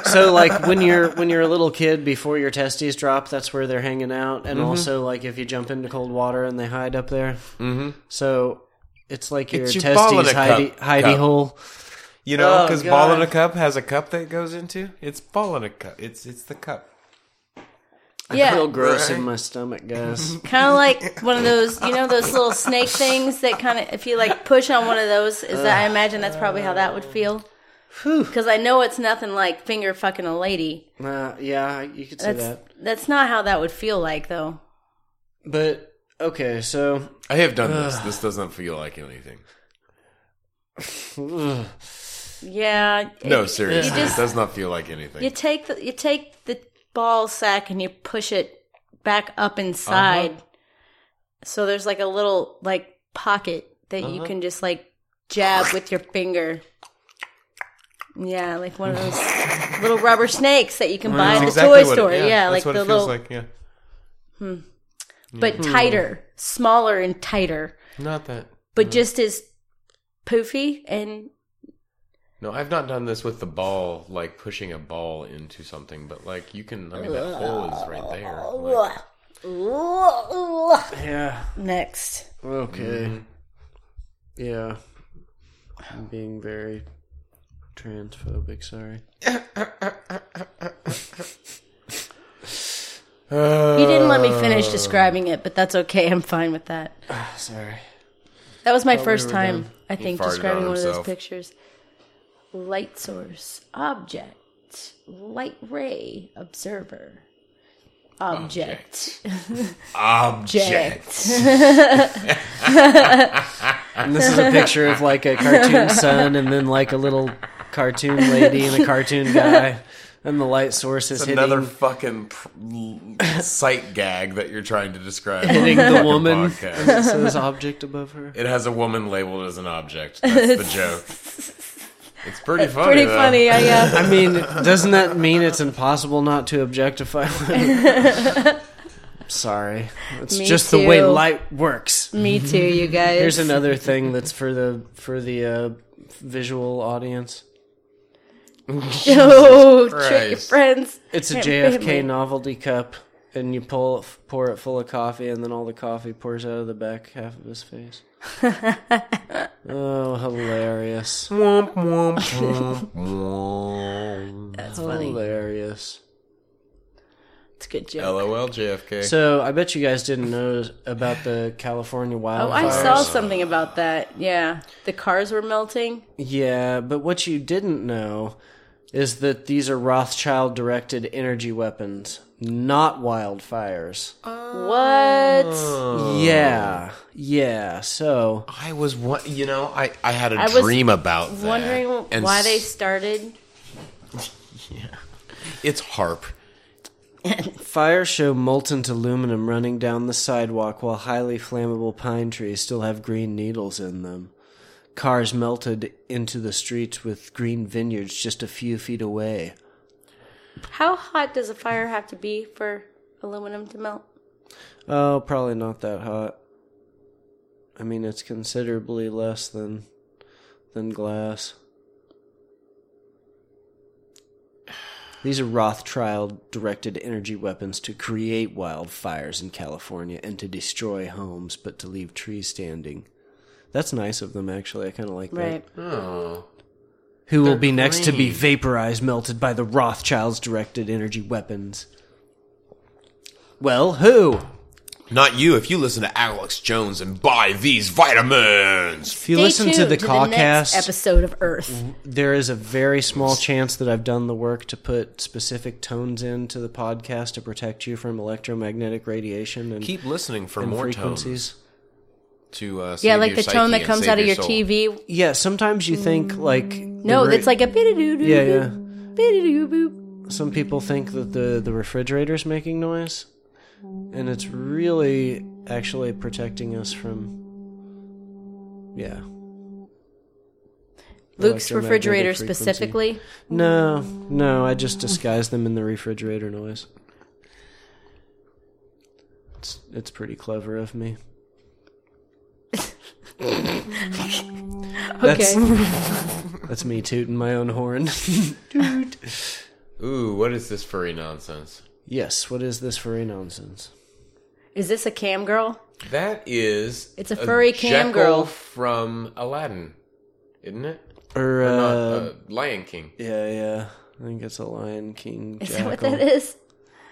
Speaker 1: so like when you're when you're a little kid, before your testes drop, that's where they're hanging out,
Speaker 2: Mm-hmm.
Speaker 1: and also like if you jump into cold water and they hide up there. Mm-hmm. So it's like your,
Speaker 2: It's your ball in
Speaker 1: testes
Speaker 2: a cup-
Speaker 1: hidey hidey
Speaker 2: cup.
Speaker 1: hole.
Speaker 2: You know,
Speaker 1: Oh,
Speaker 2: because ball in
Speaker 1: God.
Speaker 2: a cup has a cup that it goes into. It's ball in a cup. It's it's the cup.
Speaker 1: I feel
Speaker 3: Yeah,
Speaker 1: gross in my stomach, guys.
Speaker 3: kind of like one of those, you know, those little snake things that kind of, if you like push on one of those, is that I imagine that's probably how that would feel. Because I know it's nothing like finger fucking a lady.
Speaker 1: uh, yeah, you could say
Speaker 3: That's
Speaker 1: that.
Speaker 3: that's not how that would feel like though.
Speaker 1: But okay, so
Speaker 2: I have done this. This doesn't feel like anything.
Speaker 3: Yeah.
Speaker 2: No,
Speaker 3: it-
Speaker 2: seriously,
Speaker 3: You just-
Speaker 2: it does not feel like anything.
Speaker 3: You take the you take the ball sack and you push it back up inside.
Speaker 2: Uh-huh.
Speaker 3: So there's like a little like pocket that you
Speaker 2: Uh-huh.
Speaker 3: can just like jab with your finger. Yeah, like one of those little rubber snakes that you can buy at the toy store. yeah, like
Speaker 2: that's Oh, what
Speaker 3: the
Speaker 2: it feels
Speaker 3: little,
Speaker 2: like. Hmm. Yeah,
Speaker 3: but tighter, smaller and tighter,
Speaker 2: not that.
Speaker 3: but just as poofy and
Speaker 2: No, I've not done this with the ball, like pushing a ball into something, but like you can. I mean, that hole is right there. Like,
Speaker 1: yeah,
Speaker 3: next.
Speaker 1: okay,
Speaker 2: Mm-hmm.
Speaker 1: yeah. I'm being very transphobic. Sorry.
Speaker 3: You didn't let me finish describing it, but that's okay. I'm fine with that.
Speaker 1: Sorry.
Speaker 3: That was my first time, I think,
Speaker 2: farted
Speaker 3: describing
Speaker 2: on
Speaker 3: one of those
Speaker 2: himself.
Speaker 3: pictures. Light source, object, light ray, observer, object,
Speaker 2: object.
Speaker 3: object.
Speaker 1: And this is a picture of like a cartoon sun and then like a little cartoon lady and a cartoon guy. And the light source is
Speaker 2: It's
Speaker 1: hitting,
Speaker 2: another fucking pr- sight gag that you're trying to describe. on
Speaker 1: hitting the
Speaker 2: fucking
Speaker 1: woman.
Speaker 2: podcast.
Speaker 1: It says object above her.
Speaker 2: It has a woman labeled as an object. That's the joke. It's pretty funny.
Speaker 3: Pretty
Speaker 2: though.
Speaker 3: funny, I yeah.
Speaker 1: I mean, doesn't that mean it's impossible not to objectify women? Sorry. It's
Speaker 3: Me
Speaker 1: just the way
Speaker 3: too.
Speaker 1: light works.
Speaker 3: Me too, you guys.
Speaker 1: Here's another thing that's for the for the uh, visual audience.
Speaker 3: oh, trick your
Speaker 2: Christ.
Speaker 3: friends.
Speaker 1: It's a
Speaker 3: Can't
Speaker 1: JFK
Speaker 3: believe it.
Speaker 1: novelty cup, and you pull it, pour it full of coffee, and then all the coffee pours out of the back half of his face. oh, hilarious!
Speaker 2: Womp, womp, womp, womp.
Speaker 1: hilarious.
Speaker 3: Oh, It's a good joke.
Speaker 2: LOL, JFK.
Speaker 1: So I bet you guys didn't know about the California
Speaker 3: Oh,
Speaker 1: wildfires.
Speaker 3: I saw something about that. Yeah, the cars were melting.
Speaker 1: Yeah, but what you didn't know is that these are Rothschild-directed energy weapons, not wildfires.
Speaker 2: Oh,
Speaker 3: What?
Speaker 1: Yeah, yeah. So
Speaker 2: I was one, you know, I, I had a
Speaker 3: I was
Speaker 2: dream about that.
Speaker 3: Wondering
Speaker 2: and
Speaker 3: why
Speaker 2: s-
Speaker 3: they started.
Speaker 2: It's harp.
Speaker 1: Fires show molten aluminum running down the sidewalk while highly flammable pine trees still have green needles in them. Cars melted into the streets with green vineyards just a few feet away.
Speaker 3: How hot does a fire have to be for aluminum to melt?
Speaker 1: Oh, probably not that hot. I mean, it's considerably less than than glass. These are Rothschild directed energy weapons to create wildfires in California and to destroy homes, but to leave trees standing. That's nice of them, actually. I kind of like that.
Speaker 3: Right.
Speaker 1: Who will be next to be vaporized, melted by the Rothschilds directed energy weapons? Well, who?
Speaker 2: Not you, if you listen to Alex Jones and buy these vitamins.
Speaker 1: If you listen to the Cawcast,
Speaker 3: episode of Earth.
Speaker 1: there is a very small chance that I've done the work to put specific tones into the podcast to protect you from electromagnetic radiation and,
Speaker 2: Keep listening for
Speaker 1: and
Speaker 2: more tones
Speaker 1: frequencies.
Speaker 2: to uh, save
Speaker 3: Yeah, like
Speaker 2: your
Speaker 3: the tone
Speaker 2: psyche
Speaker 3: that
Speaker 2: and
Speaker 3: comes
Speaker 2: save
Speaker 3: out of your
Speaker 2: soul.
Speaker 3: TV.
Speaker 1: Yeah, sometimes you think like
Speaker 3: Mm. No,
Speaker 1: the ra-
Speaker 3: it's like a bididoo
Speaker 1: yeah, yeah.
Speaker 3: bididoo
Speaker 1: Some people think that the the refrigerator's making noise, and it's really actually protecting us from. Yeah.
Speaker 3: Luke's
Speaker 1: Electromagnetic
Speaker 3: refrigerator
Speaker 1: frequency.
Speaker 3: specifically.
Speaker 1: No, no, I just disguise them in the refrigerator noise. It's it's pretty clever of me. That's-
Speaker 3: Okay.
Speaker 1: That's me tooting my own horn.
Speaker 2: Ooh, what is this furry nonsense?
Speaker 1: yes, what is this furry nonsense?
Speaker 3: Is this a cam girl?
Speaker 2: That is.
Speaker 3: It's a furry cam
Speaker 2: Jekyll
Speaker 3: girl.
Speaker 2: from Aladdin, isn't it?
Speaker 1: Or,
Speaker 2: Or
Speaker 1: uh,
Speaker 2: not, uh, Lion King.
Speaker 1: yeah, yeah. I think it's a Lion King
Speaker 3: Is
Speaker 1: jackal
Speaker 3: that what that is?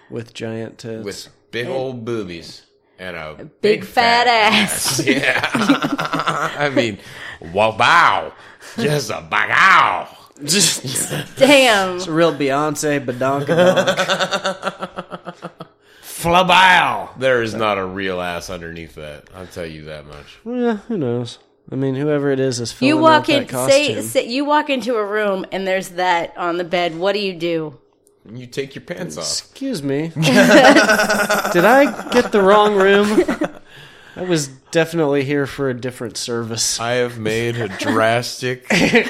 Speaker 1: with giant tits.
Speaker 2: with big old boobies and a big,
Speaker 3: Big, fat, ass.
Speaker 2: Yeah, I mean, wow, wow, just a wow.
Speaker 1: Just
Speaker 3: Damn.
Speaker 1: a real Beyonce badonkadonk.
Speaker 2: Flabow. There is not a real ass underneath that. I'll tell you that much.
Speaker 1: yeah, who knows? I mean, whoever it is is filling
Speaker 3: You
Speaker 1: out
Speaker 3: walk in,
Speaker 1: that costume.
Speaker 3: say, say, you walk into a room and there's that on the bed. What do you do?
Speaker 2: You take your pants off.
Speaker 1: Excuse me. Did I get the wrong room? I was definitely here for a different service.
Speaker 2: I have made a drastic.
Speaker 3: And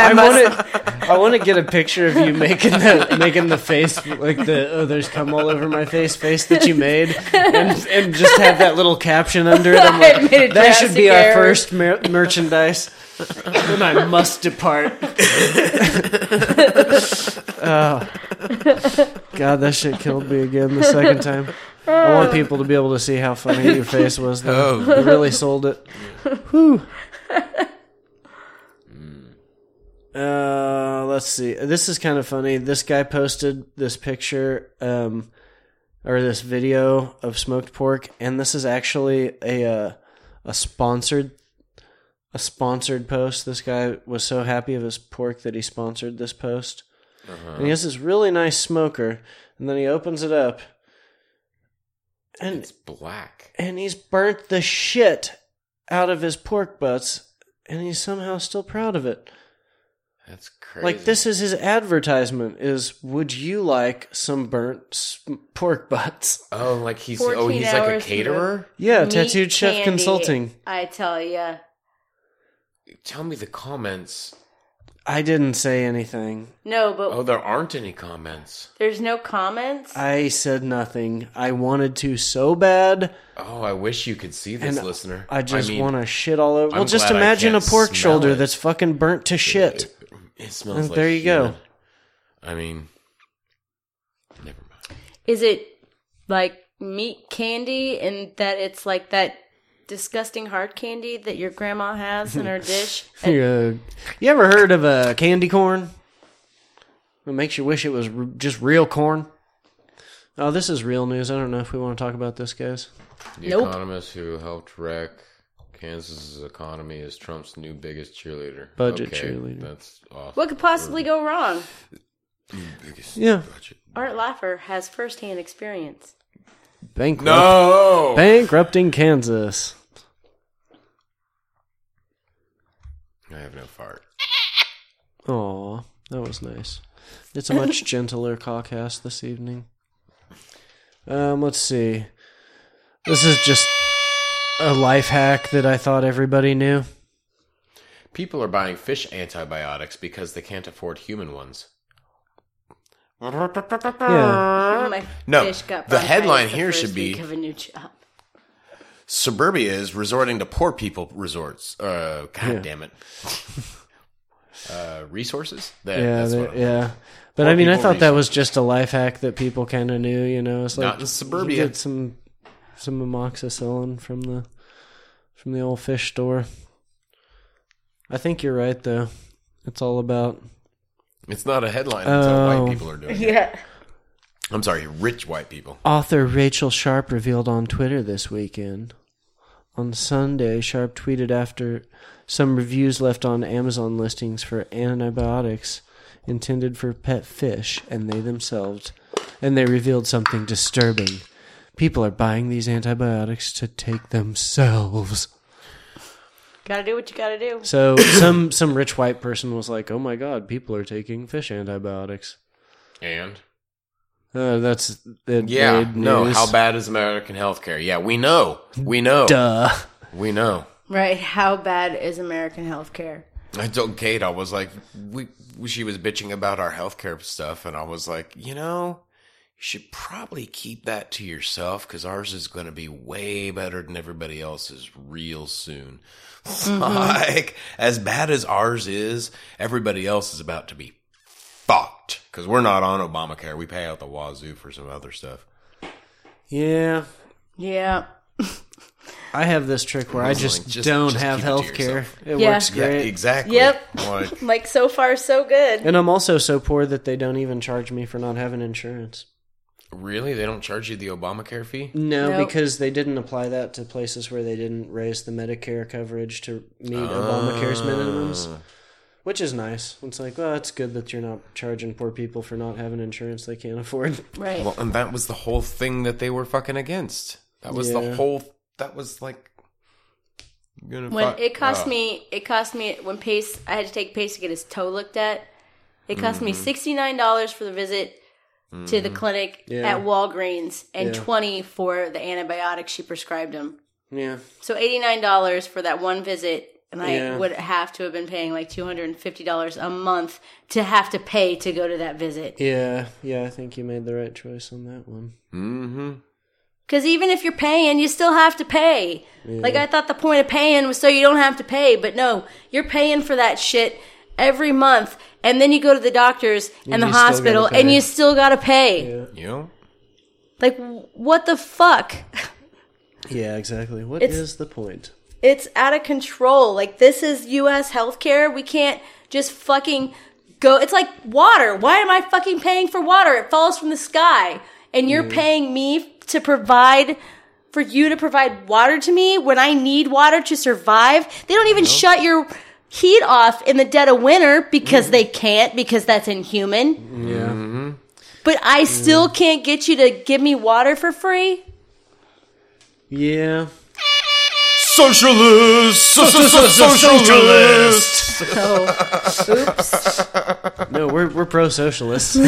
Speaker 3: I,
Speaker 1: I
Speaker 3: must,
Speaker 1: want to. I want to get a picture of you making the making the face like the oh there's cum all over my face face that you made and and just have that little caption under it. I'm
Speaker 3: I
Speaker 1: like,
Speaker 3: made a
Speaker 1: that should be
Speaker 3: drastic
Speaker 1: our
Speaker 3: error.
Speaker 1: first mer- merchandise. and I must depart. oh God, that shit killed me again the second time. I want people to be able to see how funny your face was. Though.
Speaker 2: Oh.
Speaker 1: You really sold it. Mm. Uh, let's see. This is kind of funny. This guy posted this picture, um, or this video of smoked pork, and this is actually a uh, a sponsored a sponsored post. This guy was so happy of his pork that he sponsored this post, and he has this really nice smoker, and then he opens it up, and
Speaker 2: It's black.
Speaker 1: and he's burnt the shit out of his pork butts, and he's somehow still proud of it.
Speaker 2: That's crazy.
Speaker 1: Like this is his advertisement is would you like some burnt s- pork butts?
Speaker 2: Oh, like he's oh
Speaker 3: 14
Speaker 2: he's like a
Speaker 3: hours
Speaker 2: caterer.
Speaker 1: Yeah,
Speaker 3: Meat
Speaker 1: tattooed chef
Speaker 3: candy,
Speaker 1: consulting.
Speaker 3: I tell ya.
Speaker 2: Tell me the comments.
Speaker 1: I didn't say anything.
Speaker 3: No, but
Speaker 2: Oh, there aren't any comments.
Speaker 3: there's no comments.
Speaker 1: I said nothing. I wanted to so bad.
Speaker 2: Oh, I wish you could see this,
Speaker 1: And
Speaker 2: listener.
Speaker 1: I just
Speaker 2: mean,
Speaker 1: want to shit all over.
Speaker 2: I'm
Speaker 1: well, just
Speaker 2: glad I
Speaker 1: imagine a
Speaker 2: can't
Speaker 1: pork
Speaker 2: smell
Speaker 1: shoulder
Speaker 2: it.
Speaker 1: that's fucking burnt to shit.
Speaker 2: It smells
Speaker 1: And
Speaker 2: like
Speaker 1: there you go.
Speaker 2: human. I mean, never mind.
Speaker 3: Is it like meat candy and that it's like that disgusting hard candy that your grandma has in her dish? And
Speaker 1: you uh, you ever heard of a candy corn? It makes you wish it was r- just real corn. Oh, this is real news. I don't know if we want to talk about this, guys.
Speaker 2: The
Speaker 3: Nope.
Speaker 2: economist who helped wreck Kansas's economy is Trump's new biggest cheerleader.
Speaker 1: Budget cheerleader.
Speaker 2: That's off.
Speaker 3: what could possibly go wrong?
Speaker 1: Yeah,
Speaker 3: Art Laffer has firsthand experience.
Speaker 1: bankrupt.
Speaker 2: No.
Speaker 1: Bankrupting Kansas.
Speaker 2: I have no fart.
Speaker 1: Aw, that was nice. It's a much gentler cockcast this evening. Um, let's see. This is just a life hack that I thought everybody knew.
Speaker 2: People are buying fish antibiotics because they can't afford human ones.
Speaker 1: Yeah.
Speaker 3: My
Speaker 10: No,
Speaker 3: fish got
Speaker 10: the
Speaker 3: bronchitis
Speaker 10: headline
Speaker 3: the
Speaker 10: here
Speaker 3: first
Speaker 10: should be-
Speaker 3: week of a new job.
Speaker 10: Suburbia is resorting to poor people resorts. Uh, God damn it.
Speaker 2: Uh, resources? That,
Speaker 1: Yeah,
Speaker 2: that's
Speaker 1: they-
Speaker 2: what I'm-
Speaker 1: yeah. But I mean, I
Speaker 2: people
Speaker 1: thought that
Speaker 2: research.
Speaker 1: was just a life hack that people kind of knew. You know, it's like
Speaker 2: Not in suburbia.
Speaker 1: you Get some some amoxicillin from the from the old fish store. I think you're right, though. It's all about
Speaker 2: It's not a headline until
Speaker 1: Oh.
Speaker 2: white people are doing it.
Speaker 3: Yeah.
Speaker 2: I'm sorry, rich white people.
Speaker 1: Author Rachel Sharp revealed on Twitter this weekend. On Sunday, Sharp tweeted after some reviews left on Amazon listings for antibiotics intended for pet fish, and they themselves, and they revealed something disturbing. People are buying these antibiotics to take themselves.
Speaker 3: Gotta do what you gotta do.
Speaker 1: So some some rich white person was like, "Oh my god, people are taking fish antibiotics."
Speaker 2: And
Speaker 1: Uh, that's that
Speaker 2: Yeah,
Speaker 1: made
Speaker 2: no.
Speaker 1: news.
Speaker 2: How bad is American healthcare? Yeah, we know, we know,
Speaker 1: Duh.
Speaker 2: we know.
Speaker 3: Right. How bad is American healthcare?
Speaker 10: I told Kate, I was like, we, she was bitching about our healthcare stuff, and I was like, you know,
Speaker 2: should probably keep that to yourself because ours is going to be way better than everybody else's real soon. like, as bad as ours is, everybody else is about to be fucked because we're not on Obamacare. We pay out the wazoo for some other stuff.
Speaker 1: Yeah,
Speaker 3: Yeah.
Speaker 1: I have this trick where I
Speaker 2: Almost
Speaker 1: just,
Speaker 2: like, just-
Speaker 1: don't
Speaker 2: just
Speaker 1: have
Speaker 2: keep it to
Speaker 1: health care.
Speaker 2: yourself.
Speaker 1: It
Speaker 3: Yeah.
Speaker 1: works
Speaker 2: Yeah,
Speaker 1: great.
Speaker 2: exactly.
Speaker 3: Yep.
Speaker 2: Like,
Speaker 3: Like so far so good.
Speaker 1: And I'm also so poor that they don't even charge me for not having insurance.
Speaker 2: really? They don't charge you the Obamacare fee?
Speaker 1: No,
Speaker 3: Nope.
Speaker 1: because they didn't apply that to places where they didn't raise the Medicare coverage to meet Obamacare's
Speaker 2: Ah.
Speaker 1: minimums, which is nice. It's like, well, it's good that you're not charging poor people for not having insurance they can't afford.
Speaker 3: Right.
Speaker 2: Well, and that was the whole thing that they were fucking against. That was
Speaker 1: Yeah.
Speaker 2: the whole. That was like. Gonna
Speaker 3: When
Speaker 2: fuck-
Speaker 3: it cost
Speaker 2: oh.
Speaker 3: me, it cost me when Pace. I had to take Pace to get his toe looked at. It cost me sixty nine dollars for the visit to the clinic
Speaker 1: Yeah.
Speaker 3: at Walgreens and
Speaker 1: Yeah.
Speaker 3: twenty for the antibiotics she prescribed him.
Speaker 1: Yeah.
Speaker 3: So eighty nine dollars for that one visit, and I
Speaker 1: Yeah.
Speaker 3: would have to have been paying like two hundred and fifty dollars a month to have to pay to go to that visit.
Speaker 1: Yeah, yeah, I think you made the right choice on that one.
Speaker 3: Because even if you're paying, you still have to pay. Like I thought the point of paying was so you don't have to pay, but no, you're paying for that shit every month, and then you go to the doctors and the
Speaker 1: you still
Speaker 3: hospital,
Speaker 1: gotta
Speaker 3: and
Speaker 1: pay.
Speaker 3: you still gotta pay.
Speaker 2: You know?
Speaker 3: Like w- what the fuck?
Speaker 1: Yeah, exactly. What is
Speaker 3: It's-
Speaker 1: the point?
Speaker 3: It's out of control. Like this is U.S. healthcare. We can't just fucking go. It's like water. Why am I fucking paying for water? It falls from the sky, and you're paying me to provide for you to provide water to me when I need water to survive. They don't even shut your heat off in the dead of winter because they can't because that's inhuman.
Speaker 1: Yeah.
Speaker 2: Mm-hmm.
Speaker 3: But I still can't get you to give me water for free.
Speaker 1: Yeah.
Speaker 2: Socialist! Socialist!
Speaker 3: So, oops.
Speaker 1: No, we're we're pro socialists.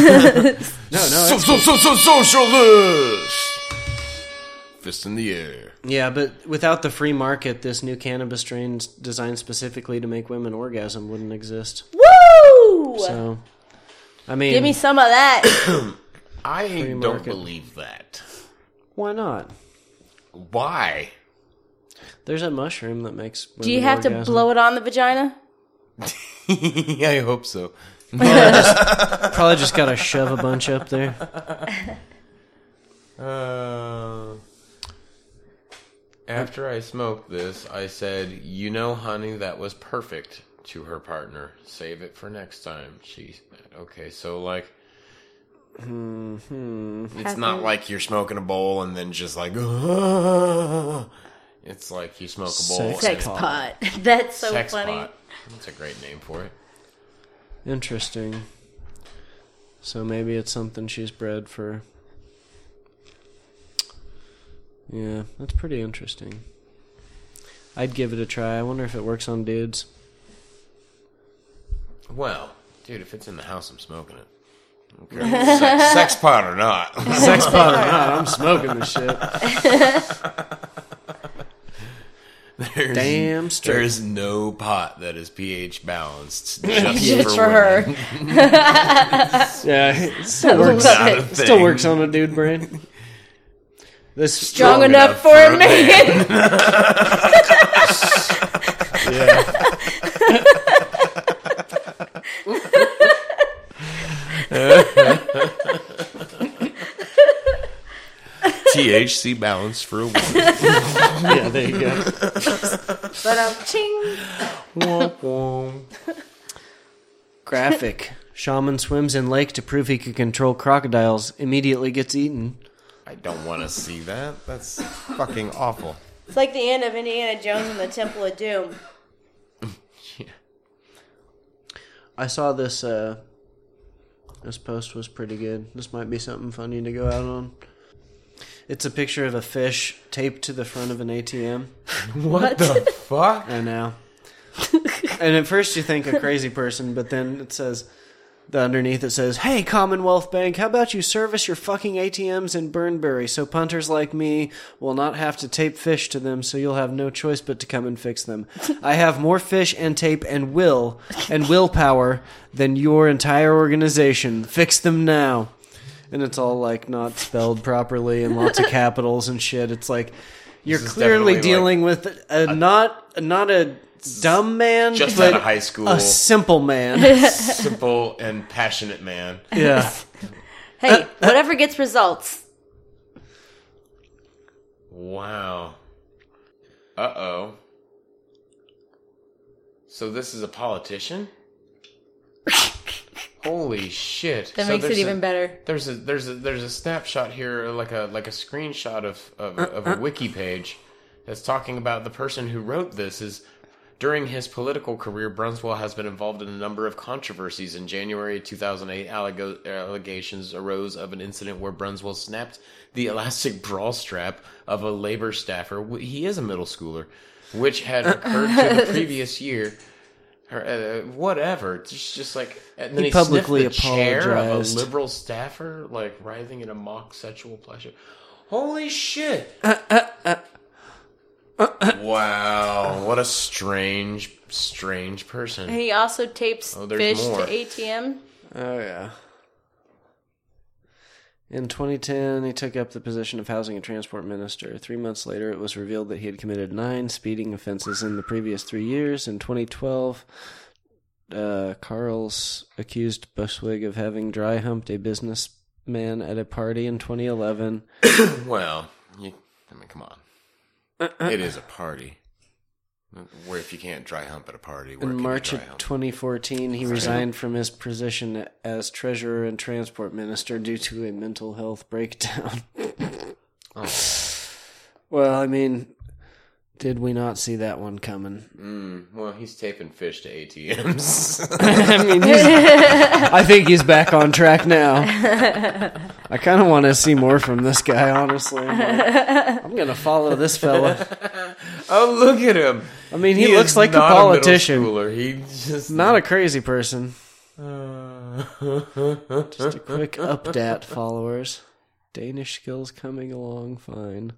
Speaker 2: Socialist! Fist in the air.
Speaker 1: yeah, but without the free market, this new cannabis strain s- designed specifically to make women orgasm wouldn't exist.
Speaker 3: Woo!
Speaker 1: So, I mean,
Speaker 3: Give me some of that.
Speaker 2: I don't
Speaker 1: market.
Speaker 2: believe that.
Speaker 1: why not?
Speaker 2: Why?
Speaker 1: There's a mushroom that makes.
Speaker 3: Do you have to blow it on the vagina?
Speaker 2: I hope so.
Speaker 1: Probably just gotta shove a bunch up there.
Speaker 2: Uh, after I smoked this, I said, "You know, honey, that was perfect." To her partner, save it for next time. She okay, so like, it's not like you're smoking a bowl and then just like, it's like you smoke a bowl.
Speaker 1: Sex
Speaker 2: and-
Speaker 3: Sex pot. That's so
Speaker 2: sex
Speaker 3: funny.
Speaker 2: pot. That's a great name for it.
Speaker 1: Interesting. So maybe it's something she's bred for. Yeah, that's pretty interesting. I'd give it a try. I wonder if it works on dudes.
Speaker 2: Well, dude, if it's in the house, I'm smoking it. Okay, sex, sex pot or not.
Speaker 1: Sex pot or not, I'm smoking this shit.
Speaker 2: There's,
Speaker 1: Damn straight.
Speaker 2: There's no pot that is pH balanced just,
Speaker 3: Just
Speaker 2: for,
Speaker 3: for her.
Speaker 2: women.
Speaker 1: Yeah, it still
Speaker 2: It's
Speaker 1: works.
Speaker 2: not a
Speaker 1: It still
Speaker 2: thing.
Speaker 1: works on a dude brain. This
Speaker 3: Strong enough
Speaker 2: enough
Speaker 3: for
Speaker 2: for
Speaker 3: a
Speaker 2: a
Speaker 3: man.
Speaker 2: THC balanced for a woman.
Speaker 1: Yeah, there you go.
Speaker 3: but um, ching.
Speaker 2: Womp womp.
Speaker 1: Graphic. Shaman swims in lake to prove he can control crocodiles. Immediately gets eaten.
Speaker 2: I don't want to see that. That's fucking awful.
Speaker 3: It's like the end of Indiana Jones and the Temple of Doom.
Speaker 1: I saw this. Uh, this post was pretty good. This might be something funny to go out on. It's a picture of a fish taped to the front of an ATM.
Speaker 2: What the fuck?
Speaker 1: I know. and at first you think a crazy person, but then it says the underneath it says, "Hey Commonwealth Bank, how about you service your fucking ATMs in Burnbury so punters like me will not have to tape fish to them, so you'll have no choice but to come and fix them. I have more fish and tape and will and willpower than your entire organization. Fix them now." and it's all like not spelled properly and lots of capitals and shit. It's like you're
Speaker 2: is
Speaker 1: clearly
Speaker 2: definitely,
Speaker 1: dealing with a, not not a dumb man,
Speaker 2: Just
Speaker 1: but
Speaker 2: out of high school.
Speaker 1: a simple man.
Speaker 2: simple and passionate man.
Speaker 1: yeah,
Speaker 2: Uh,
Speaker 3: Hey, whatever gets results.
Speaker 2: Wow. Uh oh. So this is a politician? Holy shit.
Speaker 3: That
Speaker 2: So
Speaker 3: makes it
Speaker 2: there's a-
Speaker 3: even better.
Speaker 2: There's a there's a there's a snapshot here, like a like a screenshot of of, of a wiki page that's talking about the person who wrote this is during his political career, Brunswell has been involved in a number of controversies. In January 2008, allego- allegations arose of an incident where Brunswell snapped the elastic bra strap of a labor staffer. wh- He is a middle schooler, which had occurred to the previous year. Or, uh, whatever. It's just like and then he,
Speaker 1: He publicly
Speaker 2: publicly chair of a
Speaker 1: apologized.
Speaker 2: liberal staffer, like writhing in a mock sexual pleasure. Holy shit! Wow, what a strange, strange person.
Speaker 3: He also tapes
Speaker 2: Oh, there's
Speaker 3: fish
Speaker 2: more.
Speaker 3: to ATM.
Speaker 1: oh yeah. In 2010, he took up the position of Housing and Transport Minister. Three months later, it was revealed that he had committed nine speeding offenses in the previous three years. In 2012, uh, Carl's accused Buswig of having dry humped a businessman at a party in 2011.
Speaker 2: Well, you, I mean, come on. It is a party. Where if you can't dry hump at a party, where
Speaker 1: In
Speaker 2: can
Speaker 1: March
Speaker 2: you
Speaker 1: of
Speaker 2: dry hump?
Speaker 1: 2014, he resigned from his position as treasurer and transport minister due to a mental health breakdown.
Speaker 2: Oh.
Speaker 1: Well, I mean, did we not see that one coming?
Speaker 2: well, he's taping fish to ATMs.
Speaker 1: I mean, he's- I think he's back on track now. I kind of want to see more from this guy, honestly. I'm, like, I'm gonna follow this fella.
Speaker 2: oh, look at him.
Speaker 1: I mean, he,
Speaker 2: is
Speaker 1: looks like a
Speaker 2: not middle
Speaker 1: politician,
Speaker 2: schooler. He just
Speaker 1: not a crazy person.
Speaker 2: Uh,
Speaker 1: Just a quick updat, followers. Danish skills coming along fine.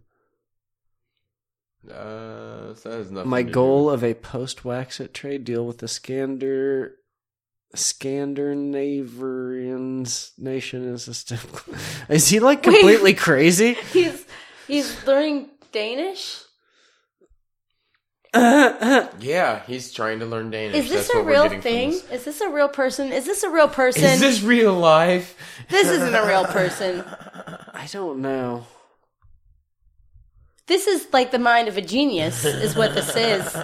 Speaker 2: uh, so that has nothing
Speaker 1: My
Speaker 2: to do
Speaker 1: goal of a post Waxit trade deal with the Scander Scandinavian nation is a step. Is he like completely crazy?
Speaker 3: He's he's learning Danish.
Speaker 2: with- Yeah, he's trying to learn Danish.
Speaker 3: Is this
Speaker 2: That's
Speaker 3: a
Speaker 2: what we're
Speaker 3: real
Speaker 2: getting from
Speaker 3: thing?
Speaker 2: this.
Speaker 3: Is this a real person? Is this a real person?
Speaker 2: Is this real life?
Speaker 3: this isn't a real person.
Speaker 1: I don't know.
Speaker 3: This is like the mind of a genius, is what this is.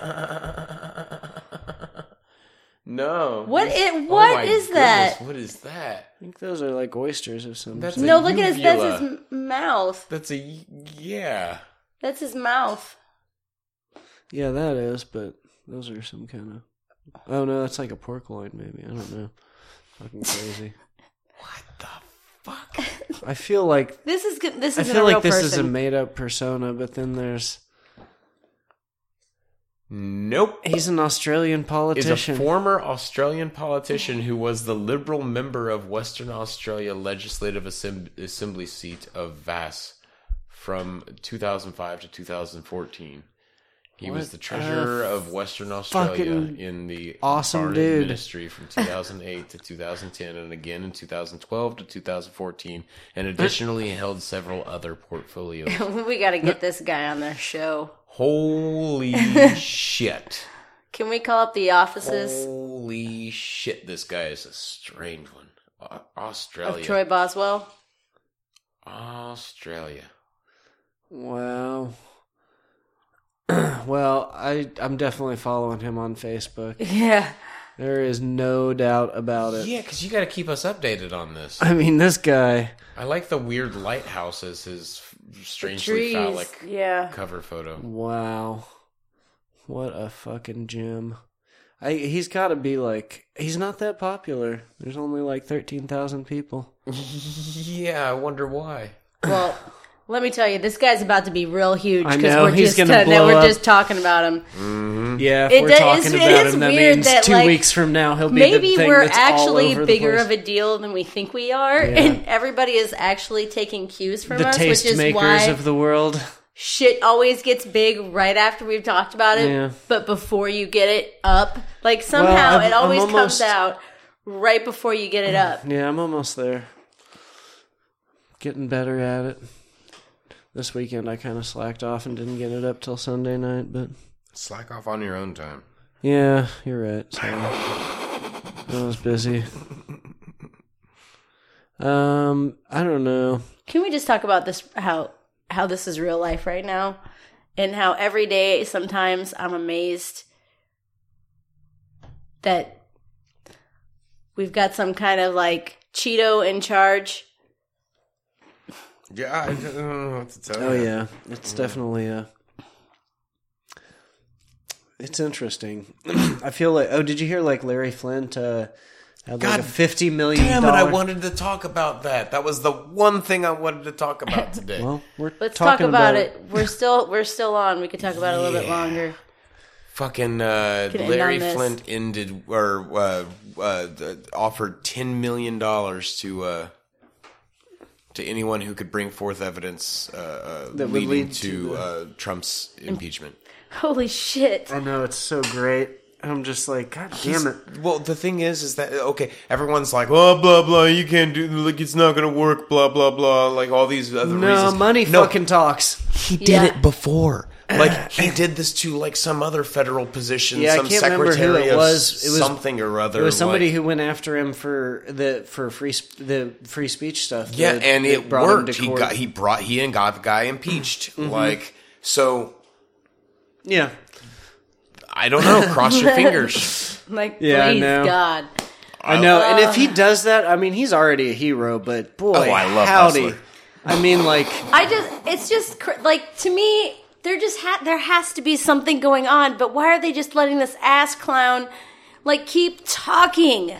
Speaker 2: No.
Speaker 3: What
Speaker 2: He's-
Speaker 3: it- what
Speaker 2: my
Speaker 3: is that?
Speaker 2: What is that?
Speaker 1: I think those are like oysters of some
Speaker 2: That's
Speaker 1: sort.
Speaker 3: No,
Speaker 2: a
Speaker 3: look at his
Speaker 2: uvula.
Speaker 3: that's his m- mouth.
Speaker 2: That's a y- yeah.
Speaker 3: That's his mouth.
Speaker 1: Yeah, that is, but those are some kind of. Oh no, that's like a pork loin, maybe. I don't know. Fucking crazy. what the fuck? I feel like
Speaker 3: This is good. This
Speaker 1: I
Speaker 3: isn't
Speaker 1: feel
Speaker 3: a real
Speaker 1: like this
Speaker 3: person.
Speaker 1: is a made up persona, but then there's
Speaker 2: Nope.
Speaker 1: he's an Australian
Speaker 2: Is a
Speaker 1: politician.
Speaker 2: former Australian politician who was the Liberal member of Western Australia Legislative Assemb- Assembly seat of Vass from 2005 to 2014. He was
Speaker 1: What
Speaker 2: the
Speaker 1: a
Speaker 2: treasurer of Western Australia
Speaker 1: fucking
Speaker 2: in the
Speaker 1: awesome
Speaker 2: Barnett
Speaker 1: dude.
Speaker 2: Ministry from 2008 to 2010, and again in 2012 to 2014, and additionally held several other portfolios.
Speaker 3: we got to get this guy on their show.
Speaker 2: Holy shit.
Speaker 3: Can we call up the offices
Speaker 2: Holy shit, this guy is a strange one. Au-
Speaker 3: of
Speaker 2: Australia.
Speaker 3: Troy Boswell?
Speaker 2: Australia.
Speaker 1: wow. well, I I'm definitely following him on Facebook.
Speaker 3: Yeah.
Speaker 1: There is no doubt about it.
Speaker 2: Yeah, because you got to keep us updated on this.
Speaker 1: I mean, this guy.
Speaker 2: I like the weird lighthouse as his strangely
Speaker 3: Trees.
Speaker 2: phallic
Speaker 3: Yeah.
Speaker 2: cover photo.
Speaker 1: Wow. What a fucking gem. I he's got to be like he's not that popular. There's only like 13,000 people.
Speaker 2: Yeah, I wonder why.
Speaker 3: Well, let me tell you, this guy's about to be real huge
Speaker 1: I
Speaker 3: because
Speaker 1: know,
Speaker 3: we're
Speaker 1: he's
Speaker 3: just
Speaker 1: gonna
Speaker 3: uh, that
Speaker 1: blow
Speaker 3: we're
Speaker 1: up.
Speaker 3: just talking about him.
Speaker 1: Yeah, if
Speaker 3: It
Speaker 1: we're
Speaker 3: does-
Speaker 1: talking
Speaker 3: it's- it
Speaker 1: about
Speaker 3: is
Speaker 1: him, that
Speaker 3: weird
Speaker 1: means
Speaker 3: that,
Speaker 1: two
Speaker 3: like,
Speaker 1: weeks from now he'll be
Speaker 3: Maybe
Speaker 1: the thing
Speaker 3: we're
Speaker 1: that's all
Speaker 3: actually
Speaker 1: over
Speaker 3: bigger
Speaker 1: the
Speaker 3: of
Speaker 1: place.
Speaker 3: a deal than we think we are,
Speaker 1: Yeah.
Speaker 3: and everybody is actually taking cues from
Speaker 1: the
Speaker 3: us, which is why
Speaker 1: tastemakers of the world.
Speaker 3: shit always gets big right after we've talked about it,
Speaker 1: Yeah.
Speaker 3: but before you get it up. Like somehow
Speaker 1: I'm-
Speaker 3: it always
Speaker 1: I'm almost-
Speaker 3: comes out right before you get it up.
Speaker 1: Yeah, I'm almost there. Getting better at it. This weekend I kind of slacked off and didn't get it up till Sunday night, but
Speaker 2: Slack off on your own time.
Speaker 1: yeah, you're right. Sorry. I was busy. Um, I don't know.
Speaker 3: Can we just talk about this how how this is real life right now and how every day sometimes I'm amazed that we've got some kind of like Cheeto in charge.
Speaker 11: Yeah, I I don't know what to tell
Speaker 1: Oh
Speaker 11: you.
Speaker 1: yeah, it's definitely uh It's interesting. I feel like oh, did you hear like Larry Flint uh had like a
Speaker 2: God
Speaker 1: fifty million
Speaker 2: Damn it! I
Speaker 1: dollar-
Speaker 2: wanted to talk about that. That was the one thing I wanted to talk about today.
Speaker 1: Well, we're
Speaker 3: Let's talk
Speaker 1: talking
Speaker 3: about, it. We're still we're still on. We could talk about it a little bit
Speaker 2: Yeah.
Speaker 3: longer.
Speaker 2: Fucking uh,
Speaker 3: Can end
Speaker 2: Larry
Speaker 3: on this.
Speaker 2: Flint ended or uh, uh, the- offered ten million dollars to uh, to anyone who could bring forth evidence uh, uh,
Speaker 1: That would
Speaker 2: leading
Speaker 1: lead
Speaker 2: to,
Speaker 1: to the-
Speaker 2: uh, Trump's impeachment.
Speaker 3: Holy shit.
Speaker 1: I know it's so great. I'm just like, God damn it!
Speaker 2: Well, the thing is, is that okay? Everyone's like, blah blah blah. You can't do like it's not gonna work. Blah blah blah. Like all these other
Speaker 1: No,
Speaker 2: reasons.
Speaker 1: money
Speaker 2: No,
Speaker 1: fucking talks.
Speaker 2: he did
Speaker 3: Yeah.
Speaker 2: it before. Like he did this to like some other federal position,
Speaker 1: Yeah, I
Speaker 2: some
Speaker 1: can't remember who
Speaker 2: secretary
Speaker 1: it
Speaker 2: of
Speaker 1: was. It was-
Speaker 2: something or other.
Speaker 1: There was somebody
Speaker 2: like-
Speaker 1: who went after him for the for free sp- the free speech stuff.
Speaker 2: Yeah,
Speaker 1: that-
Speaker 2: and
Speaker 1: that
Speaker 2: it
Speaker 1: brought him to
Speaker 2: worked. He
Speaker 1: court. Mm-hmm.
Speaker 2: got he brought he and got the guy impeached. Like so,
Speaker 1: yeah,
Speaker 2: I don't know. Cross your fingers.
Speaker 3: Like
Speaker 1: Yeah, I
Speaker 3: please
Speaker 1: know.
Speaker 3: God.
Speaker 2: Uh,
Speaker 1: I know. and if he does that, I mean, he's already a hero. But boy,
Speaker 2: Oh, I love
Speaker 1: howdy.
Speaker 2: Hustler.
Speaker 1: I mean, like
Speaker 3: I just it's just cr- like to me there just ha- there has to be something going on, but why are they just letting this ass clown like keep talking?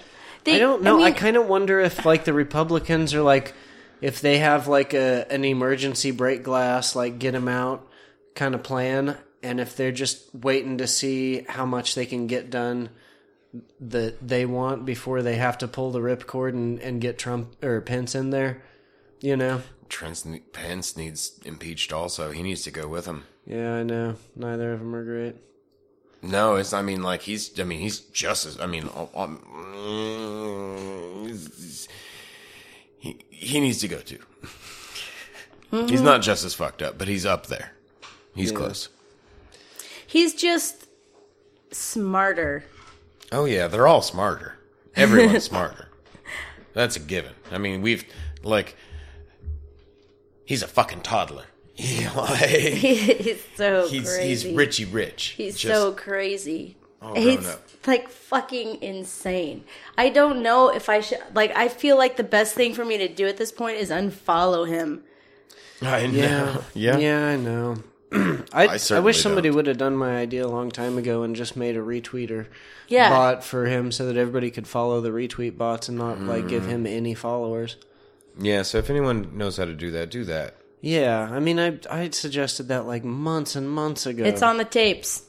Speaker 3: They,
Speaker 1: I don't know. I,
Speaker 3: mean,
Speaker 1: kind of wonder if like the Republicans are like if they have like a an emergency break glass, like get him out kind of plan, and if they're just waiting to see how much they can get done that they want before they have to pull the ripcord and, and get Trump or Pence in there. You know?
Speaker 2: Trent ne- Pence needs impeached. Also, he needs to go with him.
Speaker 1: Yeah, I know. Neither of them are great.
Speaker 2: No, it's. I mean, like he's. I mean, he's just as. I mean, um, mm, he's- he he needs to go too. He's not just as fucked up, but he's up there. He's close.
Speaker 3: he's just smarter.
Speaker 2: Oh yeah, they're all smarter. Everyone's smarter. That's a given. I mean, we've like he's a fucking toddler. He, like,
Speaker 3: he's so
Speaker 2: he's
Speaker 3: crazy.
Speaker 2: he's Richie Rich.
Speaker 3: He's
Speaker 2: Just-
Speaker 3: so crazy.
Speaker 2: grown
Speaker 3: It's
Speaker 2: up.
Speaker 3: like fucking insane. I don't know if I should like I feel like the best thing for me to do at this point is unfollow him.
Speaker 2: I know.
Speaker 1: Yeah.
Speaker 2: yeah.
Speaker 1: Yeah, I know. I, I,
Speaker 2: certainly
Speaker 1: wish somebody would have done my idea a long time ago and just made a retweeter
Speaker 3: Yeah.
Speaker 1: bot for him so that everybody could follow the retweet bots and not like
Speaker 2: Mm.
Speaker 1: give him any followers.
Speaker 2: Yeah, so if anyone knows how to do that, do that.
Speaker 1: Yeah, I mean, I I had suggested that like months and months ago.
Speaker 2: uh,
Speaker 3: It's on the tapes.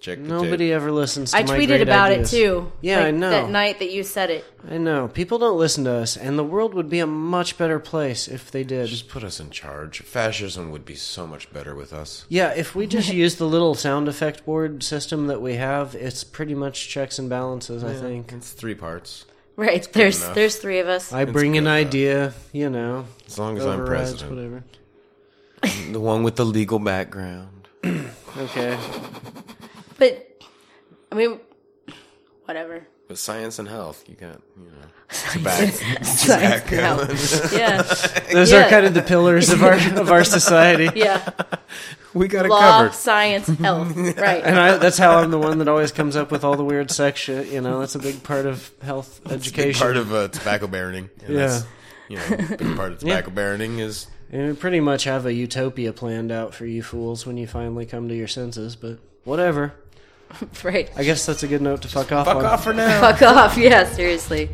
Speaker 2: Check the
Speaker 1: Nobody ever listens. to
Speaker 3: I
Speaker 1: my
Speaker 3: tweeted
Speaker 1: great
Speaker 3: about
Speaker 1: ideas.
Speaker 3: it too.
Speaker 1: Yeah,
Speaker 3: like
Speaker 1: I know.
Speaker 3: That night that you said it.
Speaker 1: I know people don't listen to us, and the world would be a much better place if they did.
Speaker 2: Just put us in charge. Fascism would be so much better with us.
Speaker 1: Yeah, if we just use the little sound effect board system that we have, it's pretty much checks and balances. I think
Speaker 2: It's three parts.
Speaker 3: Right. There's there's three of us.
Speaker 1: I bring an
Speaker 2: good, though.
Speaker 1: idea, you know,
Speaker 2: As long as I'm
Speaker 1: overrides
Speaker 2: president.
Speaker 1: whatever.
Speaker 2: The one with the legal background.
Speaker 1: Okay.
Speaker 3: but I mean whatever.
Speaker 2: But science and health, you got, you know.
Speaker 3: Science can help. yeah.
Speaker 1: Those
Speaker 3: Yeah.
Speaker 1: are kind of the pillars of our of our society.
Speaker 3: Yeah.
Speaker 2: We got it
Speaker 3: Law,
Speaker 2: covered.
Speaker 3: science, health. Right.
Speaker 1: And I, that's how I'm the one that always comes up with all the weird sex shit. You know, that's a big part of health
Speaker 2: Big
Speaker 1: education.
Speaker 2: part of uh, tobacco baroning. And
Speaker 1: yeah,
Speaker 2: that's, You know, big part of tobacco baroning is
Speaker 1: and we pretty much have a utopia planned out for you fools when you finally come to your senses. But whatever.
Speaker 3: Right.
Speaker 1: I guess that's a good note to fuck off
Speaker 2: fuck
Speaker 1: on.
Speaker 2: off for now.
Speaker 3: Fuck off. Yeah, seriously.